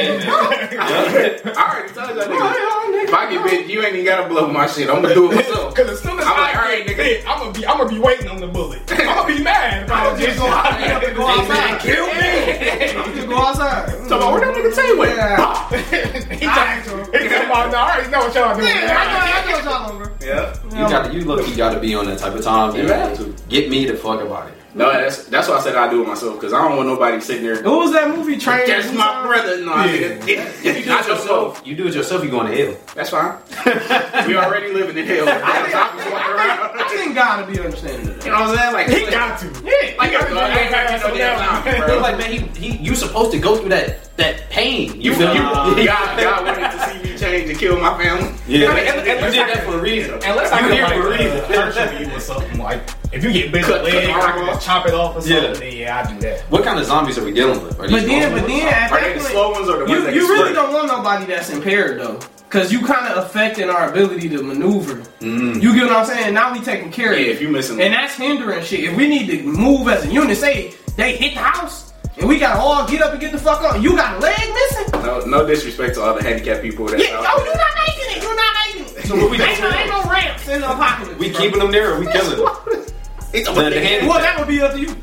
Speaker 7: already told you. I already told you.
Speaker 3: Oh,
Speaker 7: nigga. If I get bit, you ain't even gotta blow my shit. I'm gonna do it myself.
Speaker 4: Because as soon as
Speaker 7: I'm
Speaker 4: I'm
Speaker 7: like, all
Speaker 4: I
Speaker 7: right,
Speaker 4: get
Speaker 7: nigga.
Speaker 4: bit, I'm gonna be, I'm gonna be waiting on the bullet. I'm gonna be mad. If I
Speaker 3: I'm just gonna hurry up and go outside.
Speaker 4: kill me.
Speaker 3: I'm just go outside.
Speaker 4: So
Speaker 7: Oh,
Speaker 4: where that nigga Tay went?
Speaker 3: Yeah.
Speaker 4: Pop. he
Speaker 3: I-
Speaker 4: talking he talking about, "Nah, I already know what y'all doing.
Speaker 3: Yeah, I know, I know what y'all on, bro.
Speaker 7: Yeah.
Speaker 2: You gotta, you look, you gotta be on that type of time.
Speaker 7: You have to.
Speaker 2: and Get me the fuck about it.
Speaker 7: No, that's that's why I said I do it myself because I don't want nobody sitting there.
Speaker 3: What was that movie? Train.
Speaker 7: That's my brother. No, I nigga. If if you do it yourself,
Speaker 2: You do it yourself. You going to hell.
Speaker 7: that's fine. we already living in hell. I was walking around.
Speaker 3: I think God to be understanding.
Speaker 7: You know what I'm saying? Like
Speaker 4: He got to.
Speaker 3: Yeah.
Speaker 7: Like, I ain't got no damn time, bro.
Speaker 2: like, man, he, he, you supposed to go through that, that pain. You,
Speaker 7: You,
Speaker 2: feel
Speaker 7: you,
Speaker 2: me?
Speaker 7: God, God wanted to see me change and kill my family.
Speaker 2: Yeah.
Speaker 4: I mean, and- and-
Speaker 2: you did that for a reason.
Speaker 4: Unless I
Speaker 2: you
Speaker 4: can
Speaker 2: here
Speaker 4: like
Speaker 2: for a reason.
Speaker 4: torture you or something like. If you get bit in
Speaker 7: Cut-
Speaker 4: the leg,
Speaker 7: cut
Speaker 4: I can
Speaker 7: off.
Speaker 4: just chop it off or
Speaker 2: Yeah.
Speaker 4: something. Yeah, then, yeah I do that.
Speaker 2: What kind of zombies are we dealing with? Are these
Speaker 3: But then,
Speaker 2: normal
Speaker 3: but
Speaker 2: ones?
Speaker 3: then, at
Speaker 7: Are they
Speaker 3: that
Speaker 7: the
Speaker 3: point,
Speaker 7: slow ones or the ones
Speaker 3: You,
Speaker 7: that
Speaker 3: you
Speaker 7: can
Speaker 3: really
Speaker 7: sprint?
Speaker 3: don't want nobody that's impaired though, because you kind of affecting our ability to maneuver. You get what I'm saying? Now we taking care of
Speaker 7: Mm-hmm. Yeah,
Speaker 3: it,
Speaker 7: if you missing,
Speaker 3: and that's hindering shit. If we need to move as a unit, say they hit the house, and we gotta all get up and get the fuck on. You got a leg missing?
Speaker 7: no, uh, no disrespect to all the handicapped people that.
Speaker 3: Yeah, oh, you're not making it. You're not making it.
Speaker 2: So what we
Speaker 3: ain't, no,
Speaker 2: doing?
Speaker 3: ain't no ramps in the apocalypse.
Speaker 2: we
Speaker 3: bro.
Speaker 2: keeping them there or we killing them?
Speaker 7: It's
Speaker 2: The- the hand-
Speaker 3: Well, that would be up to you.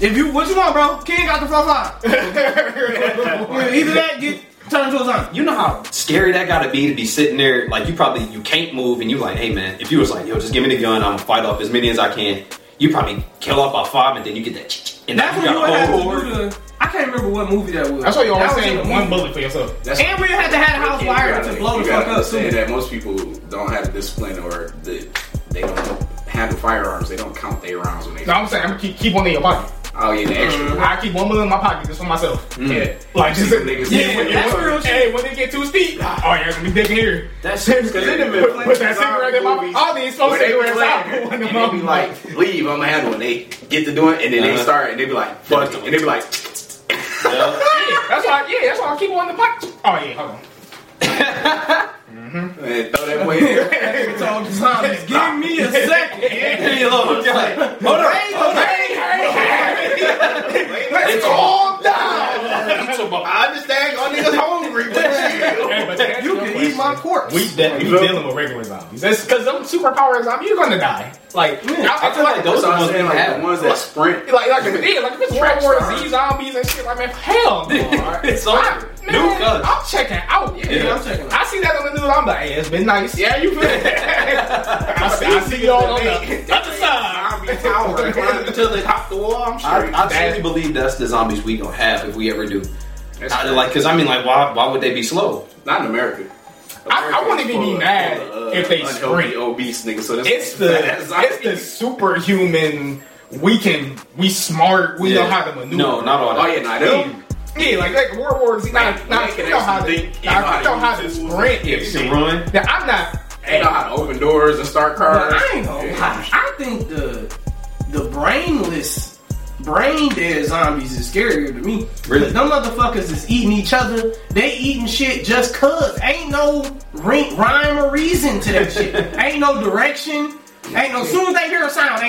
Speaker 3: If you what you want, bro? King got the fuck five. Either that, get turned into a zombie.
Speaker 2: You know how scary that gotta be to be sitting there, like you probably you can't move, and you like, hey man, if you was like, yo, just give me the gun, I'm gonna fight off as many as I can. You probably kill off by five, and then you get that, ch- ch- and
Speaker 3: That's
Speaker 2: now
Speaker 3: when you
Speaker 2: got
Speaker 3: would
Speaker 2: a
Speaker 3: have
Speaker 2: whole horde.
Speaker 3: to do the. I can't remember what movie that was.
Speaker 4: That's why you always
Speaker 3: That was in
Speaker 4: saying
Speaker 3: the
Speaker 4: one
Speaker 3: movie.
Speaker 4: bullet for yourself.
Speaker 7: That's
Speaker 3: And we had to have the house
Speaker 7: You
Speaker 3: wired
Speaker 7: gotta-
Speaker 3: to blow
Speaker 7: you
Speaker 3: the fuck
Speaker 7: gotta
Speaker 3: up
Speaker 7: understand
Speaker 3: too.
Speaker 7: that most people don't have the discipline or the, they don't handle firearms. They don't count their rounds when they.
Speaker 4: No, I'm saying I'm gonna keep, keep one in your pocket.
Speaker 7: Oh yeah, the
Speaker 3: Mm-hmm.
Speaker 7: extra.
Speaker 4: I keep one bullet in my pocket just for myself. Yeah, like just
Speaker 7: Niggas-
Speaker 4: yeah. When,
Speaker 3: that's
Speaker 4: when,
Speaker 3: real
Speaker 4: hey, when they get too steep, oh yeah, let me dig in here.
Speaker 2: That's
Speaker 7: Cause they done been
Speaker 4: Put,
Speaker 7: playing
Speaker 4: put that
Speaker 7: zombie
Speaker 4: cigarette in my
Speaker 7: movies
Speaker 4: all these folks
Speaker 7: where they were
Speaker 4: cigarettes out.
Speaker 7: playing,
Speaker 4: Put one
Speaker 7: and
Speaker 4: in
Speaker 7: they be
Speaker 4: my
Speaker 7: like, "Leave, I'm gonna handle it." And they get to doing, it, and then they
Speaker 2: Uh-huh.
Speaker 7: start, and they be like, "Fuck it," and they be like,
Speaker 4: That's why, yeah, that's why I keep one in the pocket. Oh yeah, hold on.
Speaker 7: "Man, "Throw that boy in there."
Speaker 3: It's all the zombies. Give me a second.
Speaker 2: Leave me alone. You're like, hold on.
Speaker 3: Hey, hey,
Speaker 4: Let's calm down.
Speaker 7: I understand y'all niggas hungry, but shit.
Speaker 4: Hey, but to answer
Speaker 3: You
Speaker 4: your
Speaker 3: can eat
Speaker 4: question,
Speaker 3: my corpse.
Speaker 4: We de- we
Speaker 7: You feel me?
Speaker 4: dealing with regular zombies. That's because them superpower zombies, you're gonna die. Like I, I feel like
Speaker 2: those
Speaker 7: That's what
Speaker 2: are
Speaker 7: I'm
Speaker 2: the
Speaker 7: saying.
Speaker 2: ones
Speaker 7: Like the ones that sprint.
Speaker 4: Like, like, if it is, like, if it's World
Speaker 7: Trash
Speaker 4: War
Speaker 7: stars.
Speaker 4: Z zombies and shit, like, man, hell no.
Speaker 2: It's
Speaker 4: I,
Speaker 2: over.
Speaker 4: man,
Speaker 2: Nuke us.
Speaker 4: I'm checking out.
Speaker 3: Yeah, I'm checking out.
Speaker 4: I see that on the news. I'm like, hey, it's been nice. Yeah, you feel it? I see, I see y'all on the other side.
Speaker 7: Zombie tower climbing until they top the wall. I'm
Speaker 2: I,
Speaker 7: straight.
Speaker 2: I truly believe that's the zombies we gonna have if we ever do.
Speaker 7: That's
Speaker 2: I,
Speaker 7: crazy.
Speaker 2: like, cause I mean, like, why why would they be slow?
Speaker 7: Not in America.
Speaker 4: I- I wouldn't even be
Speaker 7: Full of-
Speaker 4: mad
Speaker 7: full of,
Speaker 4: if they
Speaker 7: unhealthy,
Speaker 4: sprint.
Speaker 7: obese niggas. So that's
Speaker 4: It's the, it's the superhuman. We can, we smart. We know
Speaker 2: Yeah.
Speaker 4: how to maneuver.
Speaker 2: No, not all
Speaker 7: Oh
Speaker 2: that.
Speaker 7: yeah, nah,
Speaker 4: Yeah,
Speaker 7: them.
Speaker 4: yeah, like like World War Z. Now,
Speaker 7: Like,
Speaker 4: now
Speaker 7: they
Speaker 4: you
Speaker 7: can
Speaker 4: know how to,
Speaker 7: actually
Speaker 4: now,
Speaker 7: think and
Speaker 4: you know how to
Speaker 7: use tools.
Speaker 4: sprint.
Speaker 2: Yeah,
Speaker 4: and
Speaker 2: you
Speaker 4: shit.
Speaker 2: can run.
Speaker 4: Now I'm not.
Speaker 7: They know how to open doors and start
Speaker 3: Nah,
Speaker 7: cars.
Speaker 3: I ain't gonna lie. I think the the brainless, brain dead zombies is scarier to me.
Speaker 2: Really?
Speaker 3: Cause them motherfuckers is eating each other. They eating shit just cause. Ain't no ri- rhyme or reason to that shit. ain't no direction. Ain't no. Soon as they hear a sound, they.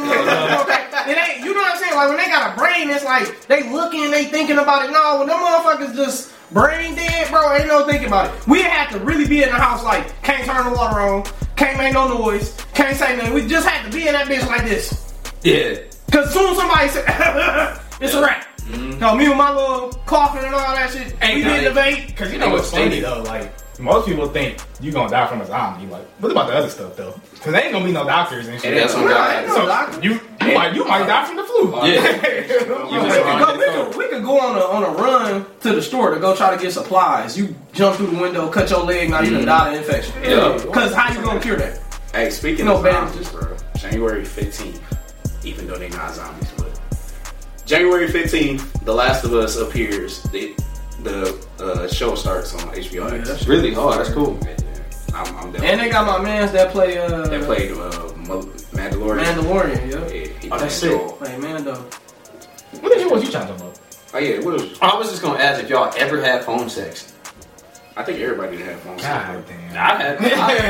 Speaker 3: it ain't. You know what I'm saying? Like when they got a brain, it's like they looking, they thinking about it. No, when them motherfuckers just. Brain dead, bro. Ain't no thinking about it. We had to really be in the house like can't turn the water on, can't make no noise, can't say nothing. We just had to be in that bitch like this.
Speaker 2: Yeah.
Speaker 3: Cause soon somebody said, "It's a wrap." No, me with my little coughing and all that shit.
Speaker 4: Ain't
Speaker 3: we
Speaker 4: nothing.
Speaker 3: didn't debate.
Speaker 4: Because you
Speaker 2: They
Speaker 4: know
Speaker 2: go
Speaker 4: what's funny
Speaker 2: steady.
Speaker 4: though, like Most people think you gonna die from insomnia. Like, what about the other stuff though? Cause there ain't gonna be no doctors and shit.
Speaker 2: And that's what
Speaker 3: Nah,
Speaker 2: God
Speaker 3: ain't no doctor.
Speaker 4: you you might you might die from the flu.
Speaker 2: Yeah.
Speaker 3: No, we could, we could go on a on a run to the store to go try to get supplies. You jump through the window, cut your leg, now you done died of infection.
Speaker 2: Yeah.
Speaker 3: Cause how you gonna cure that?
Speaker 7: Hey, speaking
Speaker 3: No
Speaker 7: of
Speaker 3: bandages.
Speaker 7: zombies, bro, January 15th, even though they're not zombies, but January 15th, The Last of Us appears. The, the uh, show starts on HBO Max.
Speaker 3: that's
Speaker 2: Really? Oh, that's cool.
Speaker 7: I'm, I'm down.
Speaker 3: And they got my mans that play uh
Speaker 7: They played uh, Mal- Mandalorian.
Speaker 3: Mandalorian, yo.
Speaker 7: Yeah, he
Speaker 2: Oh, that's
Speaker 7: played
Speaker 2: it.
Speaker 7: Joel.
Speaker 3: Play Mando.
Speaker 4: What the hell was you trying to talk about?
Speaker 7: Oh yeah, what is?
Speaker 2: I was just gonna ask if y'all ever had phone sex.
Speaker 7: I think everybody did have phone sex.
Speaker 4: God damn.
Speaker 2: I had. I,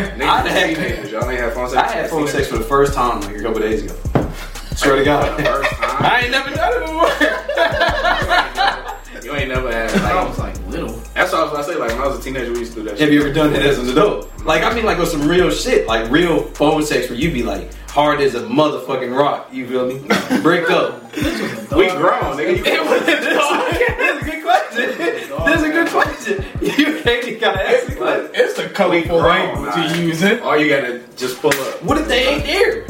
Speaker 2: I
Speaker 7: Niggas,
Speaker 2: had.
Speaker 7: teenagers, y'all ain't have phone sex.
Speaker 2: I had phone sex for the first time like a couple days ago. Swear to
Speaker 7: The
Speaker 2: God.
Speaker 7: first time.
Speaker 2: I ain't never done it before.
Speaker 7: You ain't never had. Like,
Speaker 3: I was like little.
Speaker 7: that's what I was gonna say. Like when I was a teenager, we used to do that.
Speaker 2: Have
Speaker 7: shit.
Speaker 2: you ever done that as an adult? Like, I mean, like, on some real shit. Like, real phone sex where you be like, hard as a motherfucking rock. You feel me? Bricked up.
Speaker 7: We grown, nigga. You
Speaker 2: It was- That's a good question. That's a good question. You ain't gotta ask the question.
Speaker 4: It's the colorful
Speaker 7: grown,
Speaker 4: language
Speaker 7: nah.
Speaker 4: you using.
Speaker 7: All you gotta just pull up.
Speaker 2: What if they ain't there?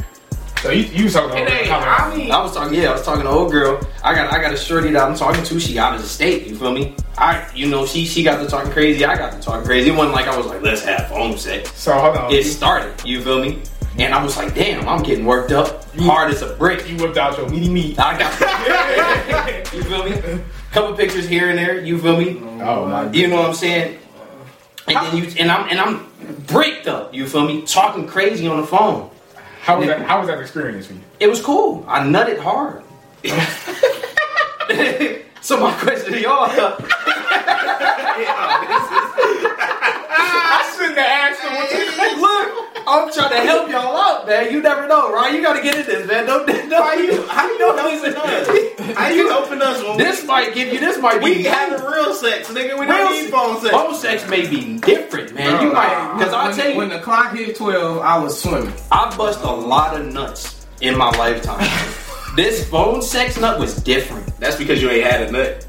Speaker 4: So you you was talking about
Speaker 7: Hey,
Speaker 4: color.
Speaker 7: I mean,
Speaker 2: I was talking, yeah, I was talking to old girl. I got, I got a shorty that I'm talking to. She out of the state. You feel me? I, you know, she, she got to talking crazy. I got to talking crazy. It wasn't like I was like, let's have phone sex.
Speaker 4: So hold on.
Speaker 2: It started. You feel me? And I was like, damn, I'm getting worked up, hard as a brick.
Speaker 4: You whipped out your meaty meat.
Speaker 2: I got you feel me? Couple pictures here and there, you feel me?
Speaker 4: Oh my
Speaker 2: You know what I'm saying? And then you and I'm and I'm bricked up, you feel me? Talking crazy on the phone.
Speaker 4: How was that how was that experience for you?
Speaker 2: It was cool. I nutted hard. so my question to y'all
Speaker 4: I shouldn't have asked him what you
Speaker 2: look, I'm trying to help y'all out, man. You never know, right? You gotta get in this, man. Don't, don't how you how you know this?
Speaker 7: how you open us when
Speaker 2: This might give you this might be
Speaker 7: we having real sex, nigga? We
Speaker 2: Real
Speaker 7: don't need phone sex.
Speaker 2: Phone sex may be different, man. you might, because I
Speaker 3: When-
Speaker 2: tell you,
Speaker 3: when the clock hit twelve, I was swimming.
Speaker 2: I bust a lot of nuts in my lifetime. this phone sex nut was different.
Speaker 7: That's because you ain't had a nut.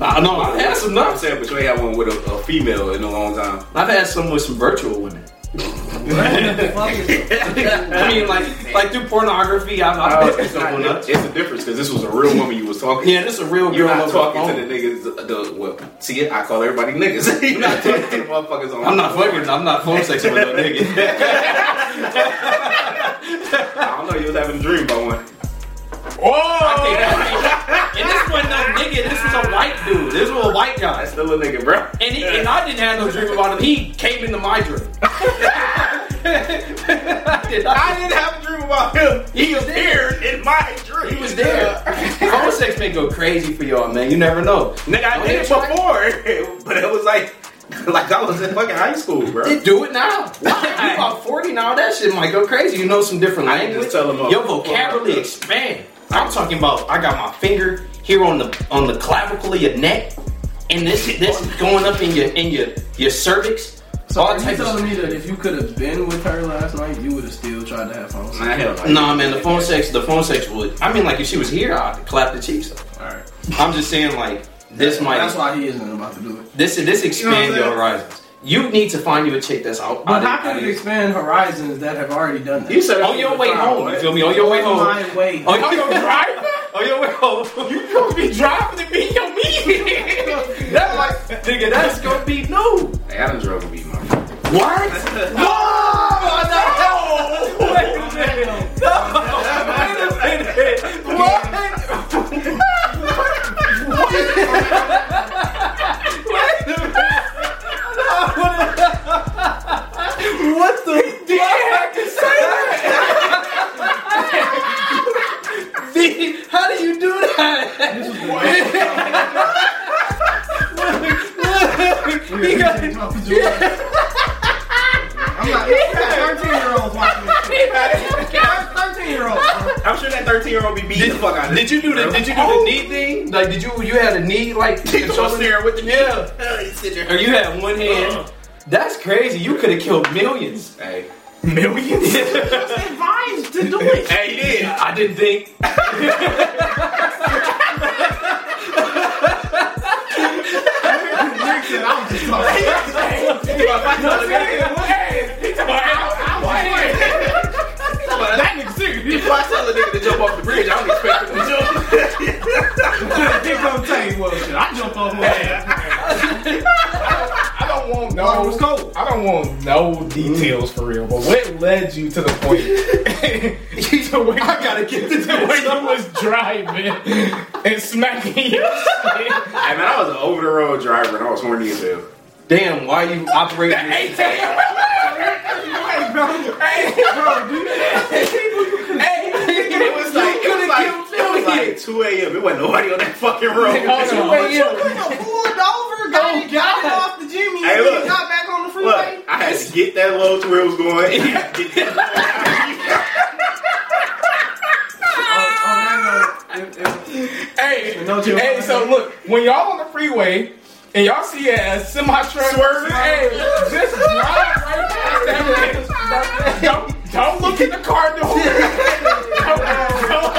Speaker 2: I know I've had some
Speaker 7: I'm
Speaker 2: nuts.
Speaker 7: saying, but you ain't had one with a, a female in a long time.
Speaker 2: I've had some with some virtual women. I mean, like, like through pornography, I've,
Speaker 7: Oh,
Speaker 2: I've
Speaker 7: it's,
Speaker 2: been
Speaker 7: not,
Speaker 2: some nuts.
Speaker 7: it's a difference because this was a real woman you was talking.
Speaker 2: Yeah, this is a real
Speaker 7: You're
Speaker 2: girl
Speaker 7: not
Speaker 2: over the
Speaker 7: talking to
Speaker 2: phone.
Speaker 7: the niggas. The, well, see, I call everybody niggas. You're not talking to the motherfuckers on.
Speaker 2: I'm not fucking. I'm not phone sexing with no nigga.
Speaker 7: I don't know. You was having a dream about one.
Speaker 4: Oh
Speaker 2: and this wasn't no nigga. This was a white dude. This was a white guy.
Speaker 7: That's still a nigga, bro.
Speaker 2: And, he, and I didn't have no dream about him. He came into my dream. I did not.
Speaker 7: I didn't have a dream about him.
Speaker 2: He was there.
Speaker 7: in my dream.
Speaker 2: He was there. Phone sex may go crazy for y'all, man. You never know.
Speaker 7: Nigga, I did it before, but it was like, like I was in fucking high school, bro.
Speaker 2: They do it now. you about 40 now, that shit might go crazy. You know some different
Speaker 7: I can
Speaker 2: language.
Speaker 7: just tell them up.
Speaker 2: Your vocabulary expand. I'm talking about I got my finger here on the on the clavicle of your neck, and this this is going up in your in your your cervix.
Speaker 3: So
Speaker 2: all
Speaker 3: are you
Speaker 2: types of
Speaker 3: telling me that if you could have been with her last night, you would have still tried to have fun?
Speaker 7: Nah, hell no.
Speaker 2: Nah, man, the phone sex, the phone sex would. I mean, like if she was here, I'd clap the cheeks. Up.
Speaker 3: All right.
Speaker 2: I'm just saying, like this might.
Speaker 3: That's why he isn't about to do it.
Speaker 2: This this expand
Speaker 7: You know what I'm
Speaker 2: your horizons. You need to find you a chick that's out.
Speaker 3: But
Speaker 2: out-
Speaker 3: how could
Speaker 2: out-
Speaker 3: it expand horizons that have already done that?
Speaker 7: You said
Speaker 2: on your way home? You feel me? On your way home.
Speaker 3: My way.
Speaker 2: On
Speaker 4: I'm
Speaker 2: your,
Speaker 4: gonna drive
Speaker 2: on your way home. Oh, You gonna be driving to be your meeting? that like nigga, that's gonna be new.
Speaker 7: Hey, I done drove a beat my friend.
Speaker 2: What? no! No! Wait a minute! No! Wait a minute! What? Wait a minute! What the fuck? Did you have to say that? D, how do you do that? Look, look, he got-
Speaker 3: I'm like, you got 13 year olds watching this. shit. You got 13 year olds.
Speaker 7: I'm sure that 13 year old be beating the fuck out of
Speaker 2: Did you do the Did you do the knee thing? Like, did you you had a knee like controlling there with the yeah?
Speaker 7: you?
Speaker 2: Or you had one
Speaker 3: Uh-huh.
Speaker 2: hand? That's crazy. You could have killed millions.
Speaker 7: Hey,
Speaker 4: millions.
Speaker 3: Advised to do it.
Speaker 7: hey, you did.
Speaker 2: I didn't think.
Speaker 3: I'm just like,
Speaker 7: Think about
Speaker 2: off the bridge. I was expecting him to jump.
Speaker 3: They gonna tell you what shit. I jump off my ass.
Speaker 4: I don't want
Speaker 3: Water
Speaker 4: no.
Speaker 3: was cold.
Speaker 4: I don't want no details for real. But what led you to the point? to where, I gotta get to the way you was driving and smacking your shit.
Speaker 7: I mean, I was an over the road driver and I was horny as hell.
Speaker 2: Damn, why are you operating? this-
Speaker 3: Hey, bro. Hey, bro, do
Speaker 7: It was like it was like, it was like 2 a.m. It wasn't nobody on that fucking road.
Speaker 3: you pulled over? Got, it, got it off the Jimmy
Speaker 7: Hey,
Speaker 3: and
Speaker 7: look.
Speaker 3: then got back on the
Speaker 7: Look,
Speaker 3: freeway?
Speaker 7: I had to get that low to where it was going.
Speaker 3: Oh, oh, no, no. It- it-
Speaker 4: Hey,
Speaker 3: No joke.
Speaker 4: hey, so look, when y'all on the freeway and y'all see a semi truck swerving, hey, just drive right past that man. Don't, don't look at the car door. Don't- don't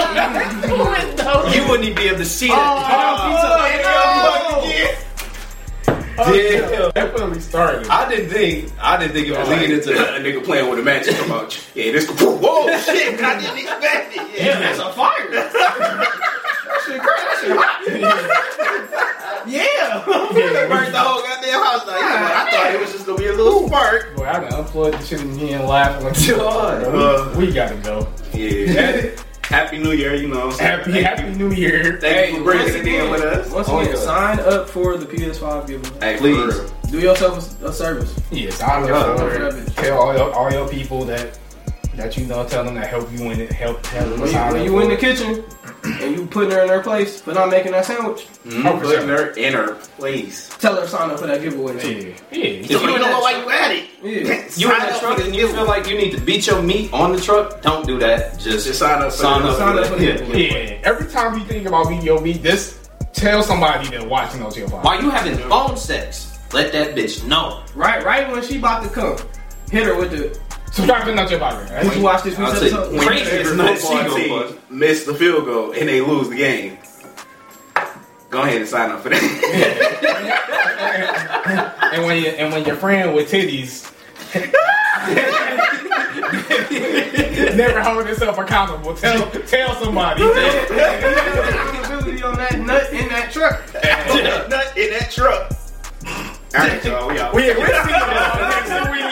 Speaker 4: look at the door.
Speaker 2: You wouldn't even be able to see
Speaker 7: Oh.
Speaker 2: that.
Speaker 7: Damn.
Speaker 4: Definitely started.
Speaker 7: I didn't think I didn't think it was leading into a nigga playing with a match. Come out, yeah, this whoa shit, I didn't expect it. Yeah, that's a fire.
Speaker 3: Yeah.
Speaker 7: Burned the whole goddamn house down. You know what? I thought it was just gonna be a little spark.
Speaker 4: Boy, I done unplugged the shit again, laughing until
Speaker 7: Uh,
Speaker 4: we gotta go.
Speaker 7: yeah. Happy New Year, you know. What I'm saying?
Speaker 4: Happy, happy New Year.
Speaker 7: Thank you for bringing it in with us.
Speaker 3: Once
Speaker 7: Oh,
Speaker 3: again,
Speaker 7: yeah.
Speaker 3: sign up for the PS5 giveaway.
Speaker 7: Hey,
Speaker 2: Please.
Speaker 7: for real.
Speaker 3: Do yourself a, a service.
Speaker 4: Yes, I
Speaker 3: Sign
Speaker 4: love
Speaker 3: up for
Speaker 4: it.
Speaker 3: that bitch.
Speaker 4: Tell all your, all your people that that you know, tell them to help you in it. Help, help them
Speaker 3: When you,
Speaker 4: sign
Speaker 3: when
Speaker 4: up
Speaker 3: you in
Speaker 4: for
Speaker 3: the
Speaker 4: it.
Speaker 3: kitchen and you putting her in her place for not making that sandwich,
Speaker 4: Oh, for sure.
Speaker 7: Putting her in her place.
Speaker 3: tell her to sign up for that giveaway too.
Speaker 4: Yeah, yeah.
Speaker 7: You don't know why you at it.
Speaker 3: Yeah.
Speaker 2: You in
Speaker 7: Sign
Speaker 2: the
Speaker 7: up
Speaker 2: truck
Speaker 7: for the
Speaker 2: and you
Speaker 7: new-
Speaker 2: feel like you need to beat your meat on the truck. Don't do that. Just,
Speaker 7: Just sign up. for
Speaker 2: Sign
Speaker 7: the-
Speaker 2: up.
Speaker 3: Sign up for the
Speaker 7: Yeah.
Speaker 3: giveaway.
Speaker 4: Yeah. Every time you think about BBOB, just tell somebody that watching those your
Speaker 2: Why you having phone sex? Let that bitch know.
Speaker 3: Right, right when she about to come, hit her with the.
Speaker 4: Subscribe to Not Your Body.
Speaker 3: Did you watch this
Speaker 2: I'll
Speaker 3: week's
Speaker 2: say-
Speaker 3: episode?
Speaker 2: when- Crazy.
Speaker 7: There's
Speaker 2: It's
Speaker 7: no
Speaker 2: not
Speaker 7: football
Speaker 2: single,
Speaker 7: team miss the field goal and they lose the game. Go ahead and sign up for that.
Speaker 4: And when you, and when your friend with titties. Never hold yourself accountable. Tell tell somebody.
Speaker 3: Accountability on that nut in that truck.
Speaker 7: Nut in that truck. All right, y'all. We out.
Speaker 4: we we see y'all next week.